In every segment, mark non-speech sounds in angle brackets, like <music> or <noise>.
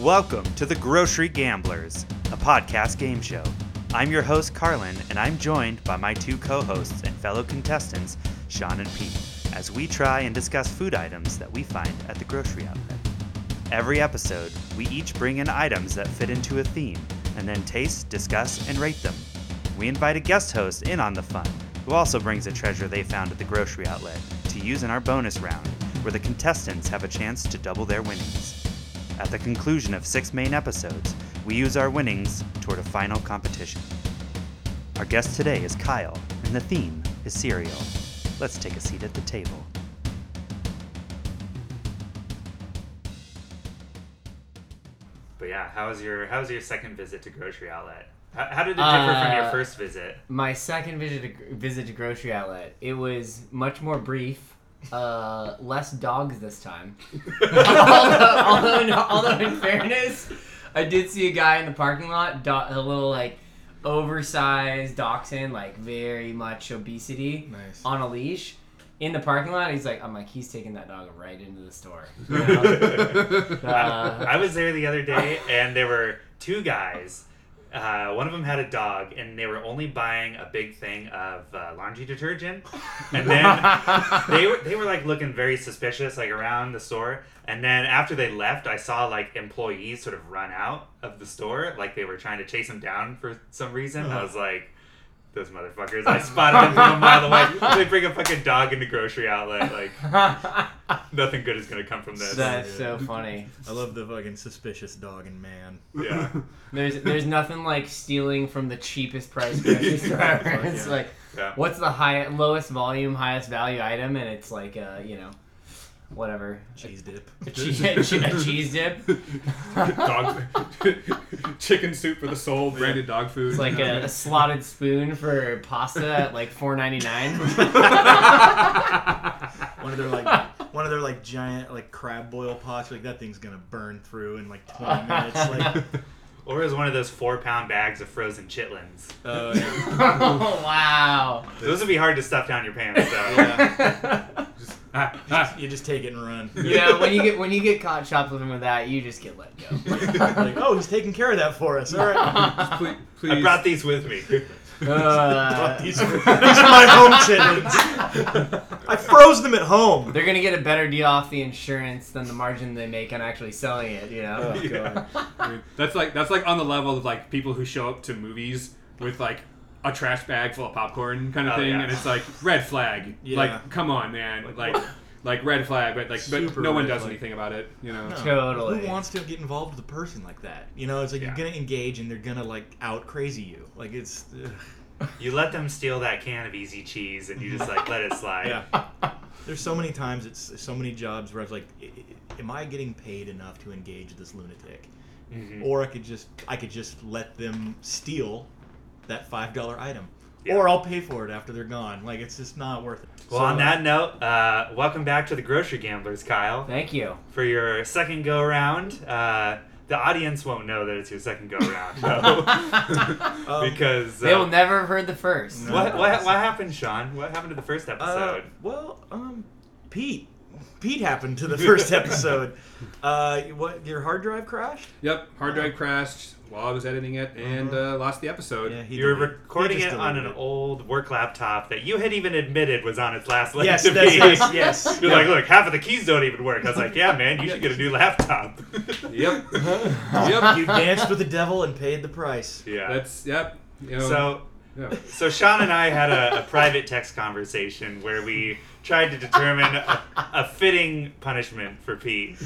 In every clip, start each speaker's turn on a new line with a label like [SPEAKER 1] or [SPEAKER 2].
[SPEAKER 1] Welcome to the Grocery Gamblers, a podcast game show. I'm your host, Carlin, and I'm joined by my two co hosts and fellow contestants, Sean and Pete, as we try and discuss food items that we find at the grocery outlet. Every episode, we each bring in items that fit into a theme and then taste, discuss, and rate them. We invite a guest host in on the fun, who also brings a treasure they found at the grocery outlet to use in our bonus round, where the contestants have a chance to double their winnings. At the conclusion of six main episodes, we use our winnings toward a final competition. Our guest today is Kyle, and the theme is cereal. Let's take a seat at the table. But yeah, how was your how was your second visit to grocery outlet? How, how did it differ from your
[SPEAKER 2] Uh,
[SPEAKER 1] first visit?
[SPEAKER 2] my second visit to, visit to grocery outlet it was much more brief uh <laughs> less dogs this time <laughs> <laughs> although, although, in, although in
[SPEAKER 1] <laughs>
[SPEAKER 2] fairness i did see a guy in the parking lot do- a little like oversized dachshund like very much obesity
[SPEAKER 3] Nice.
[SPEAKER 2] on a leash in the parking lot he's like i'm like he's taking that dog right into the store you know? Uh,
[SPEAKER 1] I was there the other day, and there were two guys. Uh, one of them had a dog, and they were only buying a big thing of uh, laundry detergent. <laughs> And then they
[SPEAKER 2] <laughs>
[SPEAKER 1] were they were like looking very suspicious, like around the store. And then after they left, I saw like employees sort of run out of the store, like they were trying to chase them down for some reason. I was like. Those motherfuckers! I spotted them from a mile away. They bring a fucking dog into grocery outlet. Like nothing good is gonna come from this.
[SPEAKER 2] that's so funny
[SPEAKER 3] I love the fucking suspicious dog and man. <laughs>
[SPEAKER 1] Yeah.
[SPEAKER 2] There's there's nothing like stealing from the cheapest price
[SPEAKER 3] <laughs>
[SPEAKER 2] grocery store.
[SPEAKER 3] Yeah.
[SPEAKER 2] it's like
[SPEAKER 1] Yeah.
[SPEAKER 2] what's the high lowest volume, highest value item, and it's like uh you know, whatever
[SPEAKER 3] Cheese dip.
[SPEAKER 2] a, che- a, che- a cheese
[SPEAKER 3] <laughs>
[SPEAKER 2] dip.
[SPEAKER 4] <laughs>
[SPEAKER 2] <laughs>
[SPEAKER 4] dog <laughs> chicken soup for the soul branded dog food
[SPEAKER 2] It's like a, a slotted spoon for pasta at like four ninety nine.
[SPEAKER 3] One of their like one of their like giant like crab boil pots. Like that thing's gonna burn through in like 20 minutes.
[SPEAKER 4] <laughs>
[SPEAKER 3] Like <laughs>
[SPEAKER 1] Or is one of those four pound bags of frozen chitlins.
[SPEAKER 3] uh, yeah.
[SPEAKER 2] Oh <laughs> wow!
[SPEAKER 1] Those would be hard to stuff down your pants, though.
[SPEAKER 4] Just- ah, ah.
[SPEAKER 3] you just take it and run.
[SPEAKER 2] Yeah, when you get when you get caught shoplifting with that, you just get let go.
[SPEAKER 3] <laughs> Like oh, he's taking care of that for us. All right.
[SPEAKER 4] <laughs> Just ple- please,
[SPEAKER 1] I brought these with me.
[SPEAKER 2] Uh,
[SPEAKER 3] <laughs> Fuck,
[SPEAKER 4] <laughs>
[SPEAKER 3] these, these are my home chitlins. I froze them at
[SPEAKER 2] <laughs>
[SPEAKER 3] home.
[SPEAKER 2] they're gonna get a better deal off the insurance than the margin they make on actually selling it. You know.
[SPEAKER 3] Oh, God.
[SPEAKER 4] Dude, that's like that's like on the level of like people who show up to movies with like a trash bag full of popcorn kind of
[SPEAKER 1] Oh,
[SPEAKER 4] thing
[SPEAKER 1] yeah.
[SPEAKER 4] and it's like red flag
[SPEAKER 3] Yeah.
[SPEAKER 4] like come on man like like red flag but like but
[SPEAKER 3] Super
[SPEAKER 4] no one
[SPEAKER 3] red
[SPEAKER 4] does
[SPEAKER 3] flag.
[SPEAKER 4] anything about it you know
[SPEAKER 3] No.
[SPEAKER 2] Totally.
[SPEAKER 3] Who wants to get involved with a person like that? You know, it's like
[SPEAKER 1] Yeah.
[SPEAKER 3] you're gonna engage and they're gonna like out crazy you. Like it's ugh.
[SPEAKER 1] You let them steal that can of easy cheese and you just like let it slide.
[SPEAKER 3] Yeah. <laughs> There's so many times it's so many jobs where I was like, "I- I- am I getting paid enough to engage this lunatic?
[SPEAKER 1] Mm-hmm.
[SPEAKER 3] Or I could just I could just let them steal that five dollar item. Or I'll pay for it after they're gone. Like it's just not worth it.
[SPEAKER 1] Well, on that note, uh, welcome back to the Grocery Gamblers, Kyle,
[SPEAKER 2] <laughs> Thank you.
[SPEAKER 1] for your second go around. Uh, the audience won't know that it's your second go
[SPEAKER 2] <laughs>
[SPEAKER 1] around, though.
[SPEAKER 3] <laughs> Um,
[SPEAKER 1] because.
[SPEAKER 2] They
[SPEAKER 1] uh,
[SPEAKER 2] will never have heard the first. <laughs>
[SPEAKER 3] No.
[SPEAKER 1] what, what, what happened, Sean? What happened to the first
[SPEAKER 3] Uh,
[SPEAKER 1] episode?
[SPEAKER 3] well, um, Pete. Pete happened to the
[SPEAKER 1] <laughs>
[SPEAKER 3] first episode. Uh, what your hard drive crashed?
[SPEAKER 4] yep hard drive crashed while i was editing it and uh, lost the episode
[SPEAKER 3] Yeah, he
[SPEAKER 1] you were
[SPEAKER 3] deleted- he
[SPEAKER 1] recording
[SPEAKER 3] just
[SPEAKER 1] it on an
[SPEAKER 3] deleted
[SPEAKER 1] old work laptop that you had even admitted was on its last leg
[SPEAKER 3] Yes,
[SPEAKER 1] to
[SPEAKER 3] that's
[SPEAKER 1] be.
[SPEAKER 3] yes, yes.
[SPEAKER 1] <laughs> You're like, look, half of the keys don't even work. I was like, yeah, man, you should get a new
[SPEAKER 3] <laughs>
[SPEAKER 1] laptop.
[SPEAKER 4] yep
[SPEAKER 1] <laughs>
[SPEAKER 4] yep
[SPEAKER 3] You danced with the devil and paid the price.
[SPEAKER 1] yeah.
[SPEAKER 4] that's yep you know,
[SPEAKER 3] um,
[SPEAKER 1] So,
[SPEAKER 4] yeah.
[SPEAKER 1] so Sean and I had a, a private text conversation where we tried to determine a, a fitting punishment for Pete.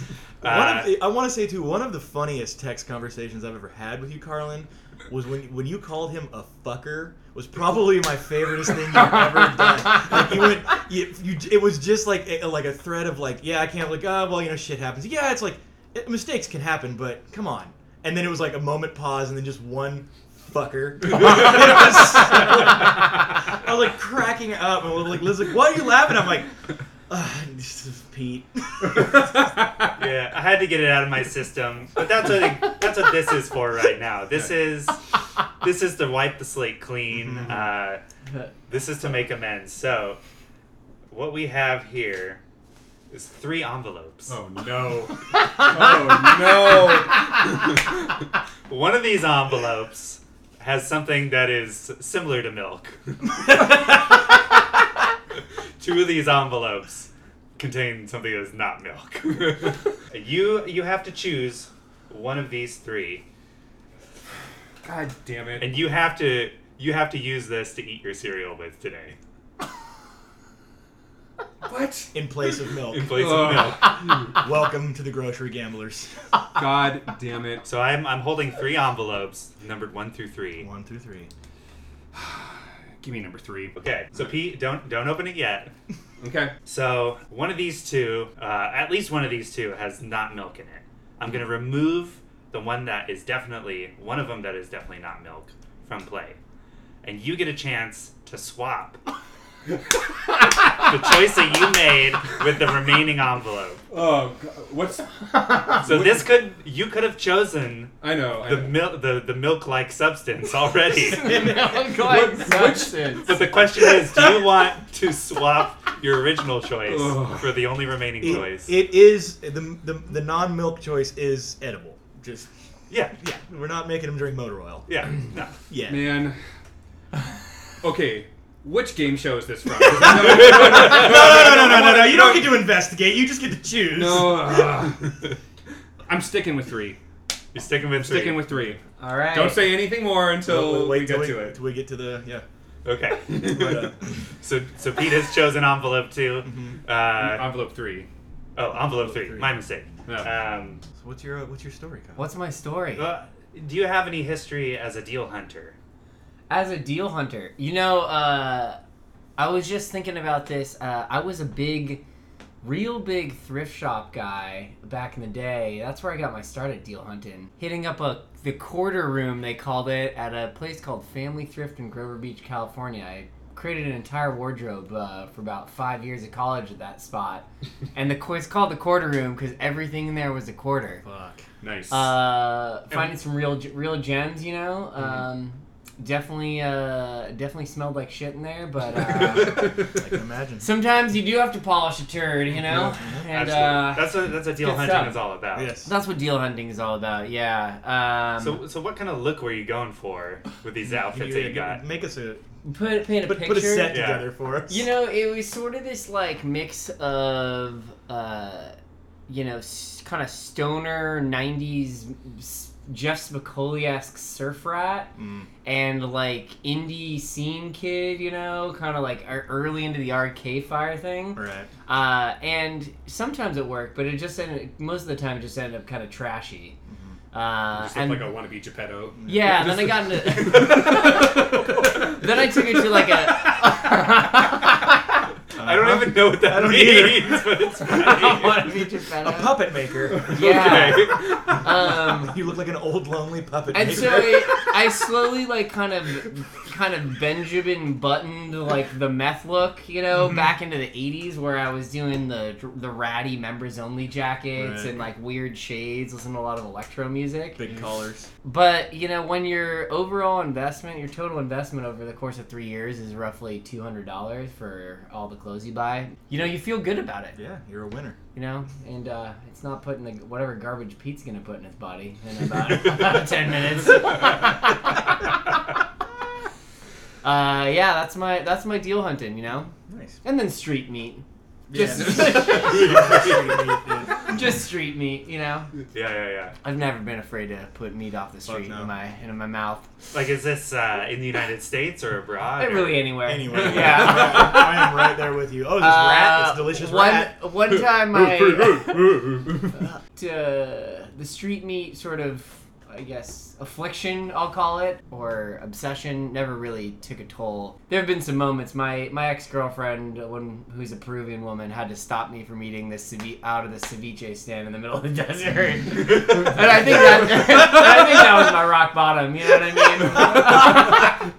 [SPEAKER 3] one
[SPEAKER 1] Uh,
[SPEAKER 3] of the, I want to say too, one of the funniest text conversations I've ever had with you, Carlin, was when when you called him a fucker. Was probably my favoriteest thing you've ever done. Like you went, you, you, it was just like a, like a thread of like, yeah, I can't like, ah, well, you know, shit happens. Yeah, it's like it, mistakes can happen, but come on. And then it was like a moment pause, and then just one fucker. <laughs> It was so- I was like cracking up, and like Liz, like, why are you laughing? I'm like, uh, this is Pete. <laughs>
[SPEAKER 1] <laughs> yeah, I had to get it out of my system, but that's what that's what this is for right now. This is this is to wipe the slate clean. Uh, This is to make amends. So, what we have here It's three envelopes.
[SPEAKER 4] Oh no. oh
[SPEAKER 1] One of these envelopes has something that is similar to <laughs> milk. Two of these envelopes contain something that is not <laughs> milk.
[SPEAKER 4] no.
[SPEAKER 1] You you have to choose one of these three,
[SPEAKER 4] God damn it.
[SPEAKER 1] and you have to you have to use this to eat your cereal with today
[SPEAKER 4] what?
[SPEAKER 3] in place of milk.
[SPEAKER 1] in place
[SPEAKER 4] Oh.
[SPEAKER 1] of milk.
[SPEAKER 3] <laughs> Welcome to the grocery gamblers.
[SPEAKER 4] God damn it.
[SPEAKER 1] So I'm I'm holding three envelopes numbered one through three.
[SPEAKER 3] One through three.
[SPEAKER 4] Give me number three.
[SPEAKER 1] Okay, so Pete, don't don't open it yet.
[SPEAKER 4] Okay.
[SPEAKER 1] So one of these two, uh, at least one of these two, has not milk in it. I'm gonna remove the one that is definitely one of them that is definitely not milk from play, and you get a chance to swap the
[SPEAKER 3] <laughs>
[SPEAKER 1] choice that you made with the remaining envelope.
[SPEAKER 4] Oh, God. what's?
[SPEAKER 1] So this could you could have chosen
[SPEAKER 4] <laughs> I know. I
[SPEAKER 1] the
[SPEAKER 4] know.
[SPEAKER 1] milk the, the milk like
[SPEAKER 3] <laughs>
[SPEAKER 1] substance already.
[SPEAKER 2] Milk-like
[SPEAKER 4] Which-
[SPEAKER 2] substance.
[SPEAKER 1] But the question is, do you want to swap your original choice
[SPEAKER 4] Ugh.
[SPEAKER 1] for the only remaining
[SPEAKER 3] It-
[SPEAKER 1] choice?
[SPEAKER 3] it is the the, the non milk choice is edible. Just
[SPEAKER 1] yeah,
[SPEAKER 3] yeah, we're not making them drink motor oil.
[SPEAKER 1] yeah, no.
[SPEAKER 3] Yeah. <laughs>
[SPEAKER 4] Man. Okay. Which game show is this from? 'Cause I
[SPEAKER 3] No, no, no, no, no, no, no! You don't get to investigate. You just get to choose.
[SPEAKER 4] know- no. uh,
[SPEAKER 3] <laughs>
[SPEAKER 1] <laughs>
[SPEAKER 4] ugh. I'm sticking with three.
[SPEAKER 1] You're sticking with three.
[SPEAKER 4] Sticking with three.
[SPEAKER 2] All right.
[SPEAKER 4] Don't say anything more until
[SPEAKER 3] Wait, wait
[SPEAKER 4] we
[SPEAKER 3] till
[SPEAKER 4] get
[SPEAKER 3] we,
[SPEAKER 4] to it.
[SPEAKER 3] till we get to the yeah.
[SPEAKER 1] okay.
[SPEAKER 3] Right, uh,
[SPEAKER 1] so so Pete has chosen envelope 2 Uh,
[SPEAKER 4] Envelope three.
[SPEAKER 1] oh, envelope three.
[SPEAKER 3] Mm-hmm. three.
[SPEAKER 1] My mistake.
[SPEAKER 4] Yeah.
[SPEAKER 1] Um,
[SPEAKER 3] so what's your uh, what's your story, Kyle?
[SPEAKER 2] What's my story?
[SPEAKER 1] uh, do you have any history as a deal hunter?
[SPEAKER 2] As a deal hunter, you know, uh, I was just thinking about this. Uh, I was a big, real big thrift shop guy back in the day. That's where I got my start at deal hunting. Hitting up a the quarter room they called it at a place called Family Thrift in Grover Beach, California. I created an entire wardrobe uh, for about five years of college at that spot, and the qu- it's called the quarter room because everything in there was a quarter
[SPEAKER 3] Fuck.
[SPEAKER 4] Nice. <laughs>
[SPEAKER 2] uh, finding some real ge- real gems, you know.
[SPEAKER 3] Mm-hmm.
[SPEAKER 2] Um, definitely, uh, definitely smelled like shit in there, but uh,
[SPEAKER 3] I can imagine.
[SPEAKER 2] sometimes you do have to polish a turd, you know.
[SPEAKER 3] Mm-hmm.
[SPEAKER 2] And uh,
[SPEAKER 1] that's what that's what deal
[SPEAKER 2] good
[SPEAKER 1] hunting
[SPEAKER 2] stuff.
[SPEAKER 1] is all about.
[SPEAKER 3] Oh, yes.
[SPEAKER 2] that's what deal hunting is all about. Yeah. Um,
[SPEAKER 1] So, so what kind of look were you going for with these outfits that you got?
[SPEAKER 3] Make us a
[SPEAKER 2] put paint a
[SPEAKER 3] put,
[SPEAKER 2] picture.
[SPEAKER 3] put a set
[SPEAKER 1] Yeah.
[SPEAKER 3] together for us.
[SPEAKER 2] You know, it was sort of this like mix of, uh, you know, s- kind of stoner '90s s- Jeff Spicoli esque surf rat.
[SPEAKER 3] Mm.
[SPEAKER 2] and like indie scene kid, you know, kind of like er- early into the arcade fire thing.
[SPEAKER 3] Right.
[SPEAKER 2] Uh, and sometimes it worked, but it just ended. Most of the time, it just ended up kind of trashy. Uh,
[SPEAKER 4] Mm-hmm. Just look
[SPEAKER 2] and
[SPEAKER 4] like a <laughs> wannabe Geppetto.
[SPEAKER 2] yeah, then I got into.
[SPEAKER 4] <laughs>
[SPEAKER 2] then I took it to like a.
[SPEAKER 1] I
[SPEAKER 3] Uh-huh.
[SPEAKER 1] don't even know what that
[SPEAKER 3] don't
[SPEAKER 1] means,
[SPEAKER 3] either.
[SPEAKER 1] but
[SPEAKER 3] <laughs>
[SPEAKER 1] it's
[SPEAKER 2] <laughs> I
[SPEAKER 1] funny.
[SPEAKER 2] want to be Geppetto.
[SPEAKER 3] A puppet
[SPEAKER 2] <laughs>
[SPEAKER 3] maker.
[SPEAKER 2] Yeah.
[SPEAKER 1] Okay.
[SPEAKER 2] Um,
[SPEAKER 3] <laughs> you look like an old lonely puppet <laughs>
[SPEAKER 2] And
[SPEAKER 3] maker.
[SPEAKER 2] so <laughs> I, I slowly like kind of kind of Benjamin buttoned like the meth look, you know,
[SPEAKER 3] Mm-hmm.
[SPEAKER 2] back into the 80s where I was doing the the ratty members only jackets
[SPEAKER 3] Right.
[SPEAKER 2] and like weird shades, listening to a lot of electro music.
[SPEAKER 3] Big collars.
[SPEAKER 2] But, you know, when your overall investment, your total investment over the course of 3 years is roughly $200 for all the clothes you buy, you know, you feel good about it,
[SPEAKER 3] Yeah, you're a winner.
[SPEAKER 2] you know? And uh, it's not putting the whatever garbage Pete's going to put in his body
[SPEAKER 3] <laughs>
[SPEAKER 2] in about 10 minutes. Uh, yeah, that's my that's my deal hunting, you know.
[SPEAKER 3] Nice.
[SPEAKER 2] And then street meat,
[SPEAKER 3] Yeah.
[SPEAKER 2] <laughs>
[SPEAKER 3] <laughs>
[SPEAKER 2] just street meat, you know.
[SPEAKER 1] <laughs> yeah, yeah, yeah.
[SPEAKER 2] I've never been afraid to put meat off the street
[SPEAKER 3] no.
[SPEAKER 2] in my in my mouth.
[SPEAKER 1] Like, is this uh, in the United States or abroad?
[SPEAKER 2] Not
[SPEAKER 1] or-
[SPEAKER 2] really anywhere.
[SPEAKER 3] anyway,
[SPEAKER 2] yeah.
[SPEAKER 3] <laughs>
[SPEAKER 2] Uh,
[SPEAKER 3] I am right there with you. Oh, this rat, this delicious
[SPEAKER 2] one, <laughs>
[SPEAKER 3] rat. <laughs>
[SPEAKER 2] One time, I
[SPEAKER 4] I.
[SPEAKER 2] uh, the street meat sort of, I guess, affliction I'll call it, or obsession, never really took a toll. There have been some moments. My my ex girlfriend, one who's a Peruvian woman, had to stop me from eating this ceviche out of the ceviche stand in the middle of the <laughs> desert. And I think that <laughs> I think that was my rock bottom. You know what I mean? <laughs>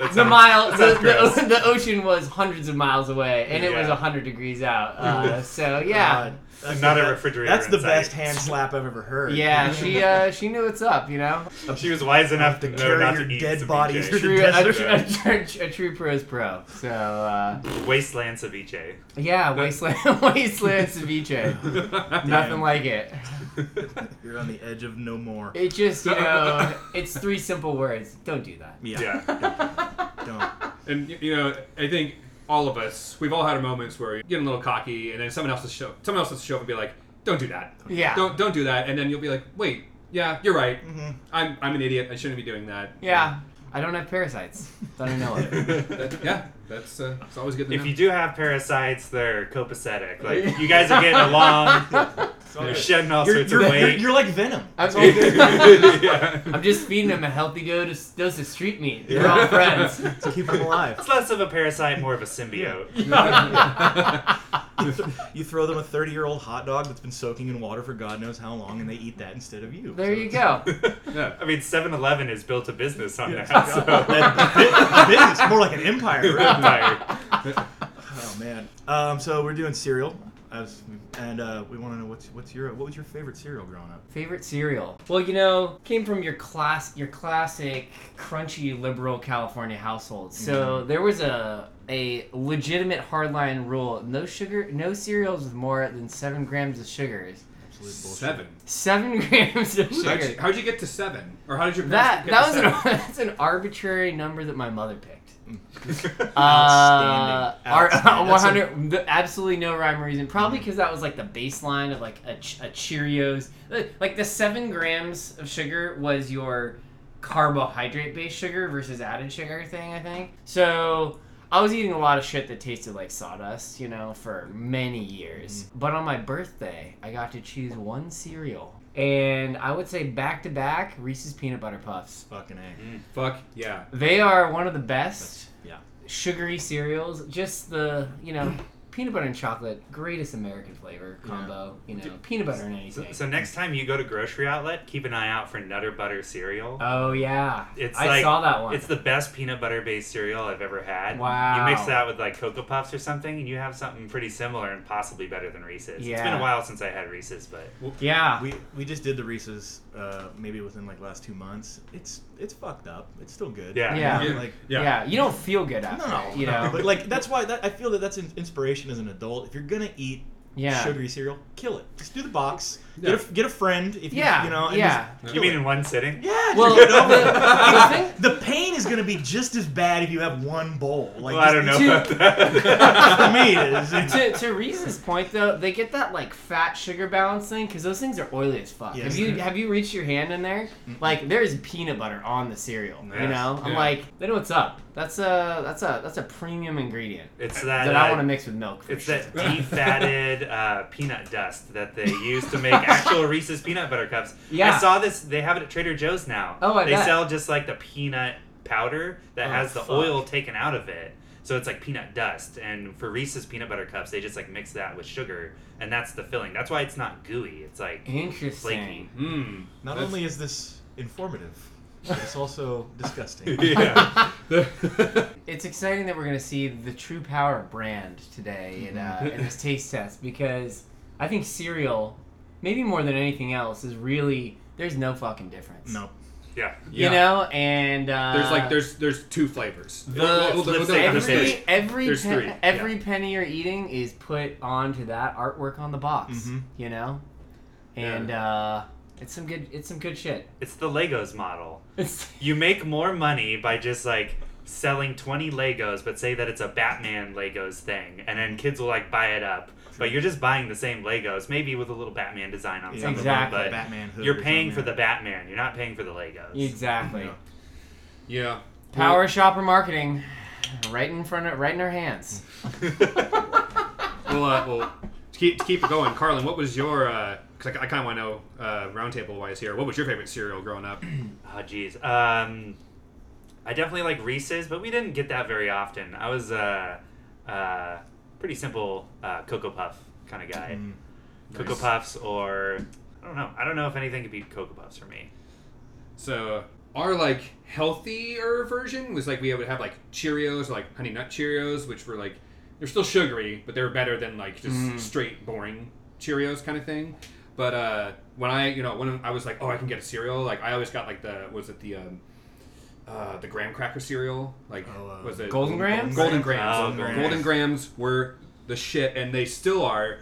[SPEAKER 1] That's
[SPEAKER 4] That
[SPEAKER 2] the
[SPEAKER 4] sounds-
[SPEAKER 2] mile, the,
[SPEAKER 4] sounds gross.
[SPEAKER 2] the, the ocean was hundreds of miles away, and it was
[SPEAKER 4] Yeah.
[SPEAKER 2] hundred degrees out.
[SPEAKER 4] <laughs>
[SPEAKER 2] Uh, so yeah,
[SPEAKER 3] God, that's
[SPEAKER 4] Not
[SPEAKER 3] the
[SPEAKER 4] a
[SPEAKER 3] be-
[SPEAKER 4] refrigerator
[SPEAKER 3] That's the
[SPEAKER 4] in sight.
[SPEAKER 3] best hand slap I've ever heard. <laughs>
[SPEAKER 2] yeah, she uh, she knew what's up, you know.
[SPEAKER 1] Oh,
[SPEAKER 4] She was wise enough to
[SPEAKER 3] To
[SPEAKER 4] know
[SPEAKER 3] carry
[SPEAKER 4] not
[SPEAKER 3] your
[SPEAKER 4] to eat
[SPEAKER 3] dead
[SPEAKER 4] ceviche.
[SPEAKER 3] body through
[SPEAKER 2] True, a,
[SPEAKER 3] desert.
[SPEAKER 2] a, a, a true pro's pro. So uh,
[SPEAKER 4] Wasteland
[SPEAKER 1] E
[SPEAKER 4] ceviche.
[SPEAKER 2] yeah, wasteland, <laughs>
[SPEAKER 1] <laughs>
[SPEAKER 2] wasteland ceviche, nothing like it.
[SPEAKER 3] You're on the edge of no more.
[SPEAKER 2] It
[SPEAKER 1] <laughs>
[SPEAKER 2] just you know, it's three simple words. Don't do that.
[SPEAKER 3] Yeah.
[SPEAKER 4] Yeah.
[SPEAKER 3] Don't.
[SPEAKER 4] And y- you know, I think all of us, we've all had moments where you're getting a little cocky, and then someone else will show, someone else will show up and be like, "Don't do that.
[SPEAKER 2] <laughs> Yeah.
[SPEAKER 4] Don't don't do that." And then you'll be like, "Wait, yeah, you're right. I'm I'm an idiot. I shouldn't be doing that."
[SPEAKER 2] Yeah, I don't have parasites. That I know of.
[SPEAKER 3] <laughs>
[SPEAKER 4] That- yeah. That's uh, it's always good to
[SPEAKER 1] If
[SPEAKER 4] know.
[SPEAKER 1] you do have parasites, they're copacetic. Like you guys are getting
[SPEAKER 2] <laughs>
[SPEAKER 1] along. You're shedding all
[SPEAKER 3] You're,
[SPEAKER 1] sorts
[SPEAKER 3] you're,
[SPEAKER 1] of
[SPEAKER 3] you're,
[SPEAKER 1] weight. <laughs>
[SPEAKER 3] you're like Venom.
[SPEAKER 2] I'm,
[SPEAKER 3] <laughs>
[SPEAKER 4] yeah.
[SPEAKER 2] I'm just feeding him a healthy dose, dose of street meat. We're all friends.
[SPEAKER 3] So keep him alive.
[SPEAKER 1] <laughs> it's less of a parasite, more of a symbiote. <laughs>
[SPEAKER 3] You throw them a 30 year old hot dog that's been soaking in water for God knows how long, and they eat that instead of you.
[SPEAKER 2] There
[SPEAKER 3] So
[SPEAKER 2] you
[SPEAKER 3] <laughs>
[SPEAKER 2] go.
[SPEAKER 1] <laughs>
[SPEAKER 4] Yeah.
[SPEAKER 1] I mean, 7-Eleven has built a business on
[SPEAKER 3] it's-
[SPEAKER 1] that.
[SPEAKER 3] God, that bu- <laughs> business, more like an empire.
[SPEAKER 1] So.
[SPEAKER 3] Right?
[SPEAKER 1] Empire.
[SPEAKER 3] Oh man. Um, so we're doing cereal, as, and uh, we want to know what's what's your what was your favorite cereal growing up?
[SPEAKER 2] Favorite cereal? Well, you know, came from your class, your classic crunchy liberal California household. So
[SPEAKER 4] Mm-hmm.
[SPEAKER 2] there was a a legitimate hardline rule: no sugar, no cereals with more than seven grams of sugars.
[SPEAKER 3] Absolute bullshit.
[SPEAKER 4] Seven.
[SPEAKER 2] Seven <laughs> grams of
[SPEAKER 4] How'd you,
[SPEAKER 2] sugar.
[SPEAKER 4] how'd you get to seven? Or how did your
[SPEAKER 2] That
[SPEAKER 4] parents
[SPEAKER 2] that was
[SPEAKER 4] get
[SPEAKER 2] an,
[SPEAKER 4] to seven?
[SPEAKER 2] <laughs> that's an arbitrary number that my mother picked. Uh,
[SPEAKER 3] Outstanding.
[SPEAKER 2] <laughs> our,
[SPEAKER 3] Outstanding. That's a- Mm.
[SPEAKER 2] 100, the- absolutely no rhyme or reason. Probably because that was like the baseline of like a, ch- a Cheerios. Like- Like the seven grams of sugar was your carbohydrate based sugar versus added sugar thing, I think. So I was eating a lot of shit that tasted like sawdust, you know, for many
[SPEAKER 3] Mm.
[SPEAKER 2] years. But on my birthday, I got to choose one cereal. And I would say back to back Reese's Peanut Butter Puffs.
[SPEAKER 3] Fucking a.
[SPEAKER 4] <laughs> Fuck yeah.
[SPEAKER 2] They are one of the best
[SPEAKER 3] Yeah.
[SPEAKER 2] sugary cereals, just the you know <clears throat> peanut butter and chocolate, greatest American flavor combo. You know, peanut butter and
[SPEAKER 1] <laughs> So,
[SPEAKER 2] anything.
[SPEAKER 1] so next time you go to grocery outlet, keep an eye out for Nutter Butter cereal.
[SPEAKER 2] oh yeah,
[SPEAKER 1] It's
[SPEAKER 2] I
[SPEAKER 1] like-
[SPEAKER 2] saw that one.
[SPEAKER 1] It's the best peanut butter based cereal I've ever had.
[SPEAKER 2] Wow.
[SPEAKER 1] You mix that with like Cocoa Puffs or something, and you have something pretty similar and possibly better than Reese's. It's been
[SPEAKER 2] Yeah.
[SPEAKER 1] a while since I had Reese's, but
[SPEAKER 2] yeah,
[SPEAKER 3] We we just did the Reese's uh, maybe within like last two months. It's it's fucked up. It's still good.
[SPEAKER 1] Yeah.
[SPEAKER 2] Yeah.
[SPEAKER 3] You know, Like
[SPEAKER 2] yeah, You don't feel good after,
[SPEAKER 3] No,
[SPEAKER 2] it,
[SPEAKER 1] <laughs>
[SPEAKER 2] you know.
[SPEAKER 3] But like that's why that, I feel that that's an inspiration as an adult. If you're gonna eat
[SPEAKER 2] yeah,
[SPEAKER 3] sugary cereal, kill it. Just do the box.
[SPEAKER 4] Yeah.
[SPEAKER 3] Get a get a friend if you
[SPEAKER 2] yeah,
[SPEAKER 3] you know. And
[SPEAKER 2] yeah.
[SPEAKER 3] Just
[SPEAKER 1] you
[SPEAKER 3] kill
[SPEAKER 1] mean
[SPEAKER 3] it.
[SPEAKER 1] <laughs> in one sitting?
[SPEAKER 3] yeah. just
[SPEAKER 2] Well,
[SPEAKER 3] get it over
[SPEAKER 2] <laughs> the-
[SPEAKER 3] with.
[SPEAKER 2] the
[SPEAKER 3] the pain is gonna be just as bad if you have one bowl. Like
[SPEAKER 1] Well, I don't know
[SPEAKER 3] just-
[SPEAKER 1] about that.
[SPEAKER 3] <laughs> For me, it is.
[SPEAKER 2] <laughs>
[SPEAKER 3] It's-
[SPEAKER 2] to, to Reese's point though, they get that like fat sugar balance thing because those things are oily as fuck.
[SPEAKER 3] Yes.
[SPEAKER 2] Have you have you reached your hand in there? Like there is peanut butter on the cereal. You
[SPEAKER 1] Yes.
[SPEAKER 2] know, I'm
[SPEAKER 4] Yeah.
[SPEAKER 2] like, they know what's up. That's a that's a that's a premium ingredient
[SPEAKER 1] It's that.
[SPEAKER 2] that, I
[SPEAKER 1] uh,
[SPEAKER 2] want to mix with milk. For
[SPEAKER 1] It's
[SPEAKER 2] sure.
[SPEAKER 1] that defatted
[SPEAKER 2] <laughs>
[SPEAKER 1] uh, peanut dust that they use to make actual Reese's peanut butter cups.
[SPEAKER 2] Yeah.
[SPEAKER 1] I saw this. They have it at Trader Joe's now.
[SPEAKER 2] Oh, I
[SPEAKER 1] They
[SPEAKER 2] bet.
[SPEAKER 1] sell just like the peanut powder that
[SPEAKER 2] Oh,
[SPEAKER 1] has the
[SPEAKER 2] fuck.
[SPEAKER 1] oil taken out of it. So it's like peanut dust. And for Reese's peanut butter cups, they just like mix that with sugar. And that's the filling. That's why it's not gooey. It's like
[SPEAKER 2] Interesting.
[SPEAKER 1] flaky.
[SPEAKER 2] <laughs>
[SPEAKER 4] Mm.
[SPEAKER 3] Not
[SPEAKER 4] That's-
[SPEAKER 3] only is this informative, but
[SPEAKER 1] <laughs>
[SPEAKER 3] it's also disgusting.
[SPEAKER 4] Yeah. <laughs>
[SPEAKER 2] It's exciting that we're gonna see the true power of brand today in, uh, in
[SPEAKER 4] <laughs>
[SPEAKER 2] this taste test because I think cereal, maybe more than anything else, is really there's no fucking difference.
[SPEAKER 3] No.
[SPEAKER 1] Yeah.
[SPEAKER 2] You know, and uh,
[SPEAKER 4] There's like there's there's two flavors. The,
[SPEAKER 1] lipstick on the
[SPEAKER 2] every
[SPEAKER 1] stage.
[SPEAKER 2] every
[SPEAKER 4] There's
[SPEAKER 2] pe-
[SPEAKER 4] three,
[SPEAKER 2] every penny you're eating is put onto that artwork on the box.
[SPEAKER 4] Mm-hmm.
[SPEAKER 3] Mhm.
[SPEAKER 2] You know, and uh, it's some good it's some good
[SPEAKER 4] <laughs>
[SPEAKER 2] shit.
[SPEAKER 1] It's the Legos model.
[SPEAKER 2] It's
[SPEAKER 1] You make more money by just like selling 20 Legos, but say that it's a Batman Legos thing, and then kids will like buy it up. But you're just buying the same Legos, maybe with a little Batman design on
[SPEAKER 3] Yeah.
[SPEAKER 1] some
[SPEAKER 2] Exactly.
[SPEAKER 1] of them.
[SPEAKER 3] Batman.
[SPEAKER 1] But
[SPEAKER 3] Hood
[SPEAKER 1] you're
[SPEAKER 3] or
[SPEAKER 1] paying for
[SPEAKER 3] something.
[SPEAKER 1] the Batman. You're not paying for the Legos.
[SPEAKER 2] exactly
[SPEAKER 3] Yeah.
[SPEAKER 4] yeah.
[SPEAKER 2] power shopper marketing, right in front of right in our
[SPEAKER 3] <laughs>
[SPEAKER 2] hands.
[SPEAKER 4] Well, uh, well, to keep to keep it going, Carlin. What was your? uh 'cause I, I kind of want to know uh, roundtable wise here. What was your favorite cereal growing up?
[SPEAKER 1] <laughs> Oh, jeez. Um, I definitely like Reese's, but we didn't get that very often. I was a uh, uh, pretty simple uh, Cocoa Puff kind of guy.
[SPEAKER 3] Mm.
[SPEAKER 1] Cocoa
[SPEAKER 4] Nice.
[SPEAKER 1] Puffs, or I don't know. I don't know if anything could beat Cocoa Puffs for me.
[SPEAKER 4] So our like healthier version was like we would have like Cheerios or like Honey Nut Cheerios, which were like they're still sugary, but they were better than like just
[SPEAKER 3] Mm-hmm.
[SPEAKER 4] straight boring Cheerios kind of thing. But uh, when I you know when I was like oh I can get a cereal like I always got like the was it the um, uh, the graham cracker cereal like
[SPEAKER 3] Oh, uh,
[SPEAKER 4] was it
[SPEAKER 2] Golden Grahams?
[SPEAKER 4] Golden Grams.
[SPEAKER 1] Oh,
[SPEAKER 4] Golden,
[SPEAKER 1] Golden
[SPEAKER 4] Grahams. were the shit, and they still are.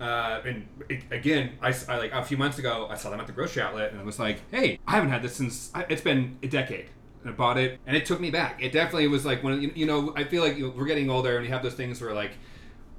[SPEAKER 4] Uh, and it, again, I, s- I, like a few months ago, I saw them at the grocery outlet, and I was like, "Hey, I haven't had this since I, it's been a decade." And I bought it, and it took me back. It definitely was like when you, you know, I feel like you, we're getting older, and you have those things where like.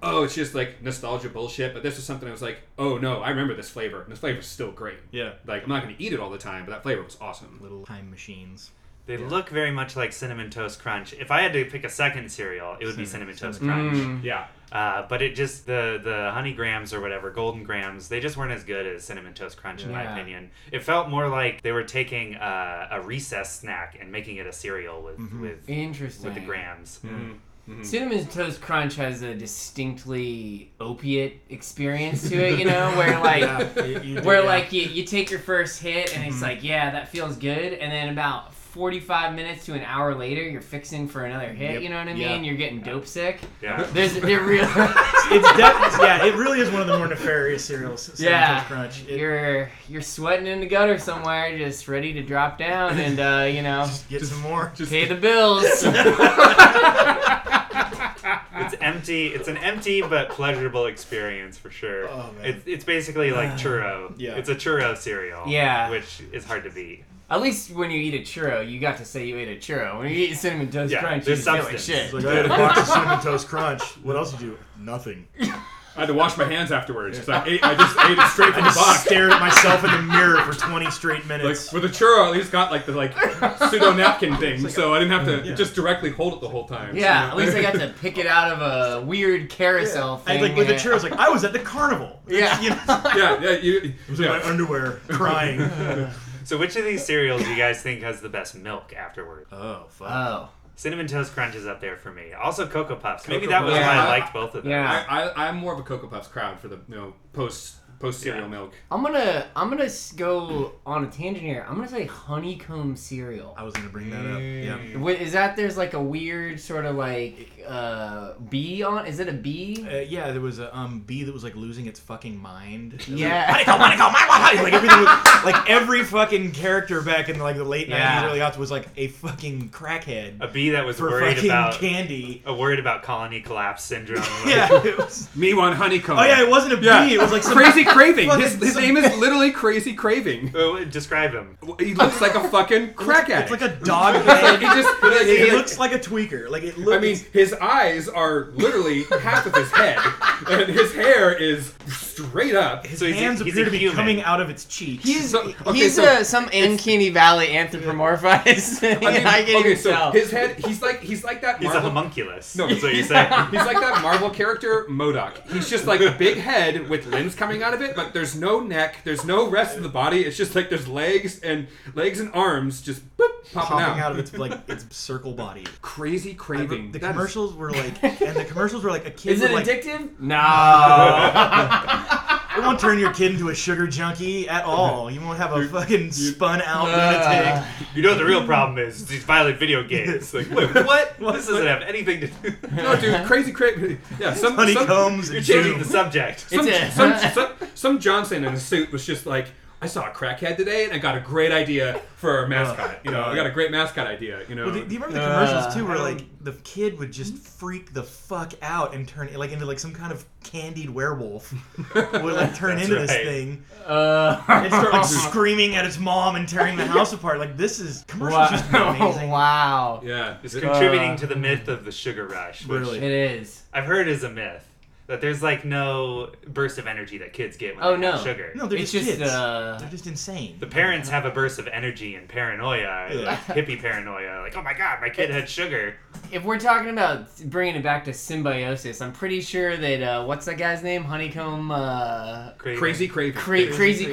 [SPEAKER 4] Oh, it's just like nostalgia bullshit. But this was something I was like, oh no, I remember this flavor. And this flavor's still great.
[SPEAKER 3] Yeah.
[SPEAKER 4] Like, I'm not going to eat it all the time, but that flavor was awesome.
[SPEAKER 3] Little time machines.
[SPEAKER 1] They look very much like Cinnamon Toast Crunch. If I had to pick a second cereal, it would be Cinnamon
[SPEAKER 3] Cinnamon-
[SPEAKER 1] Toast
[SPEAKER 2] Cinnamon.
[SPEAKER 1] Crunch.
[SPEAKER 2] Mm.
[SPEAKER 4] Yeah.
[SPEAKER 1] Uh, but it just the the honey grams or whatever golden grams they just weren't as good as cinnamon toast crunch in my
[SPEAKER 2] Yeah.
[SPEAKER 1] opinion. It felt more like they were taking uh, a recess snack and making it a cereal with
[SPEAKER 3] Mm-hmm.
[SPEAKER 1] with
[SPEAKER 2] Interesting.
[SPEAKER 1] with the grams.
[SPEAKER 4] Mm.
[SPEAKER 2] Cinnamon Toast Crunch has a distinctly opiate experience to it, you know, where like
[SPEAKER 3] <laughs> Yeah, you- you do,
[SPEAKER 2] where
[SPEAKER 3] yeah. Mm-hmm.
[SPEAKER 2] like you, you take your first hit and it's like, yeah, that feels good, and then about forty five minutes to an hour later you're fixing for another hit,
[SPEAKER 3] Yep.
[SPEAKER 2] you know what I mean?
[SPEAKER 3] Yeah.
[SPEAKER 2] You're getting dope sick.
[SPEAKER 1] Yeah.
[SPEAKER 2] <laughs> There's they're real
[SPEAKER 3] <laughs> It's definitely yeah. It really is one of the more nefarious cereals. Cinnamon
[SPEAKER 2] Yeah.
[SPEAKER 3] Toast Crunch. It-
[SPEAKER 2] You're you're sweating in the gutter somewhere, just ready to drop down and uh, you know,
[SPEAKER 3] just get some more.
[SPEAKER 4] Just
[SPEAKER 2] pay the bills. <laughs>
[SPEAKER 1] It's empty. It's an empty but pleasurable experience for sure.
[SPEAKER 3] Oh, man.
[SPEAKER 1] It's it's basically
[SPEAKER 3] <sighs>
[SPEAKER 1] like churro.
[SPEAKER 3] Yeah.
[SPEAKER 1] It's a churro cereal.
[SPEAKER 2] Yeah.
[SPEAKER 1] Which is hard to beat.
[SPEAKER 2] At least when you eat a churro, you got to say you ate a churro. When you eat cinnamon toast
[SPEAKER 1] Yeah,
[SPEAKER 2] crunch, you
[SPEAKER 1] there's
[SPEAKER 2] just feel like
[SPEAKER 1] substance.
[SPEAKER 2] shit.
[SPEAKER 3] It's <laughs> like I had a box of cinnamon toast crunch. What else did you? do? Nothing.
[SPEAKER 4] I had to wash my hands afterwards 'cause I, ate, I just ate it
[SPEAKER 3] <laughs>
[SPEAKER 4] straight from the box.
[SPEAKER 3] stared at myself in the mirror for 20 straight
[SPEAKER 4] Like
[SPEAKER 3] minutes.
[SPEAKER 4] with a churro, I at least got like the like pseudo napkin thing, so I didn't have to
[SPEAKER 3] Yeah.
[SPEAKER 4] just directly hold it the whole time.
[SPEAKER 2] Yeah,
[SPEAKER 4] so-
[SPEAKER 2] at least I got to pick it out of a weird carousel
[SPEAKER 3] I,
[SPEAKER 2] thing.
[SPEAKER 3] like with the
[SPEAKER 2] and-
[SPEAKER 3] churros, like I was at the carnival.
[SPEAKER 2] <laughs> Yeah.
[SPEAKER 3] You know,
[SPEAKER 4] <laughs> yeah, yeah, you,
[SPEAKER 3] was in my
[SPEAKER 4] yeah.
[SPEAKER 3] underwear, crying.
[SPEAKER 1] <laughs> So which of these cereals do you guys think has the best milk afterward?
[SPEAKER 3] oh fuck.
[SPEAKER 2] Oh,
[SPEAKER 1] Cinnamon Toast Crunch is up there for me. Also Cocoa Puffs. Maybe
[SPEAKER 4] Cocoa
[SPEAKER 1] that was
[SPEAKER 2] Puffs.
[SPEAKER 1] why I
[SPEAKER 2] Yeah.
[SPEAKER 1] liked both of them.
[SPEAKER 2] Yeah.
[SPEAKER 4] I, I, I'm more of a Cocoa Puffs crowd for the you know post post cereal
[SPEAKER 1] Yeah.
[SPEAKER 4] milk.
[SPEAKER 2] I'm gonna I'm gonna s- go on a tangent here. I'm gonna say honeycomb cereal.
[SPEAKER 3] I was gonna bring that up. Yeah.
[SPEAKER 2] Wait, is that there's like a weird sort of like uh bee on? Is it a bee?
[SPEAKER 3] Uh, yeah, there was a um, bee that was like losing its fucking mind. It was <laughs>
[SPEAKER 2] Yeah.
[SPEAKER 3] Like, honeycomb, honeycomb, my, my, my. Like everything, was, like every fucking character back in like the late
[SPEAKER 2] Yeah.
[SPEAKER 3] 90s, early aughts was like a fucking crackhead
[SPEAKER 1] A bee that was
[SPEAKER 3] for
[SPEAKER 1] worried
[SPEAKER 3] fucking
[SPEAKER 1] about <laughs>
[SPEAKER 3] candy.
[SPEAKER 1] uh, worried about colony collapse syndrome.
[SPEAKER 3] <laughs>
[SPEAKER 1] <laughs>
[SPEAKER 3] Yeah, it was.
[SPEAKER 4] Me want honeycomb.
[SPEAKER 3] Oh yeah, it wasn't a bee.
[SPEAKER 4] Yeah.
[SPEAKER 3] It was like some
[SPEAKER 4] Crazy craving.
[SPEAKER 3] fucking-
[SPEAKER 4] His, his
[SPEAKER 3] some-
[SPEAKER 4] name is literally Crazy Craving.
[SPEAKER 1] Uh, Describe him.
[SPEAKER 4] He looks
[SPEAKER 3] <laughs>
[SPEAKER 4] like a fucking
[SPEAKER 3] <laughs>
[SPEAKER 4] crack
[SPEAKER 3] It's
[SPEAKER 4] addict.
[SPEAKER 3] like a dog
[SPEAKER 4] Like,
[SPEAKER 3] head.
[SPEAKER 4] he
[SPEAKER 3] <laughs>
[SPEAKER 4] just like, he,
[SPEAKER 3] It
[SPEAKER 4] like-
[SPEAKER 3] looks like a tweaker. Like it looks.
[SPEAKER 4] I mean, his eyes are literally half of his
[SPEAKER 3] <laughs>
[SPEAKER 4] head, and his hair is straight up.
[SPEAKER 3] his
[SPEAKER 1] so he's a-
[SPEAKER 3] hands
[SPEAKER 1] he's
[SPEAKER 3] appear
[SPEAKER 1] a
[SPEAKER 3] to be
[SPEAKER 1] human.
[SPEAKER 3] coming out of its cheeks.
[SPEAKER 2] He's
[SPEAKER 4] So- okay,
[SPEAKER 2] he's
[SPEAKER 4] so
[SPEAKER 2] uh, some uncanny valley anthropomorphized. <laughs> I,
[SPEAKER 4] I mean,
[SPEAKER 2] can
[SPEAKER 4] okay,
[SPEAKER 2] even
[SPEAKER 4] so
[SPEAKER 2] tell.
[SPEAKER 4] his head,
[SPEAKER 2] <laughs>
[SPEAKER 4] he's like, he's like that.
[SPEAKER 1] He's
[SPEAKER 4] Marvel,
[SPEAKER 1] a homunculus.
[SPEAKER 4] No,
[SPEAKER 1] No, so you
[SPEAKER 4] he's-
[SPEAKER 1] say.
[SPEAKER 3] <laughs>
[SPEAKER 4] <laughs> He's like that Marvel character Modoc. He's just like a big head with limbs coming out of it, but there's no neck, there's no rest of the body. It's just like there's legs and legs and arms just boop, popping,
[SPEAKER 3] popping out. of its like its circle body.
[SPEAKER 4] Crazy
[SPEAKER 3] I
[SPEAKER 4] craving.
[SPEAKER 3] re- the
[SPEAKER 4] That is-
[SPEAKER 3] commercials were like, and the commercials were like a kid.
[SPEAKER 2] is it
[SPEAKER 3] would, like,
[SPEAKER 2] addictive? No.
[SPEAKER 3] <laughs> It won't turn your kid into a sugar junkie at all. You won't have a fucking spun out
[SPEAKER 2] Uh,
[SPEAKER 3] lunatic.
[SPEAKER 1] You know what the real problem is, is these violent video games. Like,
[SPEAKER 3] <laughs>
[SPEAKER 1] wait, what? This doesn't have anything to do. <laughs>
[SPEAKER 4] no,
[SPEAKER 2] <laughs>
[SPEAKER 4] dude, crazy craving. Yeah, some
[SPEAKER 3] Honeycombs
[SPEAKER 4] Some,
[SPEAKER 3] and
[SPEAKER 1] You're
[SPEAKER 3] doom.
[SPEAKER 1] changing the subject.
[SPEAKER 4] some,
[SPEAKER 2] It's
[SPEAKER 4] some,
[SPEAKER 2] a-
[SPEAKER 4] some, some Johnson in a suit was just like, I saw a crackhead today, and I got a great idea for our mascot. You know, I got a great mascot idea. You know,
[SPEAKER 3] Well, do, do you remember the
[SPEAKER 2] Uh,
[SPEAKER 3] commercials too, where
[SPEAKER 1] I
[SPEAKER 3] like the kid would just freak the fuck out and turn like into like some kind of candied werewolf would like turn
[SPEAKER 1] That's
[SPEAKER 3] into this
[SPEAKER 1] right.
[SPEAKER 3] thing
[SPEAKER 2] Uh,
[SPEAKER 3] and <laughs> start like screaming at its mom and tearing the house apart. Like this is commercials just
[SPEAKER 4] <laughs>
[SPEAKER 3] been amazing.
[SPEAKER 2] wow.
[SPEAKER 4] <laughs> yeah,
[SPEAKER 1] It's
[SPEAKER 4] It-
[SPEAKER 1] contributing to the myth of the sugar rush, which
[SPEAKER 3] uh, Really.
[SPEAKER 2] It is.
[SPEAKER 1] I've heard is a myth. That there's like no burst of energy that kids get when
[SPEAKER 2] Oh,
[SPEAKER 1] they have
[SPEAKER 2] no.
[SPEAKER 1] sugar.
[SPEAKER 3] No, they're
[SPEAKER 2] It's
[SPEAKER 3] just,
[SPEAKER 2] just,
[SPEAKER 3] kids.
[SPEAKER 2] uh,
[SPEAKER 3] they're just insane.
[SPEAKER 1] The parents have a burst of energy and paranoia,
[SPEAKER 3] Yeah.
[SPEAKER 1] like hippie paranoia. Like, oh my god, my kid had sugar.
[SPEAKER 2] If we're talking about bringing it back to symbiosis, I'm pretty sure that uh, what's that guy's name? Honeycomb. Uh,
[SPEAKER 1] Craving.
[SPEAKER 4] crazy craving.
[SPEAKER 2] Cra- crazy,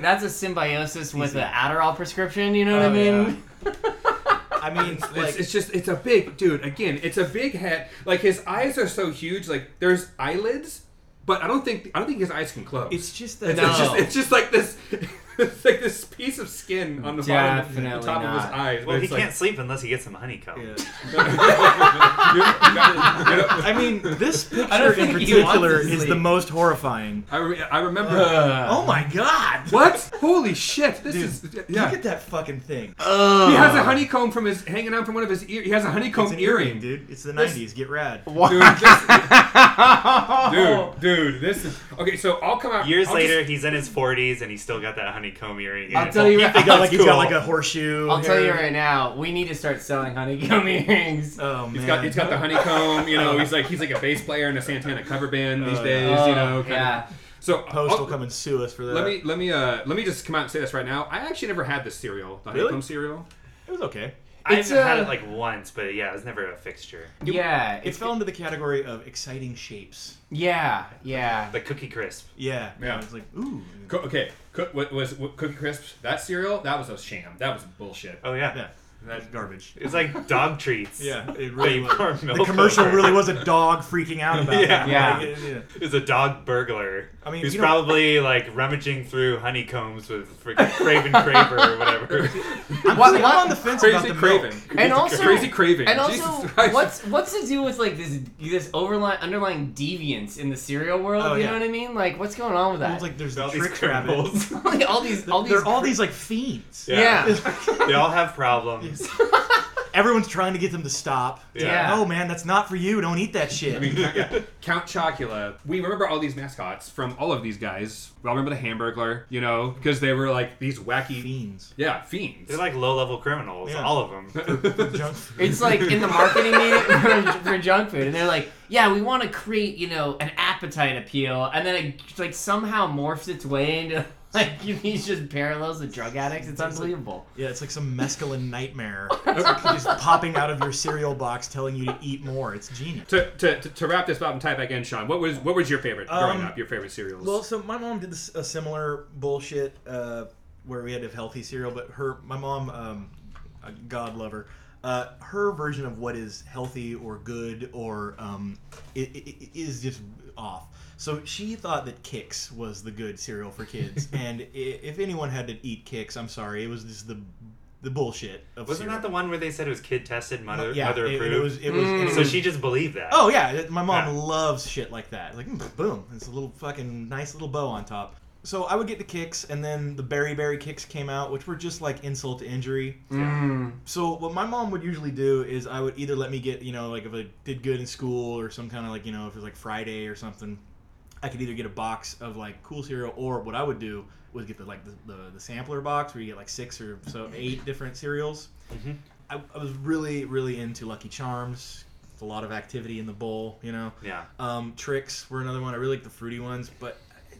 [SPEAKER 2] craving. That's a symbiosis with
[SPEAKER 3] Easy.
[SPEAKER 2] an Adderall prescription. You know what
[SPEAKER 3] Oh,
[SPEAKER 2] I
[SPEAKER 3] yeah.
[SPEAKER 2] mean?
[SPEAKER 3] I mean, like
[SPEAKER 4] it's, it's just it's a big dude again it's a big head like his eyes are so huge like there's eyelids but i don't think i don't think his eyes can close
[SPEAKER 3] it's just that
[SPEAKER 4] it's,
[SPEAKER 2] No.
[SPEAKER 4] it's just it's just like this <laughs> it's like this piece of skin on the bottom, of- the
[SPEAKER 2] Definitely
[SPEAKER 4] top of his
[SPEAKER 2] not.
[SPEAKER 4] eyes.
[SPEAKER 1] Well,
[SPEAKER 4] but
[SPEAKER 1] he
[SPEAKER 4] it's like-
[SPEAKER 1] can't sleep unless he gets some honeycomb.
[SPEAKER 3] Yeah.
[SPEAKER 4] You know,
[SPEAKER 3] I mean, this picture
[SPEAKER 2] don't
[SPEAKER 3] in
[SPEAKER 2] think he wants to
[SPEAKER 3] particular is the
[SPEAKER 2] sleep.
[SPEAKER 3] most horrifying.
[SPEAKER 4] <laughs> I, re- I remember.
[SPEAKER 3] oh my god!
[SPEAKER 4] Uh, what? Holy shit! This
[SPEAKER 3] Dude,
[SPEAKER 4] is
[SPEAKER 3] Look
[SPEAKER 4] yeah. Uh,
[SPEAKER 3] at that fucking thing.
[SPEAKER 4] He has a honeycomb from his hanging out from one of his ear. He has a
[SPEAKER 3] It's
[SPEAKER 4] honeycomb
[SPEAKER 3] an
[SPEAKER 4] earring,
[SPEAKER 3] earring, dude. It's the
[SPEAKER 4] This-
[SPEAKER 3] 90s. Get rad.
[SPEAKER 4] <laughs> Dude, this,
[SPEAKER 3] Oh.
[SPEAKER 4] dude, dude, this is okay. So I'll come out
[SPEAKER 1] Years
[SPEAKER 4] I'll just-
[SPEAKER 1] later, he's in his 40s and he's still got that honeycomb earring.
[SPEAKER 2] I'll
[SPEAKER 1] And
[SPEAKER 2] tell you
[SPEAKER 1] he
[SPEAKER 2] right-
[SPEAKER 1] thinks
[SPEAKER 2] I'll-
[SPEAKER 1] it's
[SPEAKER 3] like he's got
[SPEAKER 1] cool.
[SPEAKER 3] like a horseshoe.
[SPEAKER 2] I'll tell you
[SPEAKER 3] hair.
[SPEAKER 2] right now, we need to start selling honeycomb <laughs> earrings.
[SPEAKER 3] Oh man.
[SPEAKER 4] He's got, he's got the honeycomb, you
[SPEAKER 3] Uh.
[SPEAKER 4] know. He's like he's like a bass player in a Santana cover band these
[SPEAKER 3] Oh, yeah.
[SPEAKER 4] days, you know.
[SPEAKER 2] Oh,
[SPEAKER 4] Kind
[SPEAKER 2] yeah.
[SPEAKER 4] Of. So
[SPEAKER 3] Post
[SPEAKER 4] I'll-
[SPEAKER 3] will come and sue us for that.
[SPEAKER 4] Oh. Let me let me uh let me just come out and say this right now. I actually never had this cereal, the
[SPEAKER 3] Really?
[SPEAKER 4] honeycomb cereal.
[SPEAKER 3] It was okay.
[SPEAKER 1] I've
[SPEAKER 2] It's,
[SPEAKER 1] had
[SPEAKER 2] uh,
[SPEAKER 1] it like once, but yeah, it was never a fixture.
[SPEAKER 2] yeah,
[SPEAKER 3] It fell into the category of exciting shapes.
[SPEAKER 2] yeah, yeah.
[SPEAKER 1] The cookie crisp.
[SPEAKER 3] Yeah.
[SPEAKER 4] Yeah.
[SPEAKER 3] It's like ooh.
[SPEAKER 4] Co- okay, co- what was what, Cookie Crisps? That cereal that was a sham. That was bullshit.
[SPEAKER 1] Oh yeah.
[SPEAKER 3] Yeah.
[SPEAKER 4] That-
[SPEAKER 3] That's garbage.
[SPEAKER 1] It's like dog treats.
[SPEAKER 3] Yeah. It
[SPEAKER 1] But
[SPEAKER 3] really
[SPEAKER 1] you <laughs>
[SPEAKER 3] was.
[SPEAKER 1] pour
[SPEAKER 3] The
[SPEAKER 1] milk
[SPEAKER 3] commercial
[SPEAKER 1] over.
[SPEAKER 3] really was a dog freaking out about
[SPEAKER 1] Yeah.
[SPEAKER 3] it.
[SPEAKER 2] Yeah.
[SPEAKER 3] Like, it- yeah.
[SPEAKER 1] is a dog burglar.
[SPEAKER 3] I mean,
[SPEAKER 1] who's
[SPEAKER 3] you know-
[SPEAKER 1] probably like rummaging through honeycombs with freaking Craven Craver or whatever.
[SPEAKER 3] <laughs> I'm,
[SPEAKER 2] What-
[SPEAKER 3] really- I'm
[SPEAKER 2] what-
[SPEAKER 3] on the fence about
[SPEAKER 4] Crazy
[SPEAKER 3] the
[SPEAKER 4] craving.
[SPEAKER 3] milk.
[SPEAKER 2] And also,
[SPEAKER 4] crazy craving.
[SPEAKER 2] And
[SPEAKER 4] Jesus
[SPEAKER 2] also,
[SPEAKER 4] Christ.
[SPEAKER 2] what's what's to do with like this this overlying underlying deviance in the cereal world?
[SPEAKER 3] Oh,
[SPEAKER 2] you
[SPEAKER 3] yeah.
[SPEAKER 2] know what I mean? Like, what's going on with that?
[SPEAKER 3] It's like there's the
[SPEAKER 1] All these
[SPEAKER 3] trick rabbit.
[SPEAKER 1] criminals.
[SPEAKER 2] <laughs> Like, all these, all these,
[SPEAKER 3] They're all these like fiends.
[SPEAKER 1] Yeah.
[SPEAKER 2] yeah.
[SPEAKER 1] they all have problems.
[SPEAKER 3] <laughs> Everyone's trying to get them to stop.
[SPEAKER 2] Yeah.
[SPEAKER 3] Oh man, that's not for you. Don't eat that shit.
[SPEAKER 4] I mean, Count- yeah. Count Chocula. We remember all these mascots from all of these guys. We all remember the Hamburglar, you know, because they were like these wacky, <laughs>
[SPEAKER 3] fiends.
[SPEAKER 4] yeah, fiends.
[SPEAKER 1] They're like low level criminals,
[SPEAKER 3] Yeah.
[SPEAKER 1] all of
[SPEAKER 4] <laughs>
[SPEAKER 1] them.
[SPEAKER 3] Junk food.
[SPEAKER 2] It's like in the
[SPEAKER 3] <laughs>
[SPEAKER 2] marketing meeting for, for junk food, and they're like, "Yeah, we want to create, you know, an appetite appeal," and then it like somehow morphs its way into <laughs> like these just parallels with drug addicts. It's unbelievable.
[SPEAKER 3] Yeah, it's like some mescaline <laughs> nightmare. It's like just popping out of your cereal box telling you to eat more. It's genius.
[SPEAKER 4] to, to, to, to wrap this up and tie it back in, Sean, what was what was your favorite growing
[SPEAKER 3] Um,
[SPEAKER 4] up? Your favorite cereals?
[SPEAKER 3] Well, so my mom did this, a similar bullshit uh, where we had to have healthy cereal, but her, my mom, um, a God lover, uh, her version of what is healthy or good or um, i i i- is just off. So she thought that Kix was the good cereal
[SPEAKER 1] <laughs>
[SPEAKER 3] for kids, and i- if anyone had to eat Kix, I'm sorry, it was just the the bullshit. Of
[SPEAKER 1] Wasn't that the one where they said it was kid tested, mother,
[SPEAKER 3] yeah?
[SPEAKER 1] mother
[SPEAKER 3] it,
[SPEAKER 1] approved? Mm.
[SPEAKER 3] it was it was, and it
[SPEAKER 1] so
[SPEAKER 3] was
[SPEAKER 1] she just believed that.
[SPEAKER 3] Oh yeah, it- my mom
[SPEAKER 1] Yeah.
[SPEAKER 3] loves shit like that. Like mm, boom, it's a little fucking nice little bow on top. So I would get the kicks, and then the berry berry kicks came out, which were just like insult to injury. So what my mom would usually do is I would either let me get you know like if I did good in school or some kind of like you know if it was like Friday or something, I could either get a box of like cool cereal or what I would do was get the like the, the, the sampler box where you get like six or so eight different cereals. I, I was really really into Lucky Charms. It's a lot of activity in the bowl, you know.
[SPEAKER 1] Yeah.
[SPEAKER 3] Um, tricks were another one. I really like the fruity ones, but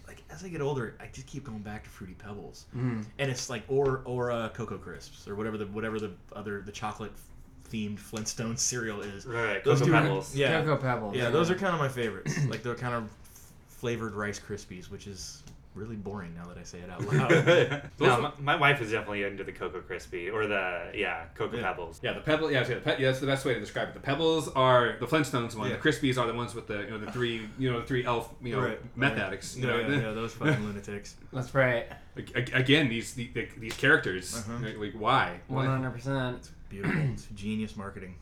[SPEAKER 3] like as I get older, I just keep going back to fruity pebbles, and it's like or or uh, cocoa crisps or whatever the whatever the other the chocolate themed Flintstone cereal is.
[SPEAKER 1] Right,
[SPEAKER 3] Those
[SPEAKER 1] Cocoa
[SPEAKER 3] two are-
[SPEAKER 1] Pebbles. <laughs>
[SPEAKER 3] yeah,
[SPEAKER 2] Cocoa Pebbles.
[SPEAKER 3] yeah, those are kind of my favorites. <clears throat> like they're kind of flavored Rice Krispies, which is really boring now that I say it out <laughs>
[SPEAKER 2] <laughs>
[SPEAKER 3] loud.
[SPEAKER 1] no, my, my wife is definitely into the Cocoa Crispy or the, yeah, Cocoa
[SPEAKER 3] Yeah.
[SPEAKER 1] Pebbles.
[SPEAKER 4] Yeah, the pebble. Yeah, the pe- yeah, that's the best way to describe it. The pebbles are the Flintstones one.
[SPEAKER 3] Yeah.
[SPEAKER 4] The Crispies are the ones with the you know the three you know the three elf you know
[SPEAKER 3] Right,
[SPEAKER 4] meth
[SPEAKER 3] right.
[SPEAKER 4] addicts. You
[SPEAKER 3] no,
[SPEAKER 4] know?
[SPEAKER 3] yeah, yeah, those fucking lunatics.
[SPEAKER 2] That's right.
[SPEAKER 4] Ag- ag- Again, these the, the, these characters.
[SPEAKER 3] Uh-huh.
[SPEAKER 4] Like, like, why?
[SPEAKER 2] One
[SPEAKER 4] Why?
[SPEAKER 2] hundred percent.
[SPEAKER 3] Beautiful, it's genius marketing.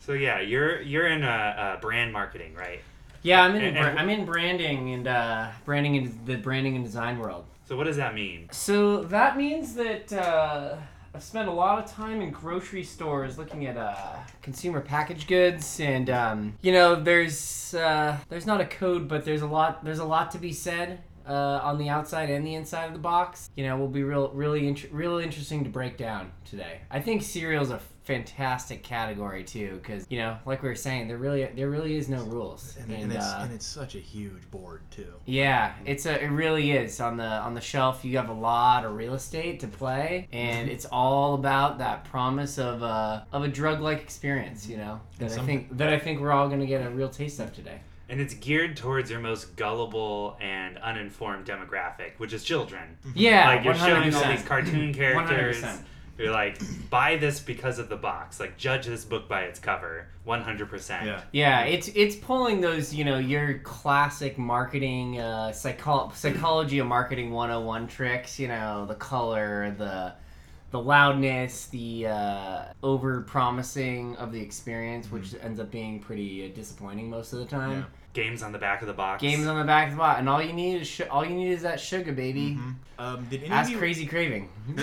[SPEAKER 1] So yeah, you're you're in uh, uh, brand marketing, right?
[SPEAKER 2] Yeah, I'm in.
[SPEAKER 1] And-
[SPEAKER 2] bra-
[SPEAKER 1] and-
[SPEAKER 2] I'm in branding and uh, branding and the branding and design world.
[SPEAKER 1] So what does that mean?
[SPEAKER 2] So that means that uh, I've spent a lot of time in grocery stores looking at uh, consumer packaged goods, and um, you know, there's uh, there's not a code, but there's a lot there's a lot to be said. Uh, on the outside and the inside of the box, you know, will be real, really, int- really interesting to break down today. I think cereal's a fantastic category too, because you know, like we were saying, there really, there really is no rules.
[SPEAKER 3] And, and, it's,
[SPEAKER 2] uh,
[SPEAKER 3] and it's such a huge board too.
[SPEAKER 2] yeah, it's a it really is on the on the shelf. You have a lot of real estate to play, and it's all about that promise of a of a drug like experience. You know that I
[SPEAKER 3] some-
[SPEAKER 2] think that I think we're all gonna get a real taste of today.
[SPEAKER 1] And it's geared towards your most gullible and uninformed demographic, which is children.
[SPEAKER 2] Yeah,
[SPEAKER 1] Mm-hmm. like you're
[SPEAKER 2] one hundred
[SPEAKER 1] showing all these
[SPEAKER 2] <clears throat> percent.
[SPEAKER 1] cartoon characters
[SPEAKER 2] 100%.
[SPEAKER 1] You're like, buy this because of the box. Like, judge this book by its cover, 100%.
[SPEAKER 3] Yeah.
[SPEAKER 2] Yeah, it's it's pulling those, you know, your classic marketing uh, psycho- psychology of marketing 101 tricks, you know, the color, the the loudness, the uh, over promising of the experience, which
[SPEAKER 3] Mm-hmm.
[SPEAKER 2] ends up being pretty uh, disappointing most of the time.
[SPEAKER 1] Games on the back of the box.
[SPEAKER 2] Games on the back of the lot, and all you need is sh- all you need is that sugar, baby.
[SPEAKER 3] Um, did any
[SPEAKER 2] That's
[SPEAKER 3] of you,
[SPEAKER 2] crazy
[SPEAKER 3] <laughs>
[SPEAKER 2] craving.
[SPEAKER 4] <laughs>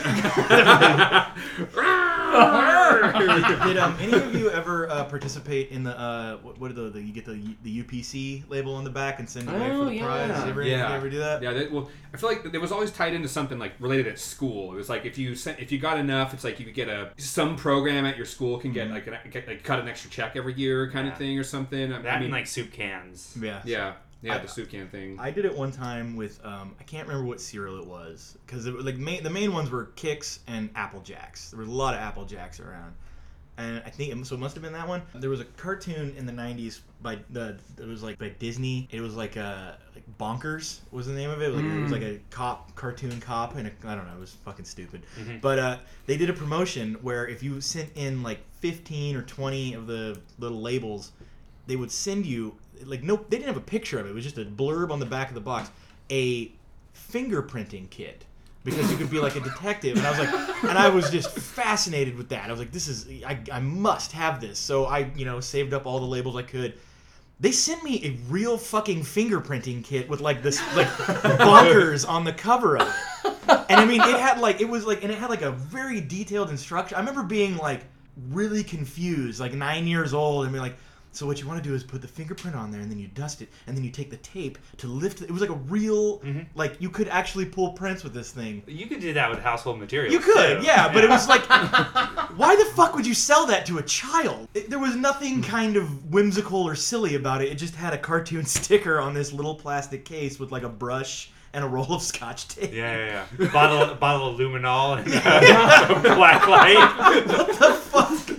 [SPEAKER 3] did um, any of you ever uh, participate in the uh, what, what are the, the you get the the UPC label on the back and send it away
[SPEAKER 2] Oh,
[SPEAKER 3] for the prize?
[SPEAKER 2] yeah.
[SPEAKER 3] You ever,
[SPEAKER 4] Yeah.
[SPEAKER 3] you ever do that?
[SPEAKER 4] Yeah, they, well, I feel like it was always tied into something like related at school. It was like if you sent, if you got enough, it's like you could get a some program at your school can
[SPEAKER 3] Mm-hmm.
[SPEAKER 4] get like, an, get like cut an extra check every year kind
[SPEAKER 1] Yeah.
[SPEAKER 4] of thing or something. I, I
[SPEAKER 1] That
[SPEAKER 4] mean,
[SPEAKER 1] and like soup cans.
[SPEAKER 3] Yeah.
[SPEAKER 4] yeah, yeah,
[SPEAKER 3] I-
[SPEAKER 4] the soup can thing.
[SPEAKER 3] I did it one time with um, I can't remember what cereal it was because like main, the main ones were Kicks and Apple Jacks. There was a lot of Apple Jacks around, and I think so. It must have been that one. There was a cartoon in the '90s by the it was like by Disney. It was like a like Bonkers was the name of it. It was like, it was like a cop cartoon cop, and I I don't know. It was fucking stupid. But uh, they did a promotion where if you sent in like 15 or 20 of the little labels they would send you like no they didn't have a picture of it it was just a blurb on the back of the box a fingerprinting kit because you could be like a detective and i was like and i was just fascinated with that i was like this is i, I must have this so i you know saved up all the labels i could they sent me a real fucking fingerprinting kit with like this like <laughs> bonkers on the cover of it and i mean it had like it was like and it had like a very detailed instruction i remember being like really confused like nine years old and being like so what you want to do is put the fingerprint on there and then you dust it and then you take the tape to lift it it was like a real
[SPEAKER 1] Mm-hmm.
[SPEAKER 3] like you could actually pull prints with this thing
[SPEAKER 1] You could do that with household materials.
[SPEAKER 3] you could,
[SPEAKER 1] too.
[SPEAKER 3] yeah, but it was like, why the fuck would you sell that to a child? It- there was nothing
[SPEAKER 1] Mm-hmm.
[SPEAKER 3] kind of whimsical or silly about it. It just had a cartoon <laughs> sticker on this little plastic case with like a brush and a roll of scotch tape.
[SPEAKER 1] <laughs> Yeah, yeah, yeah. Bottle,
[SPEAKER 3] <laughs>
[SPEAKER 1] bottle of luminol and uh, black light.
[SPEAKER 3] What the fuck did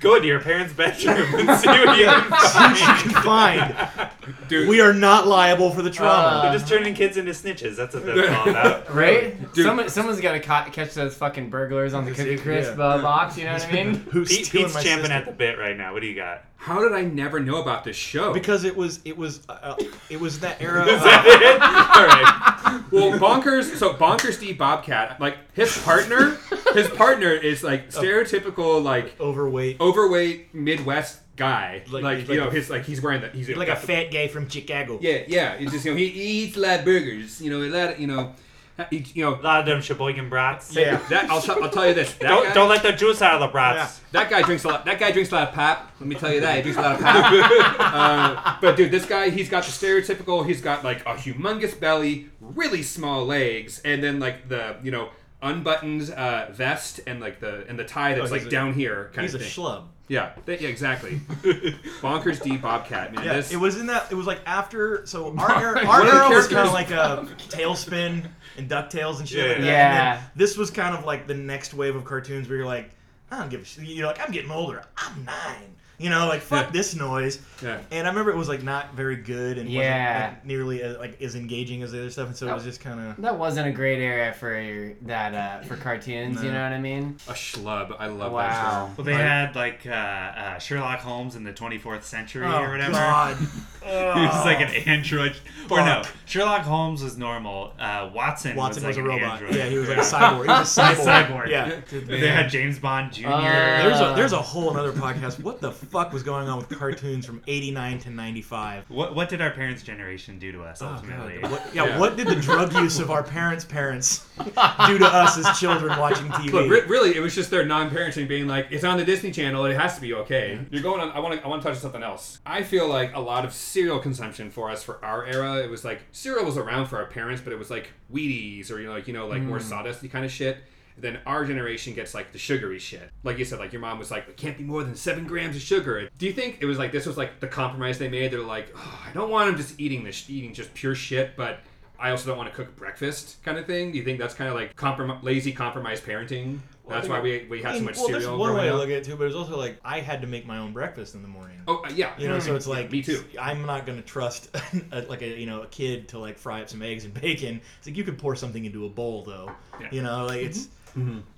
[SPEAKER 1] Go into your parents' bedroom and see what you can
[SPEAKER 3] <laughs>
[SPEAKER 1] find.
[SPEAKER 3] you find?
[SPEAKER 4] Dude,
[SPEAKER 3] We are not liable for the trauma.
[SPEAKER 1] They're just turning kids into snitches. That's what that's all about.
[SPEAKER 3] <laughs>
[SPEAKER 2] Right?
[SPEAKER 4] Dude.
[SPEAKER 2] Someone, someone's got to ca- catch those fucking burglars on the Cookie Crisp
[SPEAKER 3] yeah.
[SPEAKER 2] uh, box, you know
[SPEAKER 3] <laughs>
[SPEAKER 2] what I mean?
[SPEAKER 3] Who's
[SPEAKER 1] Pete,
[SPEAKER 3] stealing
[SPEAKER 1] Pete's
[SPEAKER 3] my
[SPEAKER 1] champing
[SPEAKER 3] sister?
[SPEAKER 1] at the bit right now. What do you
[SPEAKER 3] <laughs>
[SPEAKER 1] got? <laughs>
[SPEAKER 4] how did I never know about this show?
[SPEAKER 3] because it was it was uh, it was that era.
[SPEAKER 1] Is that
[SPEAKER 3] Of,
[SPEAKER 1] it? All right.
[SPEAKER 4] Well, bonkers. So bonkers D Bobcat, like his partner, his partner
[SPEAKER 3] <laughs>
[SPEAKER 4] is like
[SPEAKER 3] Oh.
[SPEAKER 4] stereotypical like
[SPEAKER 3] overweight,
[SPEAKER 4] overweight Midwest guy.
[SPEAKER 3] Like-
[SPEAKER 4] Like,
[SPEAKER 3] like-
[SPEAKER 4] you know, his like he's wearing that. He's
[SPEAKER 3] like a fat guy from Chicago.
[SPEAKER 4] Yeah, yeah. It's just you know he, he eats a lot of burgers. You know a lot. Of, you know, he, you know
[SPEAKER 1] A lot of them Sheboygan brats.
[SPEAKER 3] Yeah.
[SPEAKER 4] that. I'll, t- I'll tell you this. That
[SPEAKER 1] Don't,
[SPEAKER 4] guy,
[SPEAKER 1] don't let the juice out of the brats.
[SPEAKER 4] that guy drinks a lot. That guy drinks a lot of pop. Let me tell you that he drinks a lot of
[SPEAKER 3] <laughs>
[SPEAKER 4] pop. uh, but dude, this guy, he's got the stereotypical. He's got like a humongous belly, really small legs, and then like the you know unbuttoned uh, vest and like the and the tie that's
[SPEAKER 3] Oh, he's
[SPEAKER 4] like
[SPEAKER 3] a-
[SPEAKER 4] down here kind
[SPEAKER 3] he's a
[SPEAKER 4] of thing.
[SPEAKER 3] schlub.
[SPEAKER 4] yeah, th- yeah, exactly.
[SPEAKER 1] <laughs>
[SPEAKER 4] Bonkers D Bobcat man.
[SPEAKER 3] Yeah,
[SPEAKER 4] this,
[SPEAKER 3] it was in that. It was like after.
[SPEAKER 4] <laughs>
[SPEAKER 3] So our era,
[SPEAKER 4] One
[SPEAKER 3] our
[SPEAKER 4] of the
[SPEAKER 3] era was kind of
[SPEAKER 4] characters-
[SPEAKER 3] like
[SPEAKER 4] <laughs>
[SPEAKER 3] a Tailspin and Ducktales and
[SPEAKER 1] Yeah.
[SPEAKER 3] shit. like that. and
[SPEAKER 2] Yeah.
[SPEAKER 3] then this was kind of like the next wave of cartoons where you're like, I don't give a shit. You're like, I'm getting older. I'm nine. You know, like fuck
[SPEAKER 4] Yeah.
[SPEAKER 3] this noise.
[SPEAKER 4] Yeah.
[SPEAKER 3] And I remember it was like not very good and
[SPEAKER 2] Yeah.
[SPEAKER 3] wasn't like, nearly as, like as engaging as the other stuff. And so it was just Oh, kind
[SPEAKER 1] Oh,
[SPEAKER 3] of.
[SPEAKER 2] That wasn't a great area for that uh, for cartoons, you
[SPEAKER 3] No.
[SPEAKER 2] know what I mean?
[SPEAKER 4] a schlub. I love that.
[SPEAKER 2] Wow.
[SPEAKER 4] Show.
[SPEAKER 1] Well, they had like uh, uh, Sherlock Holmes in the 24th century or whatever.
[SPEAKER 3] Oh, God.
[SPEAKER 1] <laughs> He was like an
[SPEAKER 3] Oh.
[SPEAKER 1] android. Or no,
[SPEAKER 3] Fuck.
[SPEAKER 1] Sherlock Holmes was normal. Uh, Watson,
[SPEAKER 3] <laughs> Watson
[SPEAKER 1] was like
[SPEAKER 3] was a
[SPEAKER 1] an
[SPEAKER 3] robot.
[SPEAKER 1] Android.
[SPEAKER 3] Yeah, he was like a cyborg. He was a cyborg.
[SPEAKER 1] Cyborg.
[SPEAKER 4] <laughs>
[SPEAKER 3] Yeah.
[SPEAKER 1] <laughs> They had James Bond Jr.
[SPEAKER 2] Uh,
[SPEAKER 3] There's a there's a whole another podcast. What the fuck was going on with cartoons from '89 to '95?
[SPEAKER 1] what what did our parents' generation do to
[SPEAKER 3] Oh,
[SPEAKER 1] us ultimately?
[SPEAKER 3] What, yeah,
[SPEAKER 4] Yeah.
[SPEAKER 3] what did the
[SPEAKER 1] <laughs>
[SPEAKER 3] drug use of our parents' parents do to us as children watching TV?
[SPEAKER 4] But re- really, it was just their non-parenting being like, "It's on the Disney Channel. It has to be okay." You're going on. I want to. I want to touch on something else. I feel like a lot of cereal consumption for us for our era, it was like cereal was around for our parents, but it was like Wheaties or you know, like you know, like more sawdusty kind of shit. And then our generation gets like the sugary shit. Like you said, like your mom was like, "It can't be more than seven grams of sugar." Do you think it was like this was like the compromise they made? They're like, oh, "I don't want them just eating this, eating just pure shit," but I also don't want to cook breakfast kind of thing. Do you think that's kind of like comprom- lazy compromise parenting? that's why we, we had so much
[SPEAKER 3] well, there's
[SPEAKER 4] cereal.
[SPEAKER 3] one way
[SPEAKER 4] growing
[SPEAKER 3] to
[SPEAKER 4] up.
[SPEAKER 3] look at it too, but it's also like I had to make my own breakfast in the morning.
[SPEAKER 4] Oh uh, yeah,
[SPEAKER 3] You know, so it's like
[SPEAKER 4] me too.
[SPEAKER 3] I'm not gonna trust <laughs> a, like a you know a <laughs> kid to like fry up some eggs and bacon. It's like you could pour something into a bowl though.
[SPEAKER 4] Yeah.
[SPEAKER 2] Mm-hmm.
[SPEAKER 3] You know, like it's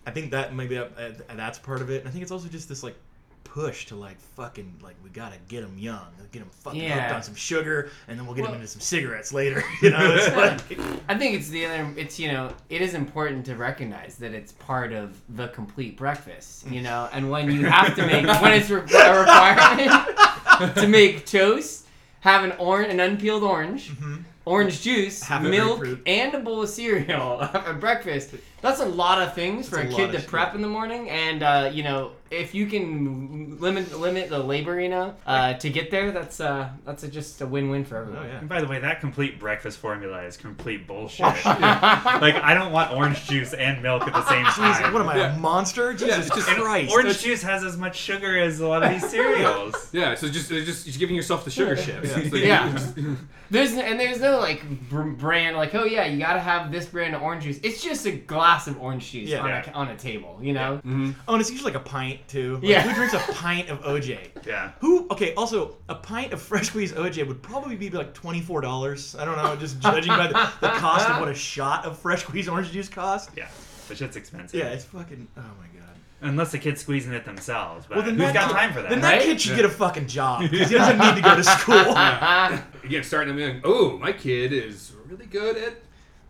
[SPEAKER 3] I think that maybe that, uh, that's part of it. And I think it's also just this like push to like fucking like we gotta get them young, get them fucking hooked
[SPEAKER 2] Yeah.
[SPEAKER 3] on some sugar, and then we'll get
[SPEAKER 2] Well-
[SPEAKER 3] them into some cigarettes later. <laughs> You know, it's like
[SPEAKER 2] I think it's the other. It's you know, it is important to recognize that it's part of the complete breakfast. You know, and when you have to make when it's re- a requirement <laughs> to make toast, have an orange, an unpeeled orange,
[SPEAKER 3] Mm-hmm.
[SPEAKER 2] orange juice,
[SPEAKER 3] Half a
[SPEAKER 2] milk,
[SPEAKER 3] grapefruit.
[SPEAKER 2] and a bowl of cereal <laughs> at breakfast. That's a lot of things for a,
[SPEAKER 3] That's a lot
[SPEAKER 2] kid
[SPEAKER 3] of
[SPEAKER 2] to
[SPEAKER 3] shit.
[SPEAKER 2] prep in the morning. And uh, you know, if you can limit limit the labor, you know, uh, to get there, that's uh, that's a, just a win win for everyone.
[SPEAKER 3] oh yeah. <laughs>
[SPEAKER 1] And by the way, that complete breakfast formula is complete bullshit. like, I don't want orange juice and milk at the
[SPEAKER 3] <laughs>
[SPEAKER 1] same
[SPEAKER 3] Jesus,
[SPEAKER 1] time.
[SPEAKER 3] what am I, a monster? Jesus
[SPEAKER 4] it's just-
[SPEAKER 3] Christ!
[SPEAKER 1] Orange
[SPEAKER 4] That's-
[SPEAKER 1] juice has as much sugar as a lot of these cereals.
[SPEAKER 5] <laughs>
[SPEAKER 4] Yeah, so just it's just it's giving yourself the sugar
[SPEAKER 3] <laughs>
[SPEAKER 4] shit.
[SPEAKER 3] Yeah.
[SPEAKER 4] It's like-
[SPEAKER 2] Yeah.
[SPEAKER 4] <laughs> mm-hmm.
[SPEAKER 2] There's and there's no like br- brand like oh yeah you gotta have this brand of orange juice. It's just a glass of orange juice
[SPEAKER 3] Yeah.
[SPEAKER 2] on,
[SPEAKER 1] Yeah.
[SPEAKER 2] A, on a table, you know.
[SPEAKER 3] Oh, and it's usually like a pint too. Like,
[SPEAKER 2] Yeah.
[SPEAKER 3] Who drinks a pint of OJ?
[SPEAKER 1] Yeah.
[SPEAKER 3] Who? Okay. Also, a pint of fresh squeezed OJ would probably be like twenty four dollars. I don't know. Just judging by the, the cost of what a shot of fresh squeezed orange juice costs.
[SPEAKER 1] Yeah. The shit's expensive.
[SPEAKER 3] Yeah, it's fucking. Oh my god.
[SPEAKER 1] Unless the kid's squeezing it themselves. But
[SPEAKER 3] Well, then
[SPEAKER 1] who's
[SPEAKER 3] that-
[SPEAKER 1] got time for that?
[SPEAKER 3] Then that
[SPEAKER 2] Right?
[SPEAKER 3] kid should
[SPEAKER 4] Yeah.
[SPEAKER 3] get a fucking job because he doesn't need
[SPEAKER 1] <laughs>
[SPEAKER 3] to go to school.
[SPEAKER 2] Ah,
[SPEAKER 4] Again, starting to be like, oh, my kid is really good at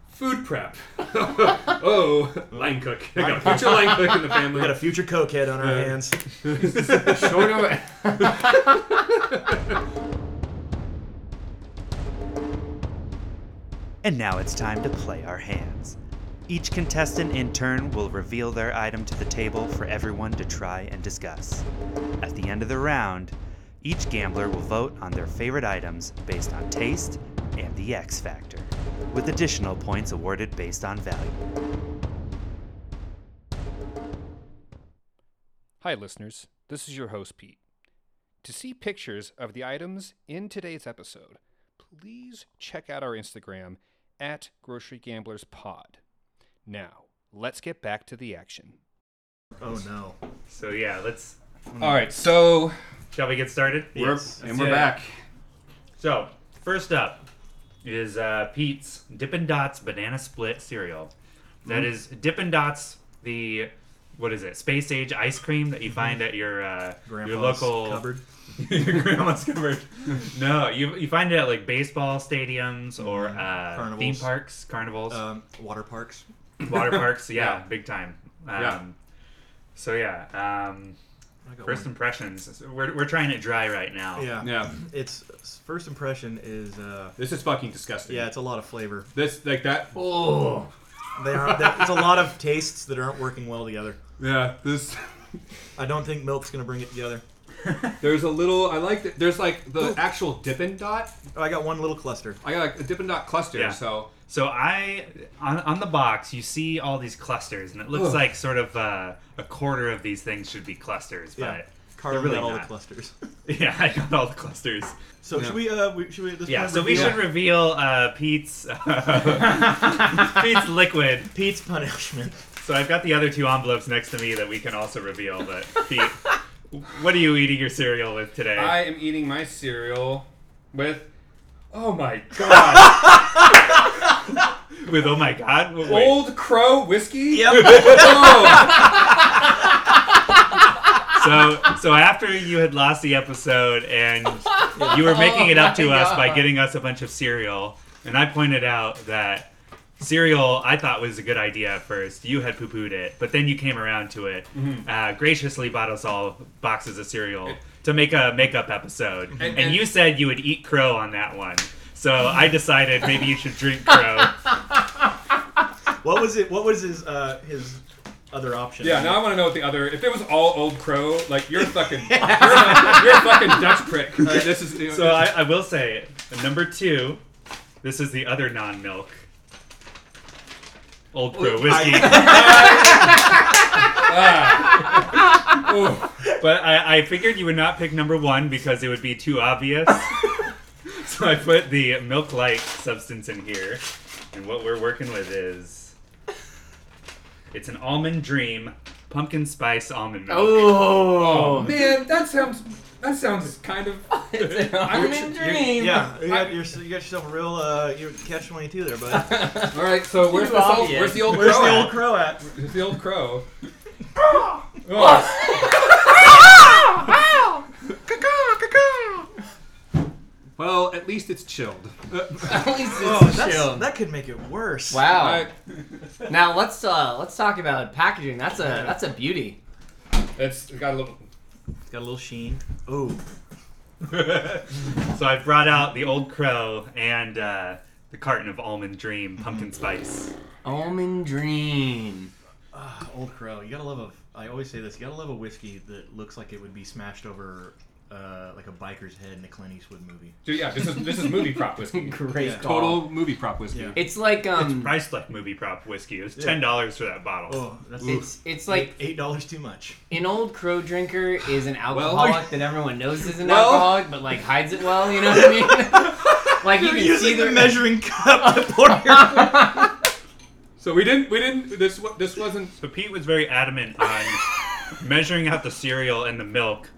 [SPEAKER 4] food prep. <laughs>
[SPEAKER 3] <laughs>
[SPEAKER 4] oh, line cook. I <laughs> got a future line cook in the
[SPEAKER 3] We
[SPEAKER 4] family.
[SPEAKER 3] got a future cokehead on our
[SPEAKER 4] Yeah.
[SPEAKER 3] hands.
[SPEAKER 2] shorter.
[SPEAKER 3] <laughs>
[SPEAKER 5] And now it's time to play our hands. Each contestant in turn will reveal their item to the table for everyone to try and discuss. At the end of the round, each gambler will vote on their favorite items based on taste and the X factor, with additional points awarded based on value.
[SPEAKER 6] Hi, listeners. This is your host, Pete. To see pictures of the items in today's episode, please check out our Instagram at Grocery Gamblers Pod. Now, let's get back to the action.
[SPEAKER 3] Oh no.
[SPEAKER 1] so, yeah, let's.
[SPEAKER 4] All right, so
[SPEAKER 1] Shall we get started?
[SPEAKER 4] we're
[SPEAKER 3] Yes.
[SPEAKER 4] and we're
[SPEAKER 1] Yeah.
[SPEAKER 4] back.
[SPEAKER 1] So, first up is uh, Pete's Dippin' Dots Banana Split cereal.
[SPEAKER 3] Mm.
[SPEAKER 1] That is Dippin' Dots, the what is it? Space age ice cream that you find at your uh, your
[SPEAKER 3] Grandpa's
[SPEAKER 1] local
[SPEAKER 3] Mm-hmm. cupboard.
[SPEAKER 1] <laughs> your grandma's
[SPEAKER 3] <laughs>
[SPEAKER 1] cupboard. no, you you find it at like baseball stadiums or uh, theme
[SPEAKER 3] Mm-hmm. Carnivals.
[SPEAKER 1] parks, carnivals,
[SPEAKER 3] <laughs> Um, water parks.
[SPEAKER 1] water parks. Yeah,
[SPEAKER 4] Yeah.
[SPEAKER 1] big time. Um,
[SPEAKER 4] Yeah.
[SPEAKER 1] So yeah, um,
[SPEAKER 3] I got
[SPEAKER 1] first
[SPEAKER 3] one.
[SPEAKER 1] impressions. We're, we're trying it dry right now.
[SPEAKER 3] yeah.
[SPEAKER 4] Yeah,
[SPEAKER 3] It's first impression is uh,
[SPEAKER 4] this is fucking disgusting.
[SPEAKER 3] yeah, it's a lot of flavor.
[SPEAKER 4] this like that.
[SPEAKER 2] oh,
[SPEAKER 3] They aren't. that- it's a lot of tastes that aren't working well together.
[SPEAKER 4] Yeah, this.
[SPEAKER 3] I don't think milk's gonna bring it together.
[SPEAKER 4] There's a little. I like that. There's like the actual Dippin' Dot.
[SPEAKER 3] Oh, I got one little cluster.
[SPEAKER 4] I got like a Dippin' Dot cluster.
[SPEAKER 1] Yeah.
[SPEAKER 4] So
[SPEAKER 1] So I on on the box you see all these clusters, and it looks
[SPEAKER 4] Ugh.
[SPEAKER 1] like sort of uh, a quarter of these things should be clusters,
[SPEAKER 3] Yeah.
[SPEAKER 1] but
[SPEAKER 3] Carl
[SPEAKER 1] really
[SPEAKER 3] got all the
[SPEAKER 1] not.
[SPEAKER 3] <laughs> clusters.
[SPEAKER 1] <laughs> yeah, I got all the clusters.
[SPEAKER 3] So
[SPEAKER 4] Yeah.
[SPEAKER 3] should we? Uh, we should we? At this
[SPEAKER 1] Yeah,
[SPEAKER 3] point
[SPEAKER 1] so we
[SPEAKER 3] review
[SPEAKER 1] should reveal uh, Pete's <laughs> Pete's liquid.
[SPEAKER 3] Pete's punishment.
[SPEAKER 1] So I've got the other two envelopes next to me that we can also reveal. But Pete, what are you eating your cereal with today?
[SPEAKER 4] I am eating my cereal with. Oh my god!
[SPEAKER 1] with oh my god, wait, wait.
[SPEAKER 4] Old Crow whiskey.
[SPEAKER 3] <laughs> Yep.
[SPEAKER 4] <laughs>
[SPEAKER 1] so
[SPEAKER 4] Oh,
[SPEAKER 1] so after you had lost the episode and you were making it up
[SPEAKER 2] Oh
[SPEAKER 1] to
[SPEAKER 2] my
[SPEAKER 1] us by
[SPEAKER 2] God.
[SPEAKER 1] getting us a bunch of cereal and i pointed out that cereal i thought was a good idea at first you had poo-pooed it but then you came around to it uh, graciously bought us all boxes of cereal to make a makeup episode and,
[SPEAKER 4] and-
[SPEAKER 1] you said you would eat crow on that one so i decided maybe you should drink crow
[SPEAKER 3] <laughs> what was it? What was his uh, his other option?
[SPEAKER 4] yeah. Now I want to know what the other. If it was all Old Crow, like you're a fucking, you're, a, you're a fucking Dutch prick. All right, this is.
[SPEAKER 1] so I, I will say number two this is the other non-milk old crow whiskey
[SPEAKER 4] oh,
[SPEAKER 1] <laughs> But I, I figured you would not pick number one because it would be too obvious. so I put the milk like substance in here. And what we're working with is it's an almond dream pumpkin spice almond milk.
[SPEAKER 2] Oh,
[SPEAKER 4] Man, that sounds that sounds kind of.
[SPEAKER 2] it's an
[SPEAKER 4] I wish-
[SPEAKER 2] almond dream. <laughs>
[SPEAKER 4] <laughs>
[SPEAKER 3] Yeah, you got, your, you got yourself a real uh, you catch twenty two there, <laughs> bud.
[SPEAKER 4] All right, so where's
[SPEAKER 2] Too
[SPEAKER 4] the old,
[SPEAKER 2] obvious.
[SPEAKER 4] where's the old
[SPEAKER 3] Where's
[SPEAKER 4] crow?
[SPEAKER 3] the
[SPEAKER 4] at?
[SPEAKER 3] old crow at?
[SPEAKER 4] Where's the old crow? Oh. Well, at least it's <laughs> chilled.
[SPEAKER 2] At least it's
[SPEAKER 3] Oh,
[SPEAKER 2] chill.
[SPEAKER 3] that's, that could make it worse.
[SPEAKER 2] wow.
[SPEAKER 4] All right,
[SPEAKER 2] Now let's uh let's talk about packaging. That's a that's a beauty.
[SPEAKER 4] it's we got a little.
[SPEAKER 3] It's got a little sheen. Oh,
[SPEAKER 1] <laughs> So I brought out the old crow and uh, the carton of almond dream pumpkin spice.
[SPEAKER 2] Almond dream.
[SPEAKER 3] ah, old crow. You gotta love a. I always say this. You gotta love a whiskey that looks like it would be smashed over, uh, like a biker's head in a Clint Eastwood movie.
[SPEAKER 4] Dude, yeah, this is this is movie prop
[SPEAKER 2] <laughs>
[SPEAKER 4] whiskey.
[SPEAKER 2] Great
[SPEAKER 3] Yeah.
[SPEAKER 2] call.
[SPEAKER 4] Total movie prop whiskey.
[SPEAKER 3] Yeah.
[SPEAKER 2] It's like um it's,
[SPEAKER 1] Price like movie prop whiskey. It was ten dollars for that bottle.
[SPEAKER 3] Hmm. Oh, that's
[SPEAKER 2] it's like
[SPEAKER 3] eight dollars too much.
[SPEAKER 2] an old crow drinker is an alcoholic
[SPEAKER 4] <laughs>
[SPEAKER 2] that everyone knows is an alcoholic but like hides it well, you know what I
[SPEAKER 4] <laughs>
[SPEAKER 2] mean? like you
[SPEAKER 3] You're
[SPEAKER 2] can see
[SPEAKER 3] using the
[SPEAKER 2] the
[SPEAKER 3] measuring cup
[SPEAKER 2] <laughs>
[SPEAKER 3] to pour your.
[SPEAKER 4] So we didn't we didn't this wa- this wasn't
[SPEAKER 1] So Pete was very adamant
[SPEAKER 3] <laughs>
[SPEAKER 1] on measuring out the cereal and the milk,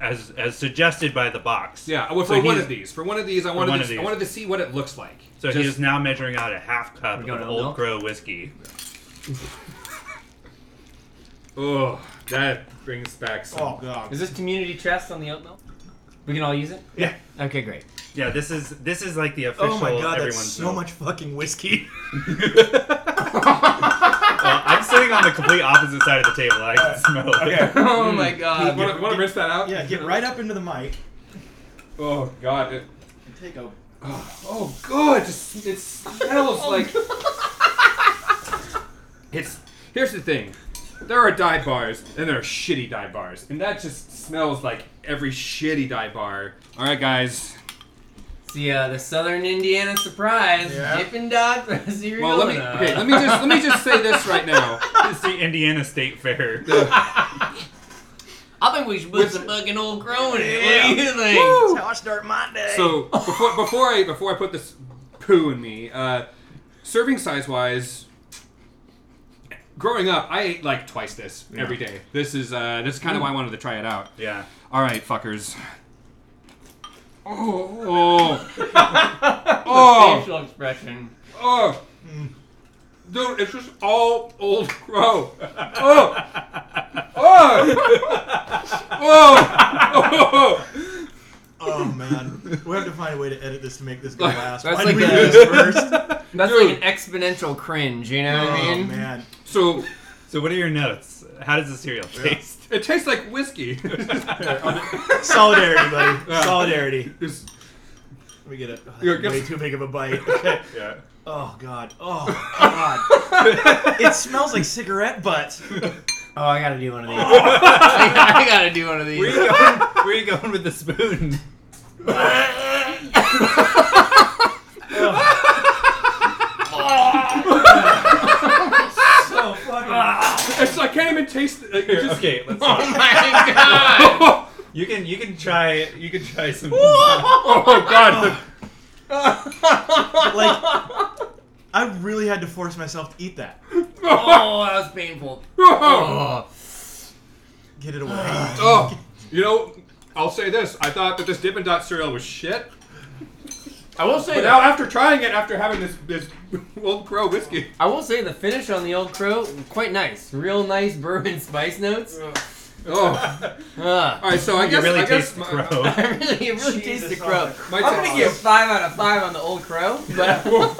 [SPEAKER 1] as as suggested by the box.
[SPEAKER 4] yeah well,
[SPEAKER 1] So
[SPEAKER 4] for one
[SPEAKER 1] he's-
[SPEAKER 4] of these for one of these I
[SPEAKER 1] one
[SPEAKER 4] wanted
[SPEAKER 1] of
[SPEAKER 4] to,
[SPEAKER 1] these.
[SPEAKER 4] I wanted to see what it looks like.
[SPEAKER 1] So he is now measuring out a half cup
[SPEAKER 2] We
[SPEAKER 1] of
[SPEAKER 2] got
[SPEAKER 1] Old
[SPEAKER 2] no milk?
[SPEAKER 1] Crow whiskey.
[SPEAKER 4] Oh, that brings back some. <laughs>
[SPEAKER 3] Oh
[SPEAKER 2] <laughs>
[SPEAKER 3] god.
[SPEAKER 2] Is this community trust on the oat milk? We can all use it?
[SPEAKER 1] Yeah,
[SPEAKER 2] Okay,
[SPEAKER 4] <laughs>
[SPEAKER 2] great.
[SPEAKER 1] yeah. This is this is like the official.
[SPEAKER 3] Oh my god, that's
[SPEAKER 1] everyone's
[SPEAKER 3] so
[SPEAKER 1] milk.
[SPEAKER 3] much fucking whiskey.
[SPEAKER 1] <laughs>
[SPEAKER 4] Oh
[SPEAKER 1] Well, I'm sitting on the complete opposite side of the table. I can smell it.
[SPEAKER 2] Oh
[SPEAKER 4] Mm.
[SPEAKER 2] my god.
[SPEAKER 4] Want <laughs> to rinse that
[SPEAKER 3] <laughs>
[SPEAKER 4] out?
[SPEAKER 3] Yeah, get right up into the mic
[SPEAKER 4] Oh God. It,
[SPEAKER 3] and take a.
[SPEAKER 4] oh God. Just, it <laughs> smells
[SPEAKER 2] <laughs>
[SPEAKER 4] like. it's here's the thing. There are dive bars and there are shitty dive bars, and that just smells like every shitty dive bar. All right, guys.
[SPEAKER 2] It's the, uh, the Southern Indiana surprise.
[SPEAKER 3] Yeah.
[SPEAKER 2] Dippin' Dot for cereal.
[SPEAKER 4] Well, let me.
[SPEAKER 2] and, uh,
[SPEAKER 4] Okay, let me just let me just say this right <laughs> now.
[SPEAKER 1] <laughs> It's the Indiana State Fair.
[SPEAKER 2] <laughs> I think we should put some fucking old crow in it. What do you think? <laughs>
[SPEAKER 4] <laughs>
[SPEAKER 3] That's how I start my day.
[SPEAKER 4] So before before I before I put this poo in me, uh, serving size wise, growing up I ate like twice this every day. This is uh, this is kind of why I wanted to try it out.
[SPEAKER 1] Yeah.
[SPEAKER 4] All right, fuckers. Oh, oh, oh,
[SPEAKER 2] Facial expression.
[SPEAKER 4] oh. Dude, it's just all old crow. Oh, oh, oh, oh.
[SPEAKER 3] Oh man, <laughs> we have to find a way to edit this to make this go last.
[SPEAKER 2] <laughs> That's
[SPEAKER 3] Why
[SPEAKER 4] Oh.
[SPEAKER 2] like
[SPEAKER 3] did we
[SPEAKER 2] a-
[SPEAKER 3] do this
[SPEAKER 2] <laughs>
[SPEAKER 3] first?
[SPEAKER 2] That's
[SPEAKER 4] Dude.
[SPEAKER 2] like an exponential cringe, you know
[SPEAKER 3] Oh
[SPEAKER 2] what I mean?
[SPEAKER 3] man,
[SPEAKER 4] So
[SPEAKER 1] So what are your notes? How does the cereal taste?
[SPEAKER 4] it tastes like whiskey.
[SPEAKER 3] solidarity,
[SPEAKER 2] <laughs>
[SPEAKER 3] buddy. Solidarity.
[SPEAKER 4] It's-
[SPEAKER 3] Let me get a oh,
[SPEAKER 4] You're-
[SPEAKER 3] that's way too big of a
[SPEAKER 2] <laughs>
[SPEAKER 3] bite. Okay. <laughs>
[SPEAKER 1] Yeah.
[SPEAKER 3] Oh god. Oh god.
[SPEAKER 2] <laughs>
[SPEAKER 3] it smells like cigarette butts.
[SPEAKER 2] Oh, I gotta do one of these.
[SPEAKER 3] <laughs>
[SPEAKER 2] I gotta do one of
[SPEAKER 1] <laughs>
[SPEAKER 2] these.
[SPEAKER 1] Where are you going, where are you going with the spoon?
[SPEAKER 3] So fucking.
[SPEAKER 4] It's, I can't even taste it. Like, it just,
[SPEAKER 1] Okay, let's.
[SPEAKER 2] <laughs> Oh my god!
[SPEAKER 1] You can you can try you can try some.
[SPEAKER 4] <laughs>
[SPEAKER 1] <laughs>
[SPEAKER 4] oh god. the-
[SPEAKER 3] Like, I really had to force myself to eat that.
[SPEAKER 2] Oh, that was painful.
[SPEAKER 4] Oh,
[SPEAKER 2] Oh.
[SPEAKER 3] Get <sighs> it away.
[SPEAKER 4] oh. You know, I'll say this. I thought that this Dippin' Dot cereal was shit.
[SPEAKER 2] I will say
[SPEAKER 4] But now,
[SPEAKER 2] that.
[SPEAKER 4] after trying it, after having this this Old Crow whiskey,
[SPEAKER 2] I will say the finish on the old crow quite nice. Real nice bourbon spice notes.
[SPEAKER 4] oh.
[SPEAKER 2] Ugh. <laughs>
[SPEAKER 4] All right, so I
[SPEAKER 1] You
[SPEAKER 4] guess
[SPEAKER 1] really
[SPEAKER 4] I guess
[SPEAKER 1] taste the
[SPEAKER 4] my,
[SPEAKER 1] crow. <laughs>
[SPEAKER 2] I really, it really tastes the crow.
[SPEAKER 4] my
[SPEAKER 2] I'm gonna give five out of five on the old crow, but
[SPEAKER 4] Whoa.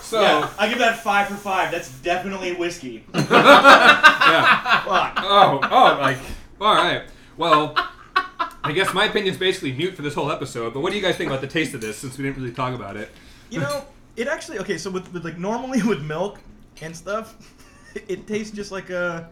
[SPEAKER 4] <laughs> So yeah.
[SPEAKER 3] I give that five for five. That's definitely whiskey. Fuck.
[SPEAKER 4] Oh, oh, like all right. Well, I guess my opinion's basically mute for this whole episode. But what do you guys think about the taste of this? Since we didn't really talk about it.
[SPEAKER 3] You know, it actually okay. So with, with like normally <laughs> with milk and stuff, <laughs> it, tastes just like a.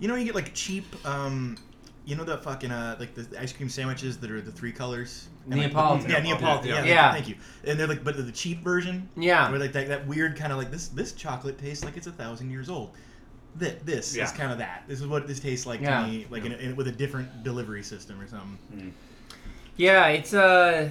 [SPEAKER 3] You know, you get like cheap. um You know the fucking uh like the ice cream sandwiches that are the three colors. And, like,
[SPEAKER 2] Neapolitan.
[SPEAKER 3] yeah, Neapolitan. Yeah,
[SPEAKER 4] Yeah.
[SPEAKER 2] Yeah.
[SPEAKER 3] Thank you. And they're like, but they're the cheap version.
[SPEAKER 2] <laughs> Yeah.
[SPEAKER 3] Where like that, that weird kind of like this this chocolate tastes like it's a thousand years old. That this
[SPEAKER 1] Yeah.
[SPEAKER 3] is kind of that. This is what this tastes like
[SPEAKER 2] Yeah.
[SPEAKER 3] to me, like in, a- in, with a different delivery system or something.
[SPEAKER 2] Yeah, it's uh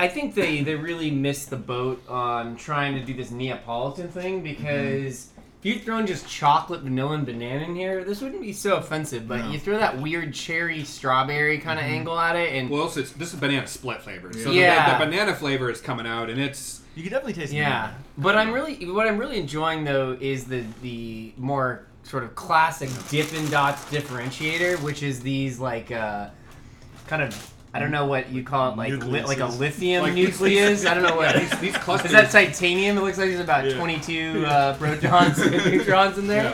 [SPEAKER 2] I think they they really missed the boat on trying to do this Neapolitan thing because If you'd thrown just chocolate, vanilla, and banana in here, this wouldn't be so offensive. But you throw that weird cherry, strawberry kind of angle at it, and
[SPEAKER 4] Well, also, it's, this is banana split flavor, so
[SPEAKER 2] Yeah.
[SPEAKER 4] the, the banana flavor is coming out, and it's
[SPEAKER 3] You can definitely taste. the
[SPEAKER 2] yeah.
[SPEAKER 3] banana.
[SPEAKER 2] But I'm really what I'm really enjoying though is the the more sort of classic Dippin' Dots differentiator, which is these like uh, kind of. I don't know what you call it, like li- like a
[SPEAKER 3] Nucleuses.
[SPEAKER 2] lithium
[SPEAKER 4] Like these-
[SPEAKER 2] nucleus. I don't know
[SPEAKER 3] <laughs>
[SPEAKER 2] what
[SPEAKER 4] these, these clusters.
[SPEAKER 2] Is that titanium? It looks like there's about
[SPEAKER 3] Yeah.
[SPEAKER 2] 22 uh,
[SPEAKER 3] <laughs>
[SPEAKER 2] protons and neutrons in
[SPEAKER 4] yeah.
[SPEAKER 2] there.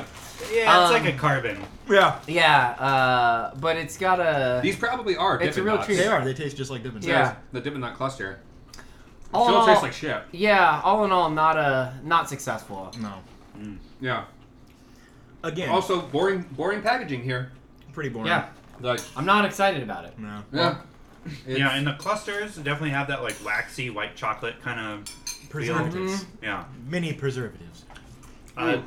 [SPEAKER 1] Yeah, it's
[SPEAKER 2] Um,
[SPEAKER 1] like a carbon.
[SPEAKER 3] Yeah.
[SPEAKER 2] Yeah, uh, but it's got a.
[SPEAKER 4] These probably are.
[SPEAKER 2] It's a
[SPEAKER 4] Dippin'
[SPEAKER 2] real
[SPEAKER 4] Dots.
[SPEAKER 2] treat.
[SPEAKER 3] They are. They taste just like different.
[SPEAKER 2] Yeah.
[SPEAKER 4] The Dippin' Nut cluster. It
[SPEAKER 2] all in
[SPEAKER 4] still
[SPEAKER 2] all,
[SPEAKER 4] tastes like shit.
[SPEAKER 2] yeah, all in all, not a not successful.
[SPEAKER 3] No.
[SPEAKER 4] Yeah.
[SPEAKER 3] Again,
[SPEAKER 4] Also, boring, boring packaging here.
[SPEAKER 3] pretty boring.
[SPEAKER 2] Yeah,
[SPEAKER 4] Like,
[SPEAKER 2] I'm not excited about it.
[SPEAKER 3] No.
[SPEAKER 4] yeah. It's-
[SPEAKER 1] yeah, and the clusters definitely have that like waxy white chocolate kind of
[SPEAKER 2] Mm-hmm.
[SPEAKER 3] Preservatives.
[SPEAKER 1] yeah.
[SPEAKER 3] Many preservatives.
[SPEAKER 1] Uh,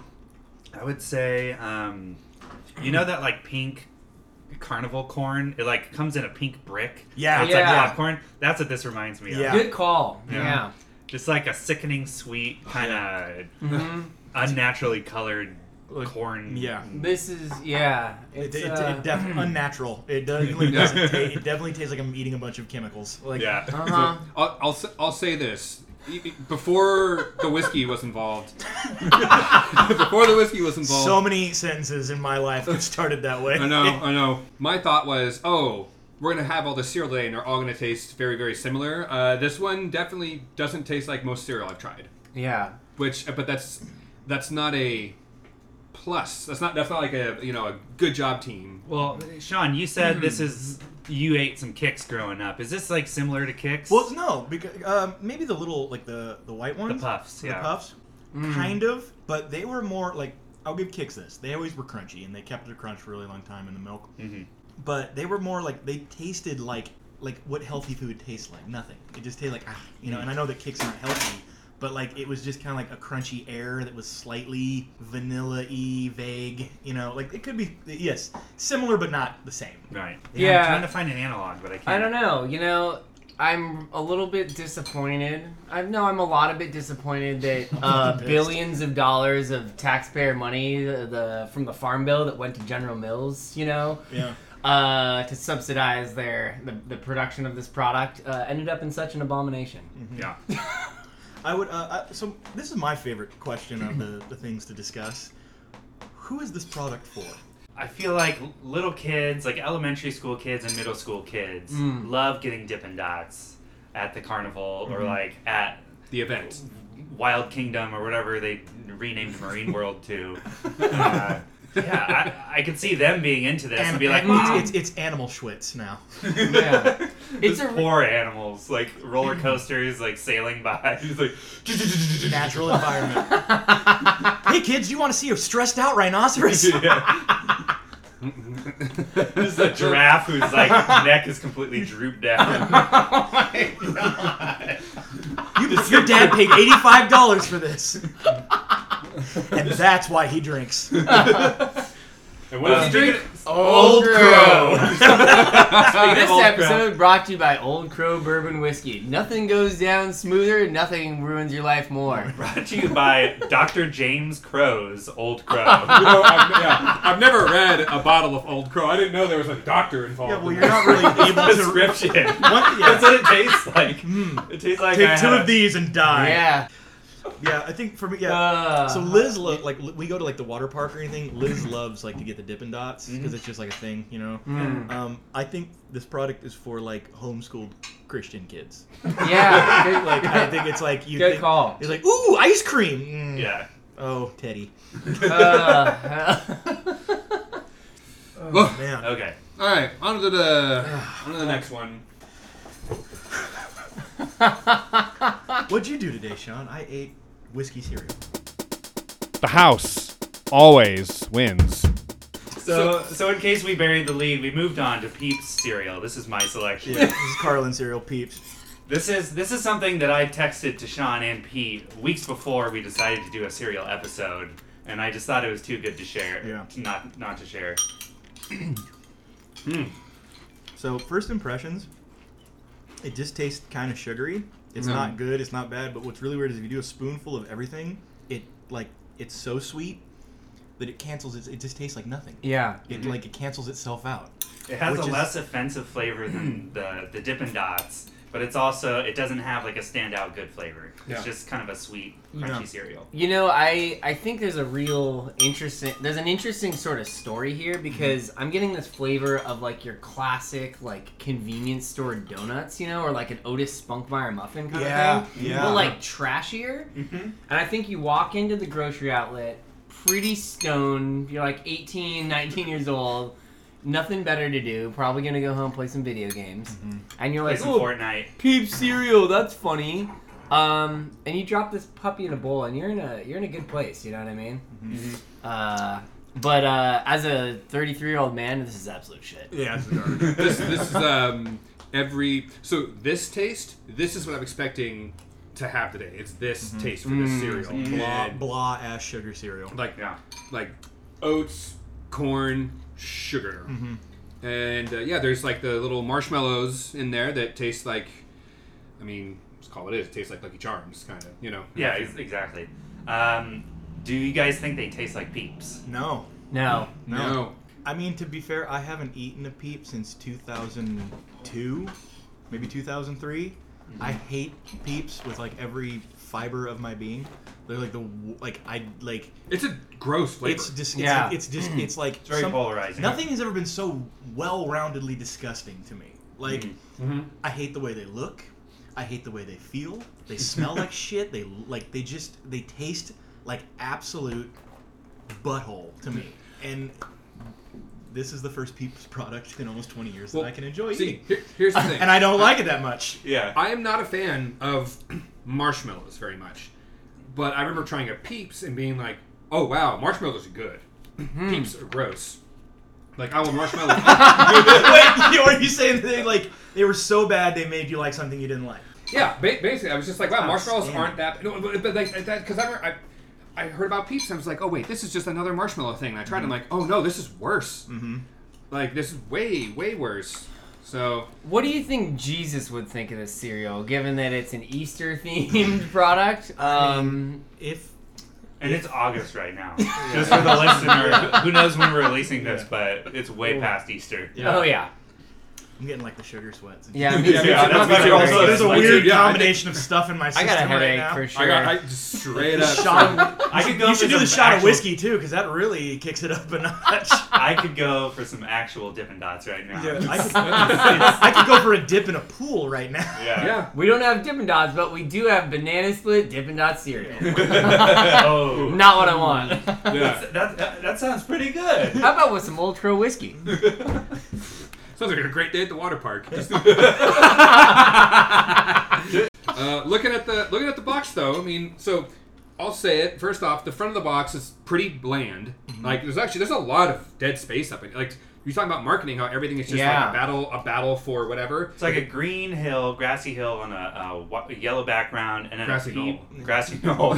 [SPEAKER 1] I would say, um, you know that like pink carnival corn? It like comes in a pink brick.
[SPEAKER 3] Yeah.
[SPEAKER 1] It's
[SPEAKER 2] Yeah.
[SPEAKER 1] like popcorn. That's what this reminds me
[SPEAKER 3] Yeah.
[SPEAKER 1] of.
[SPEAKER 2] Good call. Yeah.
[SPEAKER 3] <laughs>
[SPEAKER 1] Yeah. Just like a sickening sweet
[SPEAKER 3] Oh,
[SPEAKER 1] kind of
[SPEAKER 2] Mhm.
[SPEAKER 1] unnaturally colored
[SPEAKER 3] Like,
[SPEAKER 1] corn.
[SPEAKER 3] Yeah.
[SPEAKER 2] This is yeah.
[SPEAKER 3] It,
[SPEAKER 2] It's,
[SPEAKER 3] it, it,
[SPEAKER 2] uh,
[SPEAKER 3] <laughs> def- unnatural.
[SPEAKER 2] <laughs>
[SPEAKER 3] It definitely doesn't. ta- it definitely tastes like I'm eating a bunch of chemicals. Like,
[SPEAKER 1] Yeah.
[SPEAKER 2] uh-huh.
[SPEAKER 4] I'll, I'll, s- I'll say this. E- e- Before the whiskey was involved, <laughs> before the whiskey was involved,
[SPEAKER 3] So many sentences in my life that started that way.
[SPEAKER 4] I
[SPEAKER 3] <laughs>
[SPEAKER 4] know, I know. My thought was, oh, we're gonna have all the cereal today, and they're all gonna taste very, very similar. Uh, this one definitely doesn't taste like most cereal I've tried.
[SPEAKER 2] Yeah.
[SPEAKER 4] Which, uh, but that's that's not a plus. That's not that's not like a you know a good job team.
[SPEAKER 1] Well, Sean, you said this
[SPEAKER 3] Hmm.
[SPEAKER 1] is you ate some kicks growing up. Is this like similar to kicks?
[SPEAKER 3] Well, no, because um, maybe the little like the the white ones,
[SPEAKER 1] puffs,
[SPEAKER 3] the
[SPEAKER 1] yeah. Mm.
[SPEAKER 3] puffs,
[SPEAKER 2] Mm.
[SPEAKER 3] kind of, but they were more like I'll give kicks this. They always were crunchy, and they kept their crunch for a really long time in the milk. Mm-hmm. But they were more like they tasted like like what healthy food tastes like. Nothing. It just tasted like ah, you know. And I know that kicks aren't healthy, but like it was just kind of like a crunchy air that was slightly vanilla-y, vague. You know, like it could be yes, similar but not the same.
[SPEAKER 1] right.
[SPEAKER 2] Yeah.
[SPEAKER 1] I'm trying to find an analog, but I can't.
[SPEAKER 2] I don't know. You know, I'm a little bit disappointed. I know I'm a lot of bit disappointed that uh,
[SPEAKER 3] Pissed.
[SPEAKER 2] billions of dollars of taxpayer money the, the from the farm bill that went to General Mills. You know.
[SPEAKER 3] Yeah.
[SPEAKER 2] Uh, to subsidize their the, the production of this product uh, ended up in such an abomination. <laughs>
[SPEAKER 1] Yeah.
[SPEAKER 3] I would. Uh, I, so this is my favorite question of the, the things to discuss. Who is this product for?
[SPEAKER 1] I feel like little kids, like elementary school kids and middle school kids, love getting Dippin' Dots at the carnival or like at
[SPEAKER 4] The event.
[SPEAKER 1] Wild Kingdom or whatever they renamed <laughs> Marine World to. Uh, yeah, I, I could see them being into this and,
[SPEAKER 3] Anim-
[SPEAKER 1] be like,
[SPEAKER 3] it's-
[SPEAKER 1] wow,
[SPEAKER 3] it's, it's, animal schwitz now.
[SPEAKER 1] <laughs>
[SPEAKER 2] Yeah,
[SPEAKER 1] it's
[SPEAKER 2] it's a
[SPEAKER 1] poor animals, like roller coasters, like sailing by. <laughs> It's like, <laughs>
[SPEAKER 3] Natural <laughs> environment. hey kids, you want to see a stressed out <laughs> rhinoceros?
[SPEAKER 1] There's a giraffe whose like neck is completely drooped
[SPEAKER 3] <laughs>
[SPEAKER 1] down.
[SPEAKER 2] Oh
[SPEAKER 3] You, your dad paid eighty five dollars for <laughs> this, and that's why he <laughs> drinks.
[SPEAKER 1] And
[SPEAKER 4] Uh,
[SPEAKER 1] what does he
[SPEAKER 3] <laughs>
[SPEAKER 1] drink?
[SPEAKER 2] Old <laughs> Crow. this
[SPEAKER 1] Old Crow.
[SPEAKER 2] episode brought to you by Old Crow Bourbon Whiskey. Nothing goes down smoother. Nothing ruins your life more.
[SPEAKER 1] Brought to you by Dr. James Crow's Old
[SPEAKER 3] <laughs>
[SPEAKER 1] Crow.
[SPEAKER 4] You know, I've, yeah, I've never read a bottle of Old Crow. I didn't know there was a doctor involved.
[SPEAKER 3] Yeah, well,
[SPEAKER 4] in
[SPEAKER 3] you're
[SPEAKER 1] <laughs>
[SPEAKER 3] not <laughs> really able to. Hmm. One,
[SPEAKER 1] Description.
[SPEAKER 3] <laughs>
[SPEAKER 1] That's
[SPEAKER 3] yeah,
[SPEAKER 1] what it tastes like. It tastes like I
[SPEAKER 3] take two
[SPEAKER 1] had
[SPEAKER 3] of these and die.
[SPEAKER 2] Yeah.
[SPEAKER 3] Yeah, I think for me, yeah.
[SPEAKER 2] Uh,
[SPEAKER 3] So Liz, lo- like li- we go to like the water park or anything. Liz loves like to get the Dippin' Dots because it's just like a thing, you know.
[SPEAKER 2] Mm-hmm.
[SPEAKER 3] Um, I think this product is for like homeschooled Christian kids. <laughs>
[SPEAKER 2] yeah. good-
[SPEAKER 1] <laughs>
[SPEAKER 3] Like I think it's like you.
[SPEAKER 2] Good
[SPEAKER 3] think,
[SPEAKER 2] call.
[SPEAKER 3] It's like ooh, ice cream. Mm.
[SPEAKER 1] Yeah.
[SPEAKER 3] Oh, Teddy.
[SPEAKER 2] Uh,
[SPEAKER 3] <laughs>
[SPEAKER 2] <laughs>
[SPEAKER 4] Ugh.
[SPEAKER 3] Man.
[SPEAKER 1] Okay.
[SPEAKER 4] All right, on to the on <sighs> to the next one.
[SPEAKER 3] What'd you do today, Sean? I ate whiskey cereal.
[SPEAKER 6] The house always wins.
[SPEAKER 1] So, so in case we buried the lead, we moved on to Peeps cereal. This is my selection.
[SPEAKER 3] Yeah, this is Carlin cereal peeps.
[SPEAKER 1] This is this is something that I texted to Sean and Pete weeks before we decided to do a cereal episode, and I just thought it was too good to share.
[SPEAKER 3] Yeah.
[SPEAKER 1] Not not to share.
[SPEAKER 3] So first impressions, it just tastes kind of sugary. It's
[SPEAKER 4] Mm.
[SPEAKER 3] not good. It's not bad. But what's really weird is if you do a spoonful of everything, it like it's so sweet that it cancels. It, it just tastes like nothing.
[SPEAKER 2] Yeah.
[SPEAKER 3] It like it cancels itself out.
[SPEAKER 1] It has
[SPEAKER 3] Which
[SPEAKER 1] a
[SPEAKER 3] is-
[SPEAKER 1] less offensive flavor than the the Dippin' Dots, but it's also it doesn't have like a standout good flavor. It's
[SPEAKER 4] Yeah.
[SPEAKER 1] just kind of a sweet,
[SPEAKER 3] Yeah.
[SPEAKER 1] crunchy cereal.
[SPEAKER 2] You know, I I think there's a real interesting there's an interesting sort of story
[SPEAKER 3] Mm-hmm.
[SPEAKER 2] here because I'm getting this flavor of like your classic like convenience store donuts, you know, or like an Otis Spunkmeyer muffin kind
[SPEAKER 3] Yeah,
[SPEAKER 2] of thing,
[SPEAKER 3] yeah.
[SPEAKER 2] but like trashier.
[SPEAKER 1] Mm-hmm.
[SPEAKER 2] And I think you walk into the grocery outlet pretty stoned, you're like <laughs> 18, 19 years old, nothing better to do, probably going to go home play some video games. And you're
[SPEAKER 1] Play
[SPEAKER 2] like,
[SPEAKER 1] some
[SPEAKER 2] "Oh,
[SPEAKER 1] Fortnite.
[SPEAKER 2] peep cereal. That's funny. Um, and you drop this puppy in a bowl, and you're in a you're in a good place. You know what I mean?
[SPEAKER 4] Mhm.
[SPEAKER 2] Uh, but uh, as a 33 year old man, this is absolute shit.
[SPEAKER 3] Yeah, it's dark.
[SPEAKER 1] <laughs>
[SPEAKER 4] this this is um every so this taste this is what I'm expecting to have today. It's this taste for this cereal.
[SPEAKER 3] blah
[SPEAKER 4] And,
[SPEAKER 3] blah ass sugar cereal.
[SPEAKER 4] like
[SPEAKER 1] Yeah.
[SPEAKER 4] like oats, corn, sugar,
[SPEAKER 3] Mm. Mm-hmm.
[SPEAKER 4] and uh, yeah, there's like the little marshmallows in there that taste like, I mean, let's call it is. It tastes like Lucky Charms, kind of, you know.
[SPEAKER 1] Yeah, ex- exactly. Um, do you guys think they taste like Peeps?
[SPEAKER 3] No,
[SPEAKER 2] No.
[SPEAKER 3] no.
[SPEAKER 4] No.
[SPEAKER 3] I mean, to be fair, I haven't eaten a peep since 2002, maybe 2003. I
[SPEAKER 1] Mm-hmm.
[SPEAKER 3] hate peeps with like every fiber of my being. They're like the w- like I like
[SPEAKER 4] It's a gross flavor.
[SPEAKER 3] it's just it's,
[SPEAKER 2] Yeah.
[SPEAKER 3] like, it's just it's like
[SPEAKER 1] Mm. It's very polarizing.
[SPEAKER 3] Nothing has ever been so well-roundedly disgusting to me. Like
[SPEAKER 4] Mm-hmm.
[SPEAKER 3] I hate the way they look. I hate the way they feel. They smell
[SPEAKER 4] <laughs>
[SPEAKER 3] like shit. They like they just they taste like absolute butthole to me. And this is the first Peeps <laughs> product in almost 20 years
[SPEAKER 4] Well,
[SPEAKER 3] that I can enjoy
[SPEAKER 4] See,
[SPEAKER 3] eating.
[SPEAKER 4] here- here's the thing.
[SPEAKER 3] And I don't like it that
[SPEAKER 4] <laughs>
[SPEAKER 3] much. <laughs>
[SPEAKER 1] Yeah.
[SPEAKER 4] I am not a fan of <clears throat> marshmallows very much, but I remember trying a Peeps and being like, "Oh wow, marshmallows are good. Peeps are gross. Like I
[SPEAKER 3] <laughs>
[SPEAKER 4] will marshmallow."
[SPEAKER 3] Wait, you- are you saying that they like they were so bad they made you like something you didn't like?
[SPEAKER 4] yeah, ba- basically, I was just like, "Wow, marshmallows
[SPEAKER 3] Outstanding.
[SPEAKER 4] aren't that." No, but, but like that because I, remember- I I heard about Peeps and I was like, "Oh wait, this is just another marshmallow thing." And I tried, and I'm like, "Oh no, this is worse.
[SPEAKER 3] Mm-hmm.
[SPEAKER 4] Like this is way way worse." So
[SPEAKER 2] What do you think Jesus would think of this cereal, given that it's an Easter themed <laughs> product? Um,
[SPEAKER 3] If
[SPEAKER 1] And it's August right
[SPEAKER 3] <laughs>
[SPEAKER 1] now. Just for the listener, who knows when we're releasing this, but it's way past Easter.
[SPEAKER 3] Yeah.
[SPEAKER 2] Oh yeah.
[SPEAKER 3] I'm getting like the sugar sweats. and-
[SPEAKER 4] <laughs>
[SPEAKER 2] Yeah. Me
[SPEAKER 4] Yeah,
[SPEAKER 2] too.
[SPEAKER 4] yeah, that's my
[SPEAKER 3] Also,
[SPEAKER 4] problem.
[SPEAKER 3] there's a
[SPEAKER 4] Like,
[SPEAKER 3] weird
[SPEAKER 4] yeah, I-
[SPEAKER 3] combination of stuff in my
[SPEAKER 2] I
[SPEAKER 3] system
[SPEAKER 2] got a
[SPEAKER 3] right
[SPEAKER 2] headache
[SPEAKER 3] now.
[SPEAKER 2] for sure.
[SPEAKER 4] I got I, just
[SPEAKER 3] <laughs>
[SPEAKER 4] straight up.
[SPEAKER 3] Shot-
[SPEAKER 1] I could go
[SPEAKER 3] you
[SPEAKER 1] for
[SPEAKER 3] should do the
[SPEAKER 1] some
[SPEAKER 3] shot of
[SPEAKER 1] actual-
[SPEAKER 3] whiskey too, because that really kicks it up a notch.
[SPEAKER 1] I could go for some actual Dippin' Dots right now.
[SPEAKER 3] Dude, I, could, I could go for a dip in a pool right now.
[SPEAKER 1] <laughs>
[SPEAKER 3] <laughs>
[SPEAKER 1] Yeah.
[SPEAKER 4] <laughs> yeah.
[SPEAKER 2] we don't have Dippin' Dots, but we do have banana split Dippin' Dots cereal.
[SPEAKER 1] <laughs>
[SPEAKER 3] <laughs>
[SPEAKER 1] Oh.
[SPEAKER 2] <laughs> Not what I want.
[SPEAKER 4] yeah.
[SPEAKER 1] That's- That, that, that sounds pretty good.
[SPEAKER 3] <laughs>
[SPEAKER 2] How about with some ultra
[SPEAKER 4] <laughs>
[SPEAKER 2] whiskey? <laughs>
[SPEAKER 4] Sounds like a great day at the
[SPEAKER 3] <laughs>
[SPEAKER 4] water park. uh, looking at the looking at the box though, I mean, so I'll say it. First off, the front of the box is pretty bland.
[SPEAKER 1] Mm-hmm.
[SPEAKER 4] Like there's actually there's a lot of dead space up in like you're talking about marketing, how everything is just like
[SPEAKER 2] Yeah.
[SPEAKER 4] a battle a battle for whatever.
[SPEAKER 1] It's like a green hill, grassy hill on a, a wa- yellow background, and then
[SPEAKER 4] Grassy
[SPEAKER 1] a peep, grassy
[SPEAKER 4] <laughs>
[SPEAKER 3] <laughs>
[SPEAKER 1] knoll.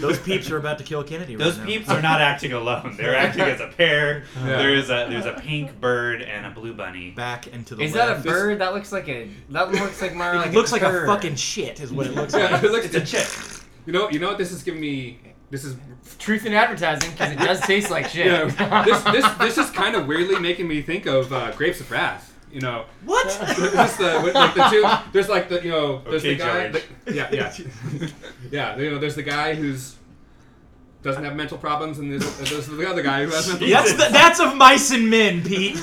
[SPEAKER 3] Those peeps are about to kill Kennedy.
[SPEAKER 1] Those
[SPEAKER 3] right
[SPEAKER 1] peeps are not acting alone.
[SPEAKER 4] <laughs>
[SPEAKER 1] They're acting as a pair.
[SPEAKER 4] Yeah.
[SPEAKER 1] There's a there's a pink bird and a blue bunny.
[SPEAKER 3] now. back and to the
[SPEAKER 2] Is that a
[SPEAKER 3] left.
[SPEAKER 2] bird? That looks like a. That looks like more
[SPEAKER 3] It
[SPEAKER 2] like.
[SPEAKER 3] looks like
[SPEAKER 2] turd.
[SPEAKER 3] a fucking shit, is what it looks
[SPEAKER 4] <laughs> Yeah,
[SPEAKER 3] like.
[SPEAKER 4] it looks-
[SPEAKER 1] It's a chick.
[SPEAKER 4] You know you know what this is giving me this is
[SPEAKER 2] truth in advertising because it does taste like shit.
[SPEAKER 4] yeah, this this
[SPEAKER 2] <laughs>
[SPEAKER 4] this is kind of weirdly making me think of uh, Grapes of Wrath. You know, <laughs>
[SPEAKER 3] What?
[SPEAKER 4] Just the, with, like, the two, there's like the you know there's
[SPEAKER 1] Okay,
[SPEAKER 4] the guy
[SPEAKER 1] George.
[SPEAKER 4] the- yeah yeah yeah you know there's the guy who's doesn't have mental problems and there's, there's the Oh other guy who has mental
[SPEAKER 3] <laughs> That's the, that's of mice and men,
[SPEAKER 4] <laughs>
[SPEAKER 3] Pete.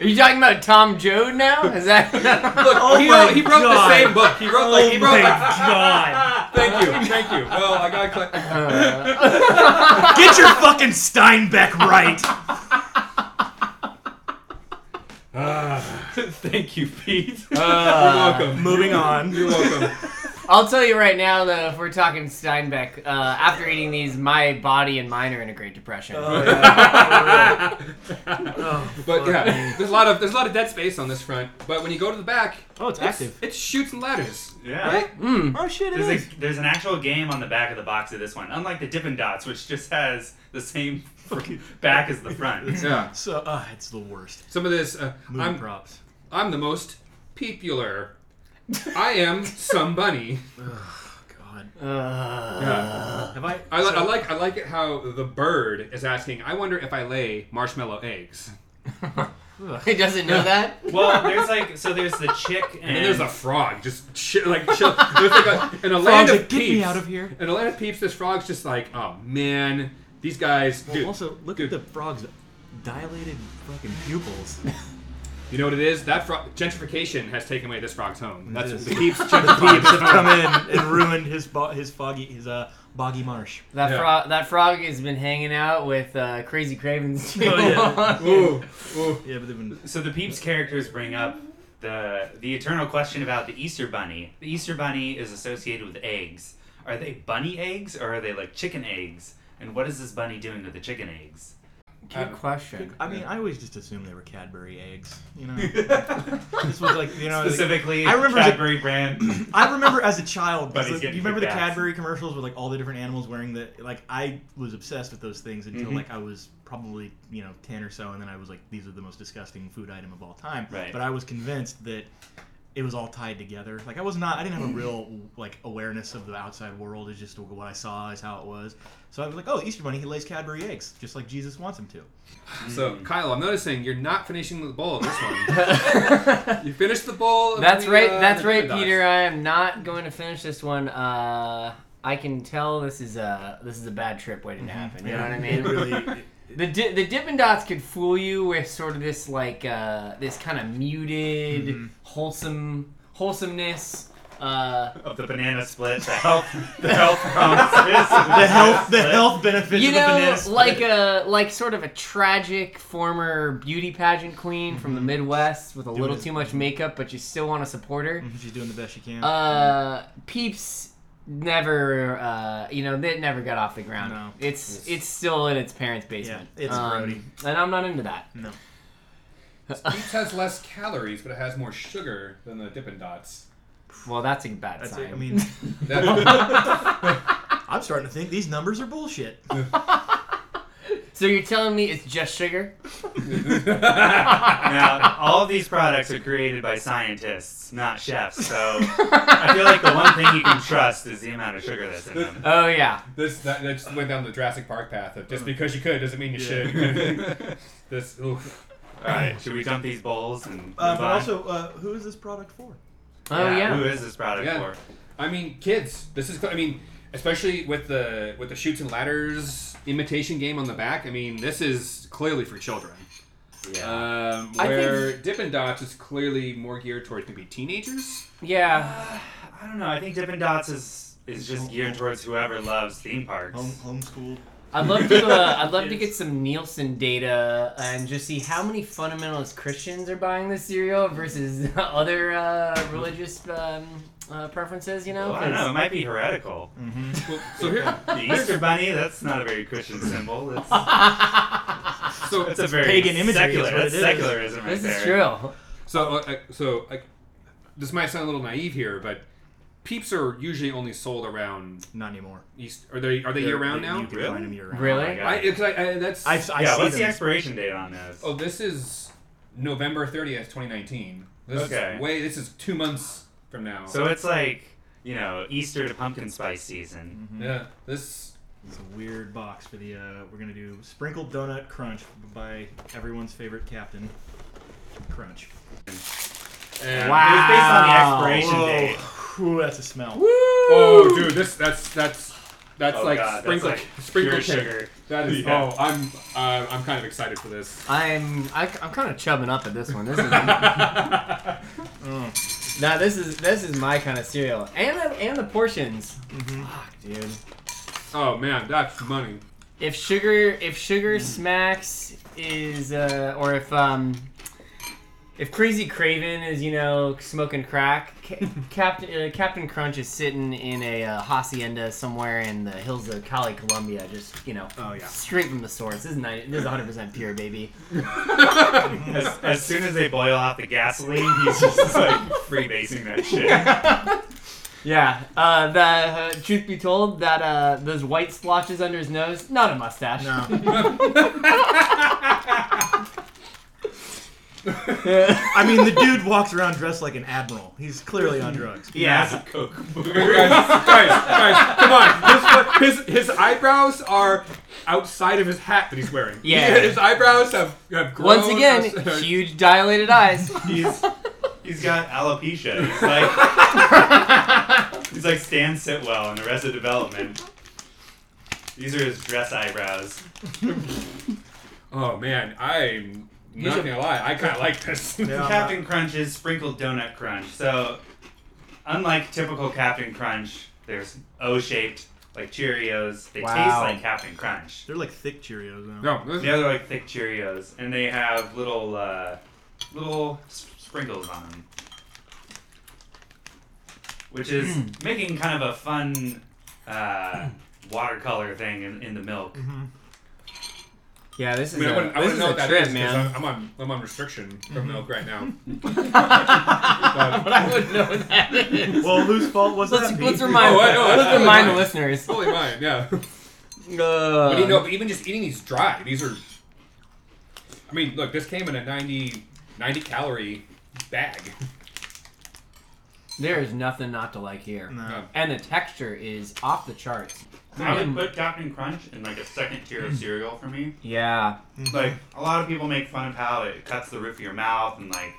[SPEAKER 2] Are you talking about Tom Joad now? Is that? <laughs>
[SPEAKER 4] Look,
[SPEAKER 3] Oh
[SPEAKER 4] he
[SPEAKER 3] my
[SPEAKER 4] wrote, he wrote the
[SPEAKER 3] God.
[SPEAKER 4] same book. He wrote like
[SPEAKER 3] oh
[SPEAKER 4] he
[SPEAKER 3] my
[SPEAKER 4] wrote like,
[SPEAKER 3] god!
[SPEAKER 4] thank you thank you. Well, I got
[SPEAKER 2] Uh,
[SPEAKER 3] Get your fucking Steinbeck
[SPEAKER 4] <laughs>
[SPEAKER 3] right. Ah.
[SPEAKER 1] Thank you, Pete.
[SPEAKER 4] you're welcome.
[SPEAKER 3] Moving on. <laughs>
[SPEAKER 4] You're welcome.
[SPEAKER 2] I'll tell you right now, though, if we're talking Steinbeck, uh, after eating these, my body and mine are in a great depression. <laughs>
[SPEAKER 3] Oh, yeah. oh,
[SPEAKER 4] But yeah, there's a lot of there's a lot of dead space on this front. But when you go to the back,
[SPEAKER 3] oh, it's active.
[SPEAKER 4] it's shoots and ladders.
[SPEAKER 1] <laughs> Yeah.
[SPEAKER 2] Hmm.
[SPEAKER 3] Oh shit, it
[SPEAKER 1] There's,
[SPEAKER 3] is.
[SPEAKER 1] a, there's an actual game on the back of the box of this one, unlike the Dippin' Dots, which just has the
[SPEAKER 4] <laughs>
[SPEAKER 1] same fucking back as the front.
[SPEAKER 4] Yeah.
[SPEAKER 3] So, uh, it's the worst.
[SPEAKER 4] Some of this uh,
[SPEAKER 3] Movie
[SPEAKER 4] I'm
[SPEAKER 3] props.
[SPEAKER 4] I'm the most popular. I am some bunny.
[SPEAKER 3] God.
[SPEAKER 2] Uh,
[SPEAKER 4] Yeah.
[SPEAKER 3] Have I?
[SPEAKER 4] I, li-
[SPEAKER 3] so-
[SPEAKER 4] I like I like it how the bird is asking. I wonder if I lay marshmallow eggs.
[SPEAKER 2] He doesn't know <laughs> that.
[SPEAKER 1] Well, there's like so there's the
[SPEAKER 4] <laughs>
[SPEAKER 1] chick and,
[SPEAKER 4] And then there's a frog just ch- like chill. There's like a, in a land
[SPEAKER 3] Frog's
[SPEAKER 4] of
[SPEAKER 3] like, "Get me
[SPEAKER 4] peeps.
[SPEAKER 3] out of here."
[SPEAKER 4] In a land of peeps, this frog's just like, oh man, these guys.
[SPEAKER 3] Well,
[SPEAKER 4] dude,
[SPEAKER 3] also, look
[SPEAKER 4] dude,
[SPEAKER 3] at the frog's dilated fucking pupils.
[SPEAKER 4] You know what it is? That frog gentrification has taken away this frog's home. That's
[SPEAKER 3] is.
[SPEAKER 4] the
[SPEAKER 3] <laughs>
[SPEAKER 4] peeps
[SPEAKER 3] the
[SPEAKER 4] gentrified.
[SPEAKER 3] thieves have come in and ruined his bo- his foggy his uh boggy marsh.
[SPEAKER 2] That
[SPEAKER 4] Yeah.
[SPEAKER 2] frog. That frog has been hanging out with uh, Crazy
[SPEAKER 3] <laughs>
[SPEAKER 2] Cravens too.
[SPEAKER 3] Oh, yeah.
[SPEAKER 4] ooh, ooh.
[SPEAKER 3] Yeah, but they've been
[SPEAKER 1] so the peeps characters bring up the the eternal question about the Easter bunny. The Easter bunny is associated with eggs. Are they bunny eggs or are they like chicken eggs? And what is this bunny doing with the chicken
[SPEAKER 4] <laughs>
[SPEAKER 1] eggs? <laughs>
[SPEAKER 3] Uh,
[SPEAKER 2] Good question.
[SPEAKER 3] I mean, I always just assumed they were Cadbury eggs.
[SPEAKER 1] <laughs>
[SPEAKER 3] You know, this was like you know. like-
[SPEAKER 1] Specifically,
[SPEAKER 3] I remember the-
[SPEAKER 1] Cadbury brand.
[SPEAKER 3] <clears throat> I remember as a child,
[SPEAKER 1] But he's
[SPEAKER 3] like, you
[SPEAKER 1] getting
[SPEAKER 3] remember the
[SPEAKER 1] kicked ass.
[SPEAKER 3] Cadbury commercials with like all the different animals wearing the like. I was obsessed with those things
[SPEAKER 1] Mm-hmm.
[SPEAKER 3] until like I was probably you know ten or so, and then I was like, these are the most disgusting food item of all time.
[SPEAKER 1] Right.
[SPEAKER 3] But I was convinced that it was all tied together. Like I was not, I didn't have a real like awareness of the outside world. It's just what I saw is how it was. So I was like, oh, the Easter Bunny, he lays Cadbury eggs, just like Jesus wants him to.
[SPEAKER 1] <laughs>
[SPEAKER 4] So
[SPEAKER 3] Mm.
[SPEAKER 4] Kyle, I'm noticing you're not finishing the bowl of this
[SPEAKER 3] <laughs>
[SPEAKER 4] one. you finished the bowl.
[SPEAKER 2] <laughs>
[SPEAKER 4] Of
[SPEAKER 2] That's
[SPEAKER 4] the,
[SPEAKER 2] right.
[SPEAKER 4] uh,
[SPEAKER 2] That's right,
[SPEAKER 4] dogs.
[SPEAKER 2] Peter. I am not going to finish this one. Uh, I can tell this is a this is a bad trip waiting to happen. You know what I mean? <laughs>
[SPEAKER 3] It really,
[SPEAKER 2] The di- the Dippin' Dots could fool you with sort of this like uh, this kind of muted
[SPEAKER 3] Mm-hmm.
[SPEAKER 2] wholesome wholesomeness. Uh,
[SPEAKER 1] Of the banana split, the health, the health
[SPEAKER 3] <laughs>
[SPEAKER 1] promises.
[SPEAKER 3] the health, the health benefits
[SPEAKER 2] you
[SPEAKER 3] of the
[SPEAKER 2] know,
[SPEAKER 3] banana split.
[SPEAKER 2] like a like sort of a tragic former beauty pageant queen from the Midwest with a little
[SPEAKER 3] Mm-hmm. it. Mm-hmm.
[SPEAKER 2] too much makeup, but you still want to support her.
[SPEAKER 3] <laughs> She's doing the best she can.
[SPEAKER 2] Uh, Peeps never, uh, you know, that never got off the ground.
[SPEAKER 3] No.
[SPEAKER 2] It's it's still in its parents' basement. Um,
[SPEAKER 3] Yeah, it's grody.
[SPEAKER 2] and I'm not into that.
[SPEAKER 3] no.
[SPEAKER 4] Peeps has less calories, but it has more sugar than the Dippin' Dots.
[SPEAKER 2] <laughs> Well, that's a bad
[SPEAKER 3] That's
[SPEAKER 2] sign.
[SPEAKER 3] it. I mean,
[SPEAKER 2] <laughs>
[SPEAKER 4] That- <laughs>
[SPEAKER 3] I'm starting to think these numbers are bullshit. <laughs>
[SPEAKER 2] so you're telling me it's just sugar?
[SPEAKER 3] Uh,
[SPEAKER 1] Now, all of these products are created by scientists, not chefs. So I feel like the one thing you can trust is the amount of sugar that's in them.
[SPEAKER 2] <laughs> Oh yeah.
[SPEAKER 4] this that, that just went down the Jurassic Park path of just because you could doesn't mean <laughs>
[SPEAKER 1] <laughs>
[SPEAKER 4] you should. this oof.
[SPEAKER 1] All right, should we dump these bowls and move
[SPEAKER 3] Uh, but
[SPEAKER 1] on?
[SPEAKER 3] also, uh, who is this product for?
[SPEAKER 2] Oh yeah.
[SPEAKER 1] Who is this product
[SPEAKER 4] Yeah.
[SPEAKER 1] for?
[SPEAKER 4] I mean, kids. This is. I mean, especially with the with the shoots and ladders imitation game on the back. I mean, this is clearly for children. Um,
[SPEAKER 2] I
[SPEAKER 4] where Dippin' Dots is clearly more geared towards maybe teenagers.
[SPEAKER 2] Yeah.
[SPEAKER 1] I don't know. I think Dippin' Dots is is just geared towards whoever loves theme parks.
[SPEAKER 3] Home homeschooled.
[SPEAKER 2] I'd love to. Uh, I'd love to get some Nielsen data and just see how many fundamentalist Christians are buying this cereal versus <laughs> other uh, religious um, uh, preferences. You know.
[SPEAKER 1] Well, I don't
[SPEAKER 2] 'cause-
[SPEAKER 1] know. It might be heretical.
[SPEAKER 4] Well,
[SPEAKER 2] <laughs>
[SPEAKER 4] so here,
[SPEAKER 1] The Easter Bunny. That's not a very Christian symbol.
[SPEAKER 3] <laughs>
[SPEAKER 1] It's,
[SPEAKER 4] so
[SPEAKER 1] it's a very
[SPEAKER 3] pagan imagery is
[SPEAKER 1] Secular.
[SPEAKER 3] what
[SPEAKER 1] That's
[SPEAKER 3] it is.
[SPEAKER 1] secularism right
[SPEAKER 2] This
[SPEAKER 1] there.
[SPEAKER 2] is true.
[SPEAKER 4] So, uh, I- so like, this might sound a little naive here, but peeps are usually only sold around
[SPEAKER 3] Not anymore.
[SPEAKER 4] East. Are they are they year round now?
[SPEAKER 3] You can
[SPEAKER 1] Really?
[SPEAKER 3] find them year round.
[SPEAKER 2] Really?
[SPEAKER 1] Oh my God.
[SPEAKER 4] I, cause I, I that's
[SPEAKER 3] I, I
[SPEAKER 1] yeah.
[SPEAKER 3] see
[SPEAKER 1] What's the
[SPEAKER 3] them.
[SPEAKER 1] expiration date on this?
[SPEAKER 4] oh this is November thirtieth, twenty nineteen. This
[SPEAKER 1] Okay.
[SPEAKER 4] is way this is two months from now.
[SPEAKER 1] So it's like you know Easter to pumpkin spice season.
[SPEAKER 4] yeah, this
[SPEAKER 3] It's a weird box for the. Uh, we're gonna do sprinkled donut crunch by everyone's favorite captain. Crunch.
[SPEAKER 4] and-
[SPEAKER 1] It was based on the
[SPEAKER 2] Wow.
[SPEAKER 1] expiration date.
[SPEAKER 3] Ooh, that's a smell.
[SPEAKER 4] Oh, dude, this that's that's that's
[SPEAKER 1] Oh,
[SPEAKER 4] like
[SPEAKER 1] God, that's
[SPEAKER 4] sprinkle
[SPEAKER 1] like
[SPEAKER 4] <laughs> sprinkle
[SPEAKER 1] pure
[SPEAKER 4] cake.
[SPEAKER 1] sugar.
[SPEAKER 4] That is.
[SPEAKER 1] Yeah.
[SPEAKER 4] Oh, I'm uh, I'm kind of excited for
[SPEAKER 1] <laughs>
[SPEAKER 4] this. <laughs>
[SPEAKER 2] I'm I, am i am kind of chubbing up at this one. This is now this is this is my kind of cereal and the, and the portions.
[SPEAKER 4] Mm-hmm.
[SPEAKER 2] Fuck, dude.
[SPEAKER 4] Oh man, that's money.
[SPEAKER 2] If sugar if
[SPEAKER 4] Mm-hmm.
[SPEAKER 2] sugar smacks is uh, or if um if Crazy Craven is you know smoking crack,
[SPEAKER 4] <laughs>
[SPEAKER 2] Ca- Captain uh, Captain Crunch is sitting in a uh, hacienda somewhere in the hills of Cali, Colombia, just you know
[SPEAKER 4] Oh, yeah.
[SPEAKER 2] straight from the source. This is ni- this is 100 percent pure,
[SPEAKER 4] <laughs>
[SPEAKER 2] baby.
[SPEAKER 1] As, as soon as they boil off the gasoline, he's just <laughs> like freebasing that shit.
[SPEAKER 2] Yeah, uh, the uh, truth be told, that uh, those white splotches under his nose, not a mustache. <laughs>
[SPEAKER 3] No. I mean, the dude walks around dressed like an admiral. He's clearly on drugs.
[SPEAKER 1] Yeah.
[SPEAKER 4] guys, guys, guys, come on. His, his his eyebrows are outside of his hat that he's wearing.
[SPEAKER 2] Yeah.
[SPEAKER 4] his eyebrows have, have grown.
[SPEAKER 2] Once again,
[SPEAKER 4] outside-
[SPEAKER 2] huge dilated eyes.
[SPEAKER 1] He's he's got alopecia. He's like he's like Stan Sitwell in Arrested Development. These are his dress eyebrows.
[SPEAKER 4] Oh man, I'm
[SPEAKER 2] You
[SPEAKER 4] not
[SPEAKER 2] should-
[SPEAKER 4] gonna lie, I kind of like
[SPEAKER 2] <laughs>
[SPEAKER 4] this.
[SPEAKER 3] Yeah. I'm
[SPEAKER 1] Captain Crunch is sprinkled donut crunch. So, unlike typical Captain Crunch, there's O-shaped like Cheerios. They taste
[SPEAKER 2] Wow.
[SPEAKER 1] like Captain Crunch.
[SPEAKER 3] They're like thick Cheerios though.
[SPEAKER 4] no, this-
[SPEAKER 1] The other like thick Cheerios, and they have little uh, little s- sprinkles on them, which is making kind of a fun uh, watercolor thing in, in the milk.
[SPEAKER 2] Yeah, this
[SPEAKER 4] I
[SPEAKER 2] is
[SPEAKER 4] mean, I
[SPEAKER 2] a,
[SPEAKER 4] wouldn't, I
[SPEAKER 2] this
[SPEAKER 4] wouldn't
[SPEAKER 2] is
[SPEAKER 4] know
[SPEAKER 2] a
[SPEAKER 4] what that
[SPEAKER 2] trip,
[SPEAKER 4] is, 'cause
[SPEAKER 2] man.
[SPEAKER 4] I'm, I'm on I'm on restriction from milk right now.
[SPEAKER 2] <laughs> but I wouldn't know what that is.
[SPEAKER 3] Well, whose fault was
[SPEAKER 2] let's
[SPEAKER 3] that?
[SPEAKER 2] let's
[SPEAKER 3] Pete?
[SPEAKER 2] remind
[SPEAKER 4] Oh, I know,
[SPEAKER 2] let's
[SPEAKER 4] I know,
[SPEAKER 2] remind
[SPEAKER 4] I
[SPEAKER 2] the
[SPEAKER 4] know.
[SPEAKER 2] listeners.
[SPEAKER 4] Holy
[SPEAKER 2] <laughs>
[SPEAKER 4] mine, <laughs> yeah.
[SPEAKER 2] Uh,
[SPEAKER 4] But you know, but even just eating these dry, these are. I mean, look, this came in a 90, 90 calorie bag.
[SPEAKER 2] There is nothing not to like here.
[SPEAKER 3] No.
[SPEAKER 2] And the texture is off the charts.
[SPEAKER 1] I would put Captain Crunch in like a second tier of cereal for me.
[SPEAKER 2] Yeah.
[SPEAKER 1] Like a lot of people make fun of how it cuts the roof of your mouth and like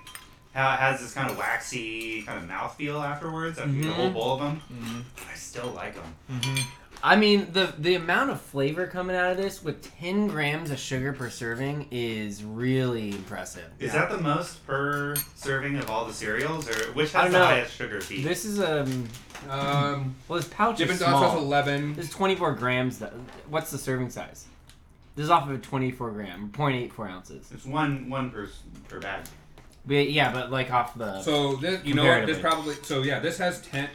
[SPEAKER 1] how it has this kind of waxy kind of mouthfeel afterwards after you get a
[SPEAKER 4] Mm-hmm.
[SPEAKER 1] whole
[SPEAKER 2] Mhm.
[SPEAKER 1] bowl of them. I still like them.
[SPEAKER 2] I mean, the the amount of flavor coming out of this with 10 grams of sugar per serving is really impressive.
[SPEAKER 1] Is that the most per serving of all the cereals, or which
[SPEAKER 2] I
[SPEAKER 1] has
[SPEAKER 2] don't
[SPEAKER 1] the
[SPEAKER 2] know.
[SPEAKER 1] highest sugar feed?
[SPEAKER 2] This is um
[SPEAKER 4] Um,
[SPEAKER 2] well this pouch
[SPEAKER 4] Dippin'
[SPEAKER 2] is
[SPEAKER 4] Dots
[SPEAKER 2] small.
[SPEAKER 4] has eleven.
[SPEAKER 2] This is 24 grams. Though. What's the serving size? This is off of a 24 gram, 0.84 ounces.
[SPEAKER 1] It's one one per per
[SPEAKER 4] <laughs>
[SPEAKER 1] bag.
[SPEAKER 2] But yeah, but like off the
[SPEAKER 4] So this, you know, what, this
[SPEAKER 2] Comparatively.
[SPEAKER 4] probably. So yeah, this has ten.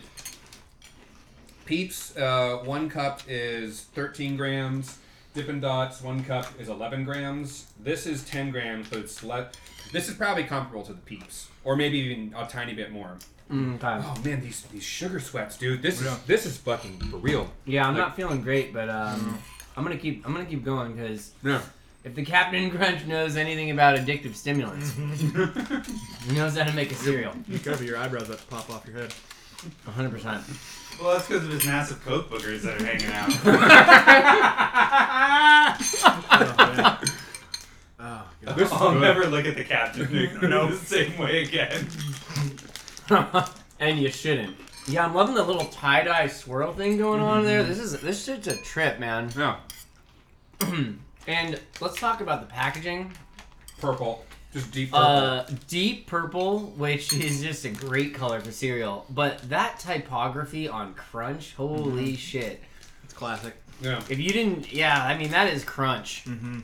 [SPEAKER 4] Peeps, uh, one cup is thirteen grams. Dippin' Dots, one cup is eleven grams. This is ten grams, but it's le- This is probably comparable to the Peeps, or maybe even a tiny bit more.
[SPEAKER 2] Mm, time.
[SPEAKER 4] Oh man, these these sugar sweats, dude. This
[SPEAKER 3] Yeah.
[SPEAKER 4] is this is fucking for real.
[SPEAKER 2] Yeah, I'm
[SPEAKER 4] Like- Mm.
[SPEAKER 2] not feeling great, but um, I'm gonna keep I'm gonna keep going because
[SPEAKER 4] Yeah.
[SPEAKER 2] if the Captain <laughs> Crunch knows anything about addictive stimulants,
[SPEAKER 4] Mm-hmm.
[SPEAKER 2] he knows how to make a cereal.
[SPEAKER 3] Be careful, your eyebrows about to pop off your head.
[SPEAKER 2] <laughs> 100. percent
[SPEAKER 1] Well, that's because of his massive coke boogers that are hanging out.
[SPEAKER 3] Oh, man. Oh, God.
[SPEAKER 4] <laughs> This is
[SPEAKER 1] I'll
[SPEAKER 4] good.
[SPEAKER 1] never look at the
[SPEAKER 4] <laughs>
[SPEAKER 1] captain no. the same way again.
[SPEAKER 2] <laughs> and you shouldn't. Yeah, I'm loving the little tie dye swirl thing going on
[SPEAKER 4] Mm-hmm.
[SPEAKER 2] there. This is this shit's a trip, man. <clears throat>
[SPEAKER 4] Yeah.
[SPEAKER 2] And let's talk about the packaging.
[SPEAKER 4] Purple. Just deep purple.
[SPEAKER 2] Uh, deep purple, which <laughs> is just a great color for cereal. But that typography on Crunch, holy
[SPEAKER 4] Mm-hmm.
[SPEAKER 2] shit!
[SPEAKER 3] It's classic.
[SPEAKER 4] yeah.
[SPEAKER 2] If you didn't, yeah, I mean that is Crunch.
[SPEAKER 3] Mm-hmm.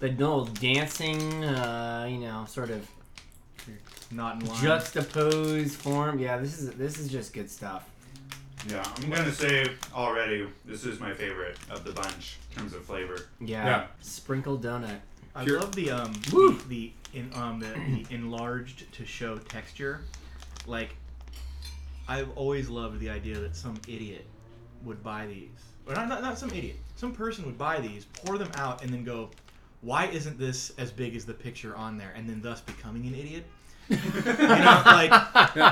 [SPEAKER 2] The little dancing, uh, you know, sort of
[SPEAKER 3] Not in line.
[SPEAKER 2] juxtaposed form. Yeah, this is this is just good stuff.
[SPEAKER 1] Yeah, I'm gonna say already. This is my favorite of the bunch in terms of flavor.
[SPEAKER 2] Yeah,
[SPEAKER 4] Yeah.
[SPEAKER 2] sprinkled
[SPEAKER 4] <laughs>
[SPEAKER 2] donut.
[SPEAKER 3] I
[SPEAKER 4] Pure-
[SPEAKER 3] love the um
[SPEAKER 2] Woo.
[SPEAKER 3] the, the in um the,
[SPEAKER 4] <clears throat>
[SPEAKER 3] the enlarged to show texture. Like I've always loved the idea that some idiot would buy these. Or not, not not some idiot. Some person would buy these, pour them out and then go, "Why isn't this as big as the picture on there?" and then thus becoming an idiot. you <laughs> know, like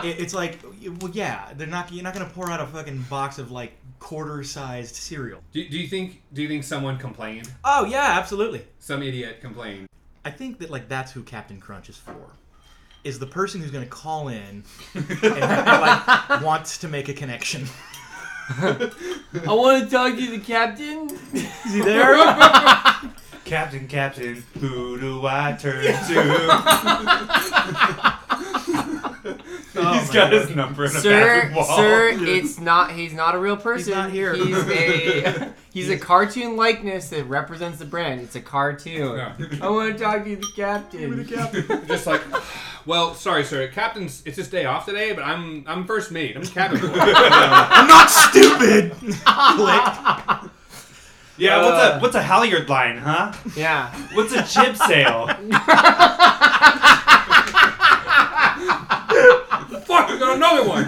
[SPEAKER 3] it, it's like well, yeah, they're not you're not going to pour out a fucking box of like quarter-sized cereal.
[SPEAKER 4] <laughs> Do, do you think do you think someone complained?
[SPEAKER 3] Oh, yeah, absolutely.
[SPEAKER 4] Some idiot <laughs> complained.
[SPEAKER 3] I think that like that's who Captain Crunch is for. Is the person who's going to call in and <laughs> like wants to make a connection.
[SPEAKER 2] I want to talk to the
[SPEAKER 4] <laughs>
[SPEAKER 2] captain. <laughs>
[SPEAKER 3] Is he there?
[SPEAKER 1] Captain, Captain, who do I turn to? He's
[SPEAKER 3] my
[SPEAKER 1] got his number in a
[SPEAKER 2] sir,
[SPEAKER 1] bathroom wall. <laughs>
[SPEAKER 2] sir, it's not. He's not a real person.
[SPEAKER 3] not here.
[SPEAKER 2] He's
[SPEAKER 3] <laughs>
[SPEAKER 2] a he's a cartoon likeness that represents the brand. It's a cartoon.
[SPEAKER 4] Yeah.
[SPEAKER 2] I want to talk to the captain.
[SPEAKER 4] Just like <sighs> well, sorry, sir. Captain's it's his day off today, but I'm I'm first mate. I'm cabin boy.
[SPEAKER 2] <laughs>
[SPEAKER 4] Yeah.
[SPEAKER 3] I'm not stupid. Click.
[SPEAKER 1] yeah,
[SPEAKER 2] Uh.
[SPEAKER 1] what's a what's a halyard line, huh?
[SPEAKER 2] Yeah.
[SPEAKER 1] What's a jib sail?
[SPEAKER 4] Fuck, we got
[SPEAKER 2] <laughs>
[SPEAKER 4] another one.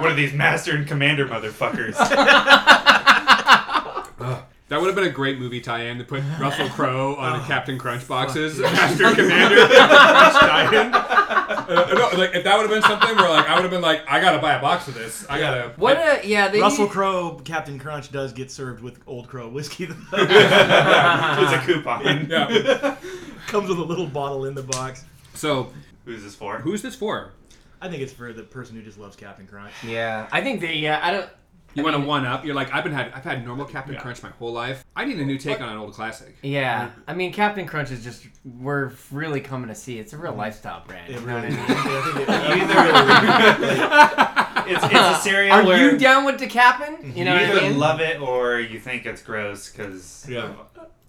[SPEAKER 1] What are these master and commander motherfuckers?
[SPEAKER 4] Ugh. That would have been a great movie tie-in to put Russell
[SPEAKER 2] <laughs>
[SPEAKER 4] Crowe
[SPEAKER 2] Oh,
[SPEAKER 4] on the Captain Crunch boxes after Commander Crunch tie-in. Uh, no, like if that would have been something where like I would have been like, I gotta buy a box of this. I gotta.
[SPEAKER 2] What a yeah. They
[SPEAKER 3] Russell
[SPEAKER 2] need-
[SPEAKER 3] Crowe, Captain Crunch does get served with Old Crow whiskey.
[SPEAKER 1] It's
[SPEAKER 3] <laughs>
[SPEAKER 1] a coupon.
[SPEAKER 2] <laughs>
[SPEAKER 4] Yeah.
[SPEAKER 3] Comes with a little bottle in the box.
[SPEAKER 4] So
[SPEAKER 1] Who's this for?
[SPEAKER 4] who's this for?
[SPEAKER 3] I think it's for the person who just loves Captain Crunch.
[SPEAKER 2] Yeah, I think they. Yeah, I don't.
[SPEAKER 4] You want to one up? You're like, I've been had, I've had normal Captain Crunch my whole life. I need a new take on an old classic.
[SPEAKER 2] Yeah, I mean Captain Crunch is just we're really coming to see. It's a real lifestyle brand.
[SPEAKER 3] Mm-hmm. It
[SPEAKER 2] you know what I
[SPEAKER 3] really,
[SPEAKER 2] mean?
[SPEAKER 3] I think
[SPEAKER 2] <laughs>
[SPEAKER 3] it-
[SPEAKER 1] It's, it's a cereal
[SPEAKER 2] Are
[SPEAKER 1] where
[SPEAKER 2] you down with the Cap'n? You
[SPEAKER 1] you
[SPEAKER 2] know
[SPEAKER 1] either
[SPEAKER 2] what I mean?
[SPEAKER 1] love it or you think it's gross because
[SPEAKER 3] Yeah.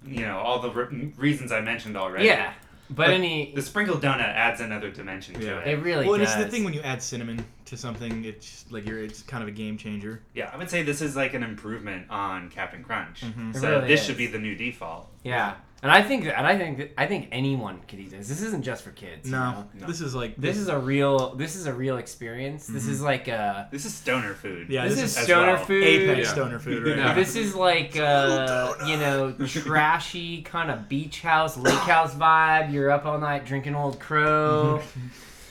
[SPEAKER 1] you know all the re- reasons I mentioned already.
[SPEAKER 2] yeah, but any
[SPEAKER 1] The sprinkled donut adds another dimension to
[SPEAKER 3] Yeah.
[SPEAKER 1] it.
[SPEAKER 2] it really
[SPEAKER 3] well, and
[SPEAKER 2] does.
[SPEAKER 3] it's the thing when you add cinnamon to something, it's just like you're, it's kind of a game changer.
[SPEAKER 1] Yeah, I would say this is like an improvement on Captain Crunch.
[SPEAKER 2] It
[SPEAKER 1] So
[SPEAKER 2] really
[SPEAKER 1] this
[SPEAKER 2] is.
[SPEAKER 1] should be the new default.
[SPEAKER 2] Yeah, and I think that and I think that, I think anyone could eat this. This isn't just for kids. you
[SPEAKER 3] No,
[SPEAKER 2] know?
[SPEAKER 3] this is like
[SPEAKER 2] This is a real. This is a real experience. This
[SPEAKER 4] Mm-hmm.
[SPEAKER 2] is like a.
[SPEAKER 1] This is stoner food.
[SPEAKER 3] Yeah,
[SPEAKER 2] This,
[SPEAKER 3] this
[SPEAKER 2] is
[SPEAKER 1] as
[SPEAKER 2] stoner
[SPEAKER 1] well.
[SPEAKER 2] food.
[SPEAKER 3] apex
[SPEAKER 4] Yeah.
[SPEAKER 3] stoner food, right?
[SPEAKER 4] Yeah.
[SPEAKER 2] This is like uh, you know
[SPEAKER 4] <laughs>
[SPEAKER 2] trashy kind of beach house, lake
[SPEAKER 4] <coughs>
[SPEAKER 2] house vibe. You're up all night drinking Old Crow,
[SPEAKER 4] Mm-hmm.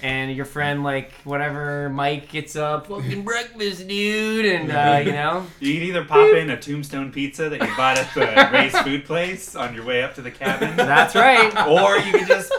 [SPEAKER 2] and your friend like whatever Mike gets up, fucking
[SPEAKER 4] <laughs>
[SPEAKER 2] breakfast, dude, and uh, you know
[SPEAKER 1] You can either pop in a tombstone pizza that you bought at the Ray's food place on your way up to the
[SPEAKER 2] <laughs>
[SPEAKER 1] cabin.
[SPEAKER 2] that's
[SPEAKER 4] <laughs>
[SPEAKER 2] right.
[SPEAKER 1] Or you can just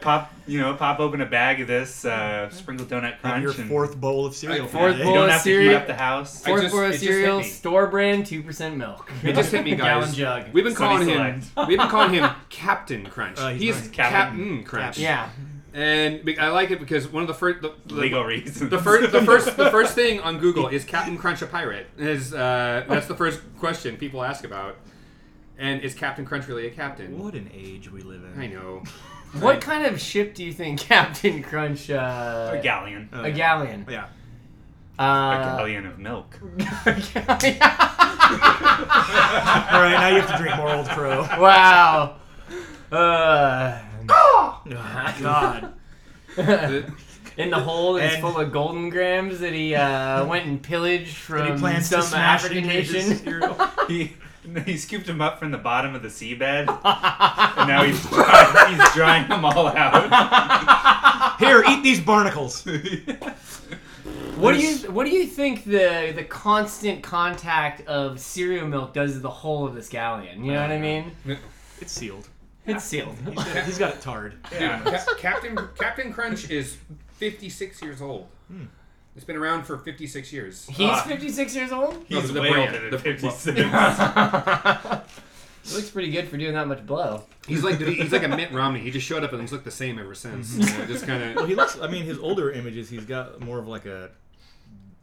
[SPEAKER 1] pop, you know, pop open a bag of this uh, sprinkled donut crunch.
[SPEAKER 3] Have your
[SPEAKER 1] and
[SPEAKER 3] fourth bowl of cereal.
[SPEAKER 4] I-
[SPEAKER 3] for
[SPEAKER 2] fourth
[SPEAKER 3] the day.
[SPEAKER 1] You
[SPEAKER 2] bowl.
[SPEAKER 1] don't have to heat
[SPEAKER 2] cereal.
[SPEAKER 1] up the house.
[SPEAKER 4] I
[SPEAKER 2] Fourth
[SPEAKER 4] just-
[SPEAKER 2] floor
[SPEAKER 4] it
[SPEAKER 2] of
[SPEAKER 4] just
[SPEAKER 2] cereal,
[SPEAKER 4] hit me.
[SPEAKER 2] store brand, two percent milk.
[SPEAKER 4] It just hit
[SPEAKER 2] <laughs>
[SPEAKER 4] me,
[SPEAKER 2] Gallon
[SPEAKER 4] guys.
[SPEAKER 2] jug.
[SPEAKER 4] We've been
[SPEAKER 1] Sunny
[SPEAKER 4] calling him.
[SPEAKER 1] Select.
[SPEAKER 4] <laughs> We've been calling him Captain Crunch.
[SPEAKER 3] Uh, he's
[SPEAKER 4] He's
[SPEAKER 3] right.
[SPEAKER 4] Captain, Crunch.
[SPEAKER 2] yeah,
[SPEAKER 4] And be- I like it because one of the first the, the,
[SPEAKER 1] legal reasons.
[SPEAKER 4] The first,
[SPEAKER 1] <laughs>
[SPEAKER 4] the first, the first thing on Google is Captain Crunch a pirate? Is uh, that's the first question people ask about? And is Captain Crunch really a captain?
[SPEAKER 3] What an age we live in.
[SPEAKER 4] I know.
[SPEAKER 2] what kind of ship do you think <laughs> Captain Crunch? Uh,
[SPEAKER 1] a galleon.
[SPEAKER 3] Oh,
[SPEAKER 2] a
[SPEAKER 3] yeah.
[SPEAKER 2] galleon.
[SPEAKER 3] Yeah.
[SPEAKER 1] a
[SPEAKER 2] Uh,
[SPEAKER 1] galleon of milk.
[SPEAKER 2] <laughs>
[SPEAKER 3] All right, now you have to drink more Old
[SPEAKER 2] <laughs>
[SPEAKER 3] Crow.
[SPEAKER 2] wow. Uh,
[SPEAKER 3] Oh, God.
[SPEAKER 4] The-
[SPEAKER 2] in the hole that's
[SPEAKER 3] And-
[SPEAKER 2] full of golden grams that he
[SPEAKER 3] <laughs>
[SPEAKER 2] uh, went and pillaged
[SPEAKER 3] And
[SPEAKER 2] from
[SPEAKER 3] he plans
[SPEAKER 2] some
[SPEAKER 3] to smash
[SPEAKER 2] African
[SPEAKER 3] it into his
[SPEAKER 2] nation.
[SPEAKER 3] cereal.
[SPEAKER 1] He, he scooped them up from the bottom of the
[SPEAKER 4] <laughs>
[SPEAKER 1] seabed, and now he's drying, he's drying them all
[SPEAKER 4] <laughs>
[SPEAKER 1] out.
[SPEAKER 3] Here, eat these barnacles.
[SPEAKER 2] What do you What do you think the the constant contact of cereal milk does to the whole of this galleon? You know
[SPEAKER 3] Uh,
[SPEAKER 2] what I mean?
[SPEAKER 3] It's sealed.
[SPEAKER 2] It's sealed.
[SPEAKER 3] He's got, he's got it tarred.
[SPEAKER 4] yeah, Cap- Captain Captain Crunch is 56 years old. It's been around for 56 years.
[SPEAKER 2] He's
[SPEAKER 3] Uh,
[SPEAKER 1] Ah.
[SPEAKER 2] 56 years old.
[SPEAKER 4] No,
[SPEAKER 1] He's
[SPEAKER 4] the
[SPEAKER 1] way
[SPEAKER 4] brand,
[SPEAKER 1] older than 56.
[SPEAKER 4] the-
[SPEAKER 1] <laughs>
[SPEAKER 2] He looks pretty good for doing that much blow.
[SPEAKER 4] He's like he's like a Mitt Romney. He just showed up and he's looked the same ever since. You know, just kind
[SPEAKER 3] Well,
[SPEAKER 4] of.
[SPEAKER 3] he looks. I mean, his older images, he's got more of like a.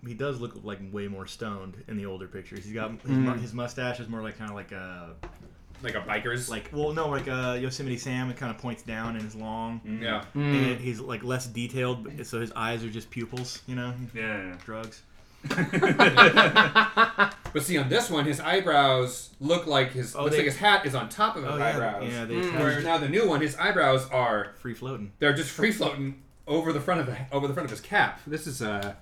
[SPEAKER 3] He does look like way more stoned in the older pictures. He's got his, mu- his mustache is more like kind of like a
[SPEAKER 4] Like a biker's.
[SPEAKER 3] like well no like a Yosemite Sam. It kind of points down and is long.
[SPEAKER 1] Mm,
[SPEAKER 4] <laughs> yeah.
[SPEAKER 2] Mm. Hmm.
[SPEAKER 3] And he's like less detailed, but- so his eyes are just pupils. You know,
[SPEAKER 1] Yeah.
[SPEAKER 3] drugs.
[SPEAKER 4] But see, on this one, his eyebrows look like his
[SPEAKER 3] Oh,
[SPEAKER 4] looks
[SPEAKER 3] they-
[SPEAKER 4] like his hat is on top of his
[SPEAKER 3] Oh yeah,
[SPEAKER 4] eyebrows.
[SPEAKER 3] yeah. They
[SPEAKER 4] Where now the new one, his eyebrows are
[SPEAKER 3] free floating.
[SPEAKER 4] they're just free floating over the front of the over the front of his cap. This is uh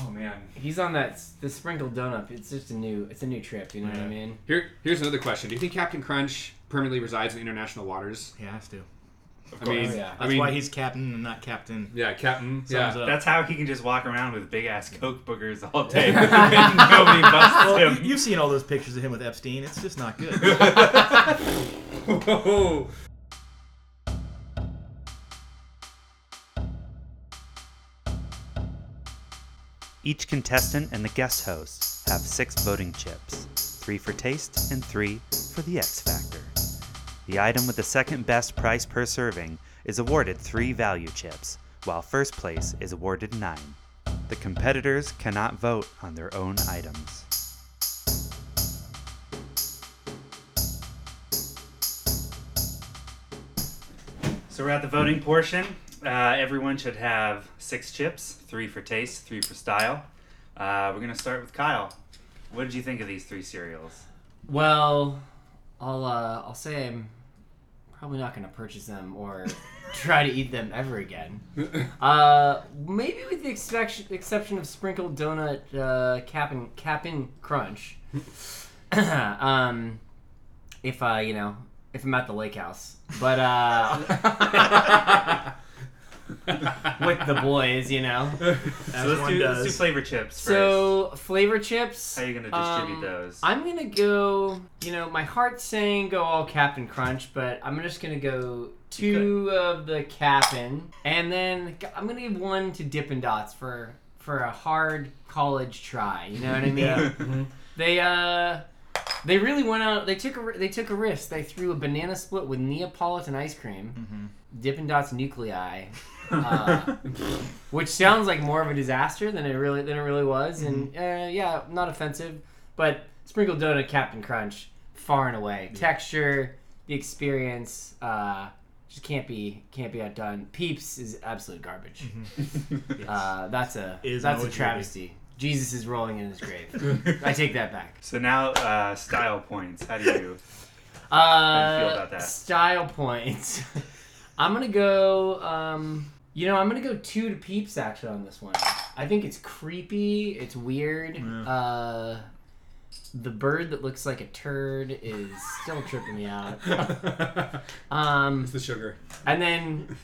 [SPEAKER 4] Oh man.
[SPEAKER 2] <laughs> He's on that s- the sprinkled donut. It's just a new it's a new trip. You know what I
[SPEAKER 3] Yeah.
[SPEAKER 2] mean?
[SPEAKER 4] Here here's another question. Do you think Captain Crunch permanently resides in international waters?
[SPEAKER 3] He has to.
[SPEAKER 1] <laughs>
[SPEAKER 4] Of course. I mean,
[SPEAKER 2] Oh, yeah.
[SPEAKER 4] I
[SPEAKER 3] That's
[SPEAKER 4] mean
[SPEAKER 3] why he's captain and not captain.
[SPEAKER 4] yeah, Captain.
[SPEAKER 3] Thumbs
[SPEAKER 4] yeah.
[SPEAKER 3] up.
[SPEAKER 1] That's how he can just walk around with big ass Coke boogers all
[SPEAKER 4] <laughs>
[SPEAKER 1] day. and nobody busts
[SPEAKER 3] Well, you-
[SPEAKER 1] him.
[SPEAKER 3] you've seen all those pictures of him with Epstein. It's just not good.
[SPEAKER 4] Whoa.
[SPEAKER 7] Each contestant and the guest host have six voting chips three for taste and three for the X Factor. The item with the second best price per serving is awarded three value chips, while first place is awarded nine. The competitors cannot vote on their own items.
[SPEAKER 1] So we're at the voting portion. Uh, everyone should have six chips three for taste, three for style. Uh, we're going to start with Kyle. What did you think of these three cereals?
[SPEAKER 2] Well, I'll uh, I'll say I'm probably not gonna purchase them or try to eat them ever again. Uh, maybe with the exception exception of sprinkled donut uh, cap and cap and crunch. <coughs> um, if uh, you know, if I'm at the lake house, but
[SPEAKER 4] <laughs>
[SPEAKER 2] uh, with the boys, you know.
[SPEAKER 1] So let's
[SPEAKER 3] one
[SPEAKER 1] do, let's
[SPEAKER 3] does.
[SPEAKER 1] do flavor chips first.
[SPEAKER 2] So flavor chips.
[SPEAKER 1] How you gonna distribute those?
[SPEAKER 2] <laughs> I'm gonna go. You know, my heart's saying go all Captain Crunch, but I'm just gonna go two of the Captain, and then g- I'm gonna give one to Dippin' Dots for for a hard college try. You
[SPEAKER 1] <laughs>
[SPEAKER 2] know what I mean? They uh. They really went out. They took a ri- they took a risk. They threw a banana split with Neapolitan ice cream, Dippin' Dots nuclei, uh, which sounds like more of a disaster than it really than it really was. And uh, yeah, not offensive, but sprinkled donut Captain Crunch, far and away. Texture, the experience, uh, just can't be can't be outdone. Peeps is absolute garbage.
[SPEAKER 3] Mm-hmm.
[SPEAKER 2] Uh, that's a
[SPEAKER 3] Is
[SPEAKER 2] that's a
[SPEAKER 3] always
[SPEAKER 2] travesty. Jesus is rolling in his grave. I take that back.
[SPEAKER 8] <laughs> So now, uh, style points. How do you?
[SPEAKER 2] Uh,
[SPEAKER 8] feel about that?
[SPEAKER 2] Style points. <laughs> I'm gonna go. Um, you know, I'm gonna go two to peeps actually on this one. I think it's creepy. It's weird. Uh, the bird that looks like a turd is still tripping
[SPEAKER 8] <laughs>
[SPEAKER 2] me out. Um,
[SPEAKER 4] it's the sugar.
[SPEAKER 2] and then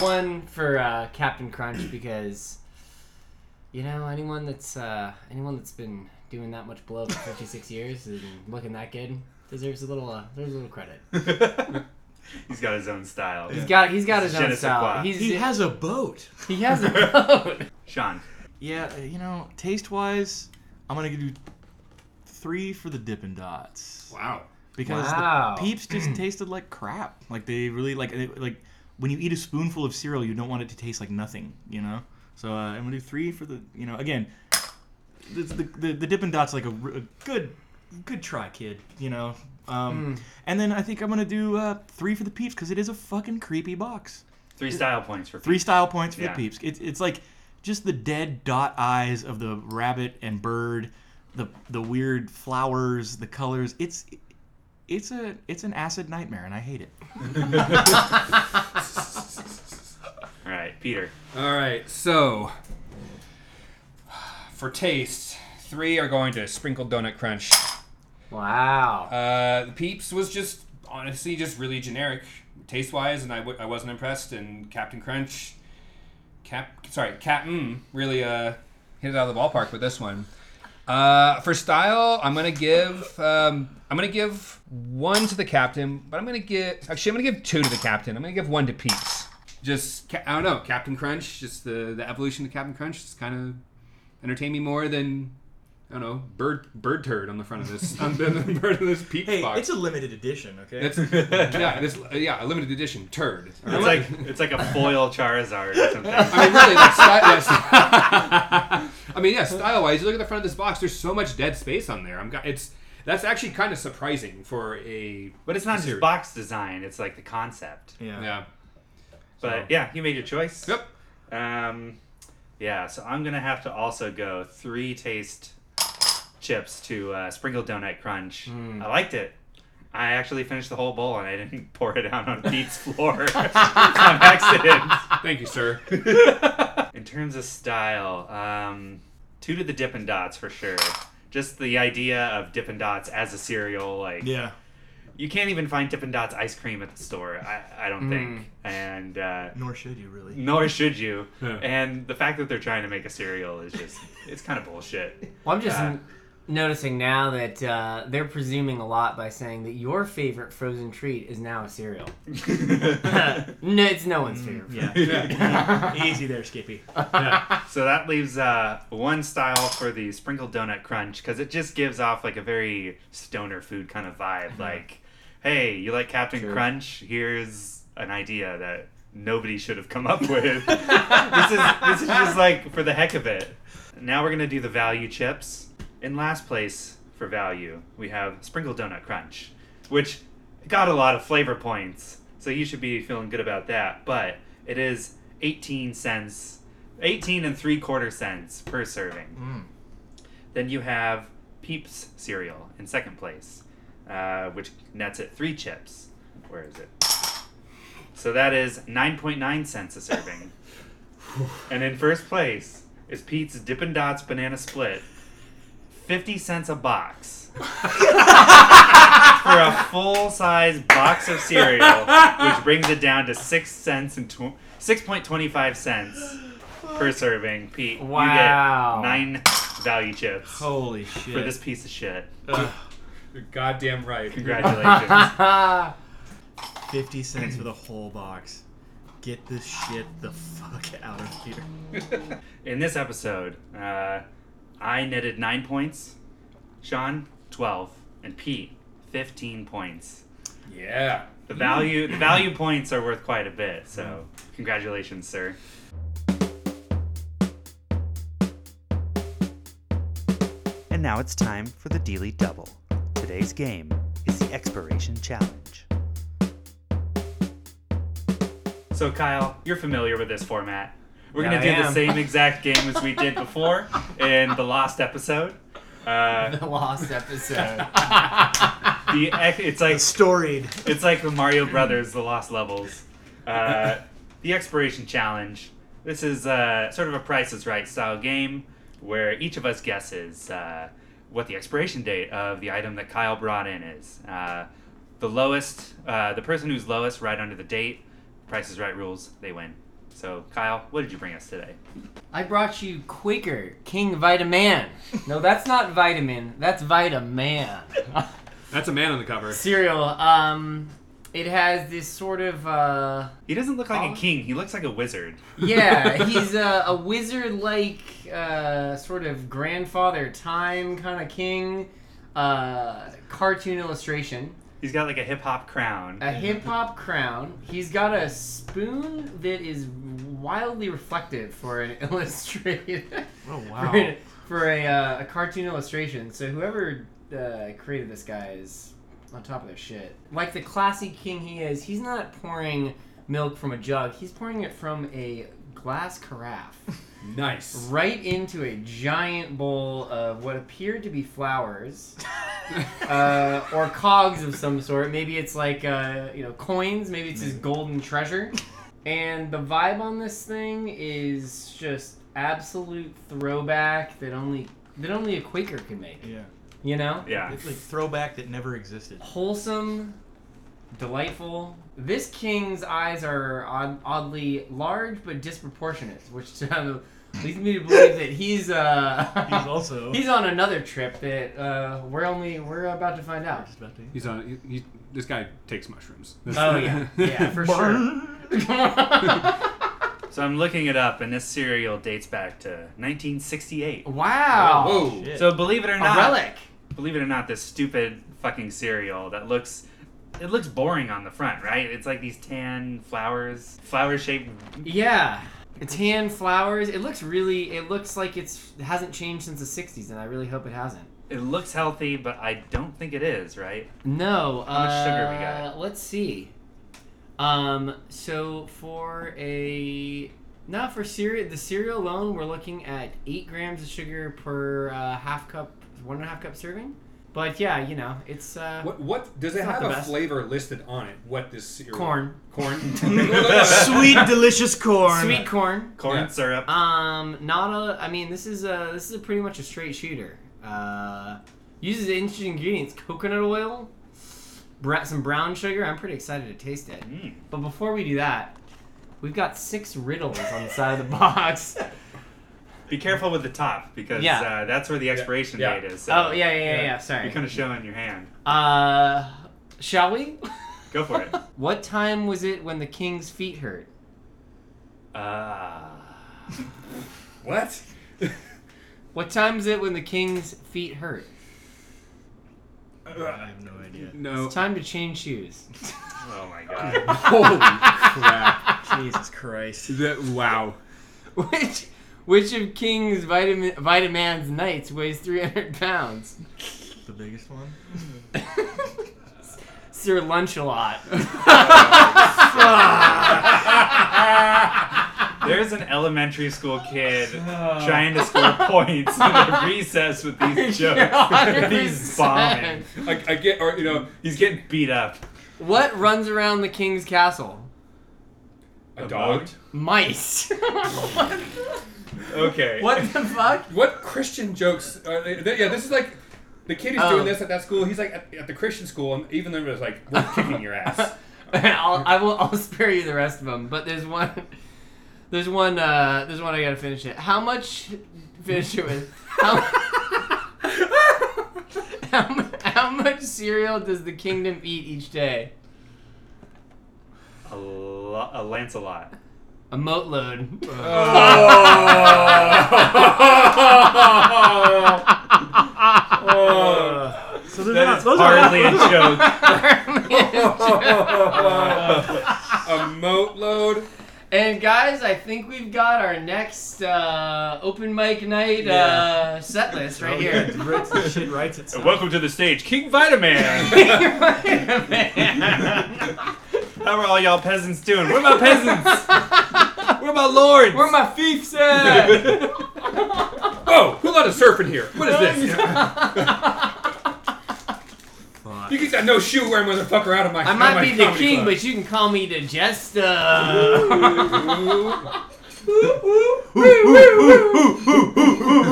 [SPEAKER 2] one for uh, Captain Crunch because you know anyone that's uh, anyone that's been doing that much blow for 56 years and looking that good deserves a little uh, deserves a little credit.
[SPEAKER 8] He's got his own style.
[SPEAKER 2] He's got he's got his
[SPEAKER 8] Je
[SPEAKER 2] own
[SPEAKER 8] ne sais
[SPEAKER 2] style.
[SPEAKER 8] quoi.
[SPEAKER 2] He's,
[SPEAKER 3] He has a boat.
[SPEAKER 2] he
[SPEAKER 3] <laughs>
[SPEAKER 2] has a boat.
[SPEAKER 8] Sean,
[SPEAKER 3] Yeah, uh, you know, taste wise, I'm gonna do three for the Dippin' Dots.
[SPEAKER 4] Wow.
[SPEAKER 3] because
[SPEAKER 2] Wow.
[SPEAKER 3] the peeps just tasted like crap. Like they really like it- like when you eat a spoonful of cereal, you don't want it to taste like nothing, you know. So uh, I'm gonna do three for the you know again. The the, the, the Dippin' Dots like a, r- a good good try, kid. You know. Um, And then I think I'm gonna do uh, three for the peeps because it is a fucking creepy box.
[SPEAKER 8] three style points for
[SPEAKER 3] Three style points for
[SPEAKER 8] Yeah.
[SPEAKER 3] the peeps. It's it's like just the dead dot eyes of the rabbit and bird, the the weird flowers, the colors. It's it's a it's an acid nightmare, and I hate it.
[SPEAKER 8] All right, Peter.
[SPEAKER 4] All right, so for taste, three are going to Sprinkled Donut Crunch.
[SPEAKER 2] Wow.
[SPEAKER 4] Uh, the Peeps was just honestly just really generic taste wise, and I w- I wasn't impressed. And Captain Crunch, Cap, sorry, Captain really uh, hit it out of the ballpark with this one. Uh, for style, I'm gonna give um, I'm gonna give one to the captain, but I'm gonna give actually I'm gonna give two to the captain. I'm gonna give one to Peeps. Just Ca- I don't know, Captain Crunch. Just the the evolution of Captain Crunch just kind of entertained me more than I don't know bird bird turd on the front of this on the <laughs> the bird of this Peeps box.
[SPEAKER 3] a limited edition, okay?
[SPEAKER 4] That's yeah, this yeah, a limited edition turd.
[SPEAKER 8] It's like it's like a foil Charizard or something.
[SPEAKER 4] I mean, really, like, sty- yes. <laughs> I mean, yeah, style wise, you look at the front of this box. There's so much dead space on there. I'm got it's that's actually kind of surprising for a
[SPEAKER 1] but it's not
[SPEAKER 4] Cereal.
[SPEAKER 1] just box design; it's like the concept.
[SPEAKER 3] yeah.
[SPEAKER 4] yeah.
[SPEAKER 1] But yeah, you made your choice.
[SPEAKER 4] Yep.
[SPEAKER 1] Um, yeah, so I'm gonna have to also go three taste chips to uh, Sprinkled Donut Crunch. I liked it. I actually finished the whole bowl and I didn't <laughs> pour it out on Pete's floor <laughs> on accident. <laughs>
[SPEAKER 4] Thank
[SPEAKER 2] <laughs>
[SPEAKER 4] you, sir.
[SPEAKER 1] In terms of style, um, two to the Dippin' Dots for sure. Just the idea of Dippin' Dots as a cereal, like
[SPEAKER 3] Yeah.
[SPEAKER 1] you can't even find Dippin' Dots ice cream at the store. I, I don't think, and uh,
[SPEAKER 3] Nor should you <laughs> really.
[SPEAKER 1] nor should you.
[SPEAKER 4] Yeah.
[SPEAKER 1] And the fact that they're trying to make a cereal is just, it's kind of bullshit.
[SPEAKER 2] <laughs>
[SPEAKER 1] <laughs>
[SPEAKER 2] Well, I'm just
[SPEAKER 1] Uh,
[SPEAKER 2] n- noticing now that uh, they're presuming a lot by saying that your favorite frozen treat is now a cereal. no, it's no one's favorite. <laughs>
[SPEAKER 3] Yeah. E-, Easy there, Skippy.
[SPEAKER 1] so that leaves uh, one style for the sprinkled donut crunch because it just gives off like a very stoner food kind of vibe. Like, hey, you like Captain Crunch? Here's an idea that nobody should have come up with. this is this is just like for the heck of it. Now we're gonna do the value chips. In last place for value, we have sprinkled donut crunch, which got a lot of flavor points. So you should be feeling good about that. But it is 18 cents, 18 and three quarter cents per serving. Then you have Peeps cereal in second place, uh, which nets it three chips. Where is it? So that is 9.9 cents a serving. and in first place is Pete's Dippin' Dots Banana Split, 50 cents a box. for a full size box of cereal, which brings it down to six cents and tw- six point twenty five cents per serving. Pete,
[SPEAKER 2] Wow.
[SPEAKER 1] you get nine value chips
[SPEAKER 3] Holy shit.
[SPEAKER 1] for this piece of
[SPEAKER 3] <laughs>
[SPEAKER 1] shit.
[SPEAKER 4] You're goddamn right.
[SPEAKER 1] Congratulations.
[SPEAKER 2] <laughs> Ah,
[SPEAKER 3] 50 cents for the whole box. Get this shit the fuck out of here.
[SPEAKER 1] In this episode, uh, I netted nine points, Sean twelve, and Pete fifteen points.
[SPEAKER 4] <laughs> Yeah.
[SPEAKER 1] The value the value points are worth quite a bit, so congratulations, sir.
[SPEAKER 5] And now it's time for the Dealey Double. Today's game is the Expiration Challenge.
[SPEAKER 1] So, Kyle, you're familiar with this format. We're
[SPEAKER 2] I
[SPEAKER 1] going to do the
[SPEAKER 2] am. <laughs>
[SPEAKER 1] same exact game as we did before in the last episode. Uh,
[SPEAKER 2] the lost episode.
[SPEAKER 1] the ex- it's like
[SPEAKER 3] Storied.
[SPEAKER 1] it's like the Mario Brothers, the Lost Levels. Uh, the expiration challenge. This is uh, sort of a Price is Right style game where each of us guesses uh, what the expiration date of the item that Kyle brought in is. Uh, the lowest, uh, the person who's lowest right under the date, Price is Right rules, they win. So, Kyle, what did you bring us today?
[SPEAKER 2] <laughs> I brought you Quaker King Vitaman. No, that's not vitamin. That's Vitaman.
[SPEAKER 4] That's a man on the cover.
[SPEAKER 2] Cereal. Um, it has this sort of uh,
[SPEAKER 1] He doesn't look like
[SPEAKER 2] Oh.
[SPEAKER 1] a king. He looks like a wizard.
[SPEAKER 2] yeah. He's a, a wizard-like uh, sort of grandfather time kind of king. Uh, cartoon illustration.
[SPEAKER 1] He's got like a hip hop crown.
[SPEAKER 2] A hip hop crown. He's got a spoon that is wildly reflective for an <laughs> illustrated.
[SPEAKER 3] Oh,
[SPEAKER 2] for a, for a, uh, a cartoon illustration. So whoever uh, created this guy is on top of their shit. Like the classy king he is, he's not pouring milk from a jug. He's pouring it from a glass carafe
[SPEAKER 4] Nice.
[SPEAKER 2] right into a giant bowl of what appear to be flowers. uh, or cogs of some sort. Maybe it's like uh, you know coins. Maybe it's his golden treasure. And the vibe on this thing is just absolute throwback that only that only a Quaker can make.
[SPEAKER 3] Yeah.
[SPEAKER 2] You know,
[SPEAKER 1] Yeah.
[SPEAKER 3] It's like throwback that never
[SPEAKER 2] <laughs>
[SPEAKER 3] existed.
[SPEAKER 2] wholesome, delightful. This king's eyes are odd, oddly large but disproportionate, which <laughs> uh, leads me to believe that he's uh
[SPEAKER 3] He's also.
[SPEAKER 2] he's on another trip that uh, we're only we're about to find out.
[SPEAKER 3] Just about to-
[SPEAKER 4] He's on. He, he, this guy takes mushrooms.
[SPEAKER 2] Oh yeah,
[SPEAKER 4] <laughs>
[SPEAKER 2] yeah,
[SPEAKER 3] <laughs>
[SPEAKER 2] for sure. <laughs>
[SPEAKER 1] So I'm looking it up, and this cereal dates back to 1968.
[SPEAKER 2] wow,
[SPEAKER 4] Whoa.
[SPEAKER 1] <laughs>
[SPEAKER 3] Shit.
[SPEAKER 1] So believe it or
[SPEAKER 2] a
[SPEAKER 1] not,
[SPEAKER 2] relic.
[SPEAKER 1] believe it or not, this stupid fucking cereal that looks. It looks boring on the front, right? It's like these tan flowers, flower shaped.
[SPEAKER 2] Yeah, tan flowers. It looks really. It looks like it's it hasn't changed since the '60s, and I really hope it hasn't.
[SPEAKER 1] It looks healthy, but I don't think it is, right?
[SPEAKER 2] No.
[SPEAKER 1] How much sugar we
[SPEAKER 2] uh, Let's see. Um. So for a not for cereal, the cereal alone, we're looking at eight grams of sugar per uh, half cup, one and a half cup serving. But yeah, you know, it's uh,
[SPEAKER 4] What, what does it
[SPEAKER 2] not
[SPEAKER 4] have
[SPEAKER 2] the
[SPEAKER 4] a
[SPEAKER 2] best.
[SPEAKER 4] flavor listed on it? What this cereal?
[SPEAKER 2] Corn. <laughs>
[SPEAKER 4] Corn. <laughs>
[SPEAKER 3] Sweet, delicious corn.
[SPEAKER 2] sweet corn.
[SPEAKER 1] Corn
[SPEAKER 4] Yeah.
[SPEAKER 1] syrup.
[SPEAKER 2] Um, not a. I mean, this is a. This is a pretty much a straight shooter. Uh, uses interesting ingredients: coconut oil, bra- some brown sugar. I'm pretty excited to taste it.
[SPEAKER 1] Mm.
[SPEAKER 2] But before we do that, we've got six riddles on the side of the <laughs>
[SPEAKER 1] <laughs>
[SPEAKER 2] box.
[SPEAKER 1] Be careful with the top because
[SPEAKER 2] Yeah.
[SPEAKER 1] uh, that's where the expiration
[SPEAKER 4] Yeah.
[SPEAKER 1] date is. So
[SPEAKER 2] Oh yeah, yeah, yeah. yeah,
[SPEAKER 1] You're
[SPEAKER 2] sorry.
[SPEAKER 1] kind of showing your hand.
[SPEAKER 2] Uh, shall we?
[SPEAKER 1] <laughs> Go for it.
[SPEAKER 2] <laughs> What time was it when the king's feet hurt? Ah.
[SPEAKER 1] Uh,
[SPEAKER 4] what?
[SPEAKER 2] What time is it when the king's feet hurt?
[SPEAKER 3] I have no idea.
[SPEAKER 4] No.
[SPEAKER 2] It's time to change
[SPEAKER 1] <laughs>
[SPEAKER 2] shoes.
[SPEAKER 1] <laughs> oh my god.
[SPEAKER 2] <laughs>
[SPEAKER 4] Holy <laughs> crap!
[SPEAKER 3] Jesus Christ.
[SPEAKER 4] That, wow.
[SPEAKER 2] Which which of King's vitamin vitaman's knights weighs 300 pounds?
[SPEAKER 3] The biggest one?
[SPEAKER 2] Sir
[SPEAKER 1] <laughs>
[SPEAKER 2] Lunchalot. <laughs>
[SPEAKER 1] <laughs> There's an elementary school
[SPEAKER 4] <sighs>
[SPEAKER 1] kid trying to score points in
[SPEAKER 2] <laughs>
[SPEAKER 1] a recess with these <laughs> jokes. these bombing.
[SPEAKER 4] I, I get, or you know,
[SPEAKER 1] He's getting beat up.
[SPEAKER 2] What runs around the king's castle?
[SPEAKER 4] a
[SPEAKER 1] A
[SPEAKER 4] dog.
[SPEAKER 1] boat?
[SPEAKER 2] Mice. <laughs>
[SPEAKER 1] Okay.
[SPEAKER 2] what the fuck?
[SPEAKER 1] <laughs>
[SPEAKER 4] What Christian jokes? Are they, yeah, uh, this is like. the the kid who's
[SPEAKER 2] Um,
[SPEAKER 4] doing this at that school, he's like at, at the Christian school, and even though it was like, we're kicking your
[SPEAKER 2] <laughs>
[SPEAKER 4] ass.
[SPEAKER 2] I'll, I will. I'll spare you the rest of them. But there's one. There's one. Uh, there's one I gotta finish it. How much? Finish it with. How, <laughs> how, mu- how much cereal does the kingdom eat each day?
[SPEAKER 1] A, lo- a <laughs> Lancelot.
[SPEAKER 2] A moat load.
[SPEAKER 4] Oh.
[SPEAKER 2] <laughs>
[SPEAKER 3] Uh,
[SPEAKER 4] <laughs> Um,
[SPEAKER 3] So they're
[SPEAKER 1] That
[SPEAKER 3] not,
[SPEAKER 1] is
[SPEAKER 3] those are
[SPEAKER 1] hardly a
[SPEAKER 3] <laughs>
[SPEAKER 1] joke.
[SPEAKER 4] <laughs>
[SPEAKER 1] <laughs>
[SPEAKER 4] a moat load.
[SPEAKER 2] and guys, I think we've got our next uh, open mic night uh, set list
[SPEAKER 3] Oh,
[SPEAKER 2] right here.
[SPEAKER 3] Rick, shit writes itself.
[SPEAKER 1] Welcome to the stage, King Vitaman. <laughs>
[SPEAKER 2] <laughs>
[SPEAKER 1] How are all y'all peasants doing? Where my peasants? <laughs> Where my lords?
[SPEAKER 2] Where my fiefs
[SPEAKER 3] <laughs>
[SPEAKER 2] at?
[SPEAKER 1] <laughs>
[SPEAKER 4] Oh, who let us surf in here? What is
[SPEAKER 2] <laughs>
[SPEAKER 4] this?
[SPEAKER 3] Fuck.
[SPEAKER 4] You get that no shoe wearing motherfucker out of my.
[SPEAKER 2] I might be the king, but you can call me the <laughs> jester.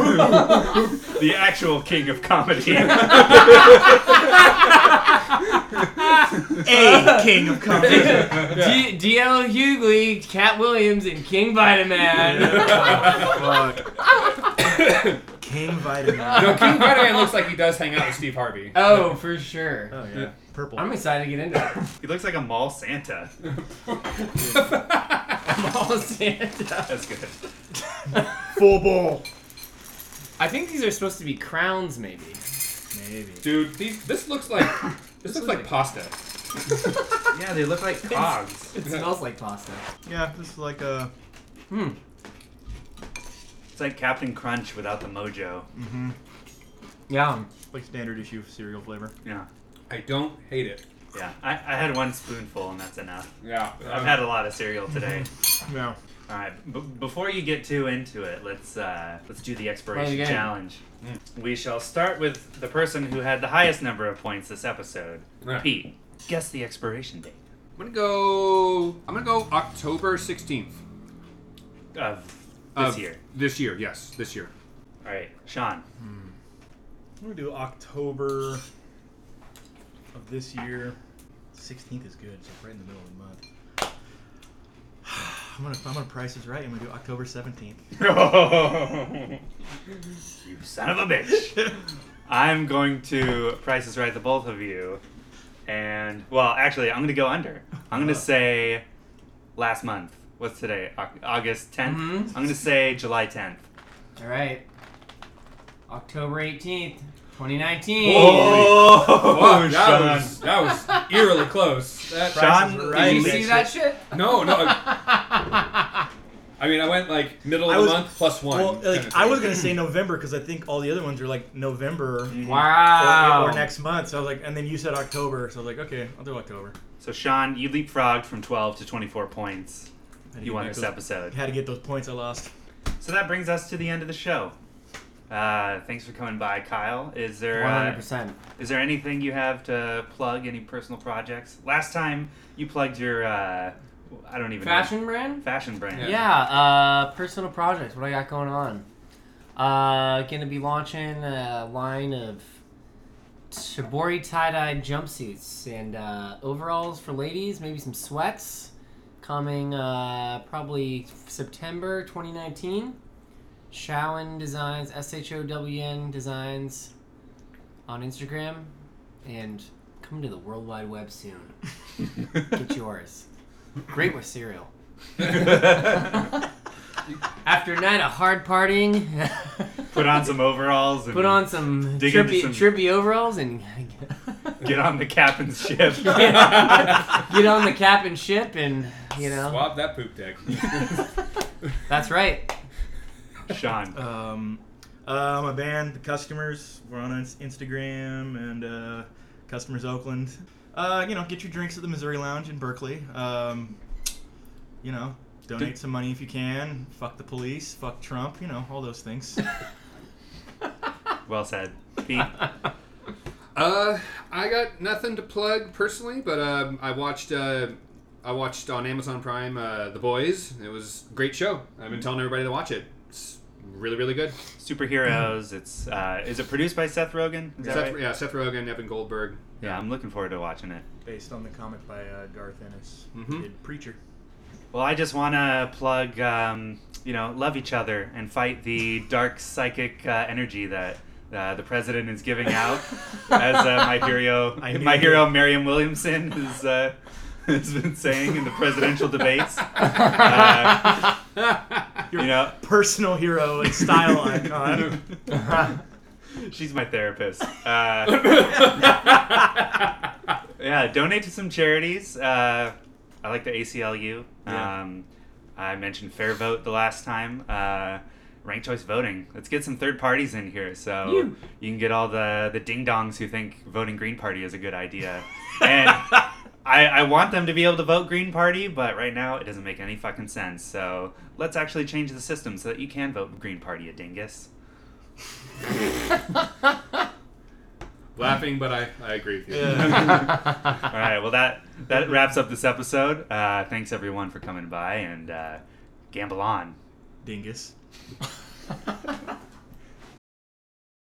[SPEAKER 1] the actual king of <laughs> comedy.
[SPEAKER 3] A king of
[SPEAKER 4] <laughs>
[SPEAKER 3] comedy.
[SPEAKER 2] D- DL Hughley, Cat Williams, and King Vitaman.
[SPEAKER 3] Fuck. King vitamin. Oh,
[SPEAKER 4] no, King Vitaman looks like he does hang out with Steve Harvey.
[SPEAKER 2] <laughs> <laughs> oh, for sure.
[SPEAKER 3] Oh yeah, purple.
[SPEAKER 2] I'm excited to get into it. <laughs>
[SPEAKER 1] he looks like a mall Santa.
[SPEAKER 2] I'm all Santa.
[SPEAKER 3] <laughs>
[SPEAKER 1] That's good.
[SPEAKER 3] full ball.
[SPEAKER 2] I think these are supposed to be crowns, maybe.
[SPEAKER 3] Maybe.
[SPEAKER 4] <laughs> Dude, these, this looks like this looks like pasta.
[SPEAKER 9] Yeah, they look like cogs.
[SPEAKER 2] It smells like pasta.
[SPEAKER 3] Yeah, this is like a.
[SPEAKER 4] Hmm,
[SPEAKER 1] It's like Captain Crunch without the mojo.
[SPEAKER 2] Yeah.
[SPEAKER 3] mm-hmm. Like standard issue cereal flavor.
[SPEAKER 1] Yeah.
[SPEAKER 4] I don't hate it.
[SPEAKER 1] Yeah. I, I had one spoonful and that's enough.
[SPEAKER 4] Yeah,
[SPEAKER 1] I've had a lot of cereal
[SPEAKER 4] Mm-hmm.
[SPEAKER 1] today.
[SPEAKER 3] No.
[SPEAKER 1] All right. B- before you get too into it, let's uh, let's do the
[SPEAKER 2] Play the
[SPEAKER 1] expiration
[SPEAKER 2] game.
[SPEAKER 1] challenge.
[SPEAKER 4] Mm.
[SPEAKER 1] We shall start with the person who had the highest number of points this episode.
[SPEAKER 4] Yeah.
[SPEAKER 1] Pete, guess the expiration date
[SPEAKER 4] I'm gonna go. I'm gonna go October 16th
[SPEAKER 1] of this
[SPEAKER 4] of
[SPEAKER 1] year.
[SPEAKER 4] This year, yes, this year.
[SPEAKER 1] All right,
[SPEAKER 4] <laughs>
[SPEAKER 1] Sean.
[SPEAKER 3] I'm gonna do October of this year. 16th is good. It's like right in the middle of the month. <sighs> I'm gonna, if I'm gonna price is right. I'm gonna do October 17th.
[SPEAKER 1] You son of a bitch. I'm going to Price is Right the both of you. And, well, actually, I'm going to go under. I'm going to say last month. What's today? Au- August 10th?
[SPEAKER 2] Mhm.
[SPEAKER 1] I'm going to say July 10th.
[SPEAKER 2] All right. October 18th, 2019.
[SPEAKER 1] Oh,
[SPEAKER 4] Fuck, that
[SPEAKER 1] Sean.
[SPEAKER 4] was that
[SPEAKER 3] <laughs>
[SPEAKER 4] was eerily close. That,
[SPEAKER 3] Sean,
[SPEAKER 1] Sean,
[SPEAKER 2] Did
[SPEAKER 3] right.
[SPEAKER 2] you see that shit?
[SPEAKER 4] no, no. I I mean, I went like middle of
[SPEAKER 3] I
[SPEAKER 4] the
[SPEAKER 3] was-
[SPEAKER 4] month plus one.
[SPEAKER 3] Well,
[SPEAKER 4] kinda
[SPEAKER 3] like I was
[SPEAKER 4] thing.
[SPEAKER 3] gonna say November because I think all the other ones are like November
[SPEAKER 2] <laughs> Mm-hmm. Wow.
[SPEAKER 3] or, or next month. So I was like, and then you said October, so I was like, okay, I'll do October.
[SPEAKER 1] So, Sean, you leapfrogged from 12 to 24 points.
[SPEAKER 3] Had to
[SPEAKER 1] You
[SPEAKER 3] get
[SPEAKER 1] won
[SPEAKER 3] back
[SPEAKER 1] this
[SPEAKER 3] those-
[SPEAKER 1] episode.
[SPEAKER 3] Had to get those points I lost.
[SPEAKER 1] So, that brings us to the end of the show. Uh, thanks for coming by, Kyle. Is there. uh,
[SPEAKER 2] 100%.
[SPEAKER 1] Is there anything you have to plug? Any personal projects? Last time you plugged your, uh, I don't even
[SPEAKER 2] Fashion
[SPEAKER 1] know,
[SPEAKER 2] brand?
[SPEAKER 1] fashion brand.
[SPEAKER 2] Yeah, uh, personal projects. What I got going on? Uh, gonna be launching a line of Shibori tie-dye jumpsuits and uh, overalls for ladies. Maybe some sweats coming uh, probably September 2019. Showen Designs, S H O W N Designs, on Instagram, and come to the World Wide Web soon. Get yours. Great with cereal. <laughs> After a night of hard partying,
[SPEAKER 1] <laughs> Put on some overalls and
[SPEAKER 2] <laughs> put on some
[SPEAKER 1] Dig into
[SPEAKER 2] trippy,
[SPEAKER 1] some-
[SPEAKER 2] trippy overalls and
[SPEAKER 1] <laughs> get on the captain's
[SPEAKER 2] <laughs>
[SPEAKER 1] ship.
[SPEAKER 2] get on the cap and ship, and you know
[SPEAKER 4] Swab that poop
[SPEAKER 3] <laughs>
[SPEAKER 4] deck.
[SPEAKER 2] that's right.
[SPEAKER 1] Sean,
[SPEAKER 3] Um, uh, my band, The Customers, we're on Ins- Instagram and uh, Customers Oakland. Uh, you know, get your drinks at the Missouri Lounge in Berkeley. Um, you know, donate some money if you can. Fuck the police. Fuck Trump. You know, all those things.
[SPEAKER 1] well said. Pete,
[SPEAKER 4] Uh, I got nothing to plug personally, but um, I watched uh, I watched on Amazon Prime uh, The Boys. It was a great show. I've been telling everybody to watch it. It's Really, really good.
[SPEAKER 1] Superheroes. It's uh, is it produced by Seth Rogen? Is that
[SPEAKER 4] Seth,
[SPEAKER 1] right?
[SPEAKER 4] Yeah, Seth Rogen, Evan Goldberg.
[SPEAKER 1] Yeah, I'm looking forward to watching it.
[SPEAKER 3] <laughs> based on the comic by uh, Garth Ennis,
[SPEAKER 4] Mhm.
[SPEAKER 3] did Preacher.
[SPEAKER 1] Well, I just want to plug, um, you know, love each other and fight the dark psychic uh, energy that uh, the president is giving out. as uh, my hero,
[SPEAKER 3] <laughs> I knew
[SPEAKER 1] my
[SPEAKER 3] you-
[SPEAKER 1] hero, Merriam Williamson, is, uh, <laughs> has been saying in the presidential
[SPEAKER 3] <laughs>
[SPEAKER 1] debates. <laughs> Uh, you know,
[SPEAKER 3] Personal hero and <laughs> style <laughs> icon.
[SPEAKER 1] she's my therapist. Uh, yeah, donate to some charities. Uh, I like the ACLU.
[SPEAKER 3] Yeah.
[SPEAKER 1] Um, I mentioned Fair Vote the last time. Uh, ranked choice voting. Let's get some third parties in here so you, can get all the, the ding dongs who think voting Green Party is a good idea. and I, I want them to be able to vote Green Party, but right now it doesn't make any fucking sense. So let's actually change the system so that you can vote Green Party, a dingus.
[SPEAKER 4] Laughing, but I, I agree with you.
[SPEAKER 1] All right. Well, that that wraps up this episode. Uh, thanks everyone for coming by and uh, gamble on.
[SPEAKER 3] Dingus.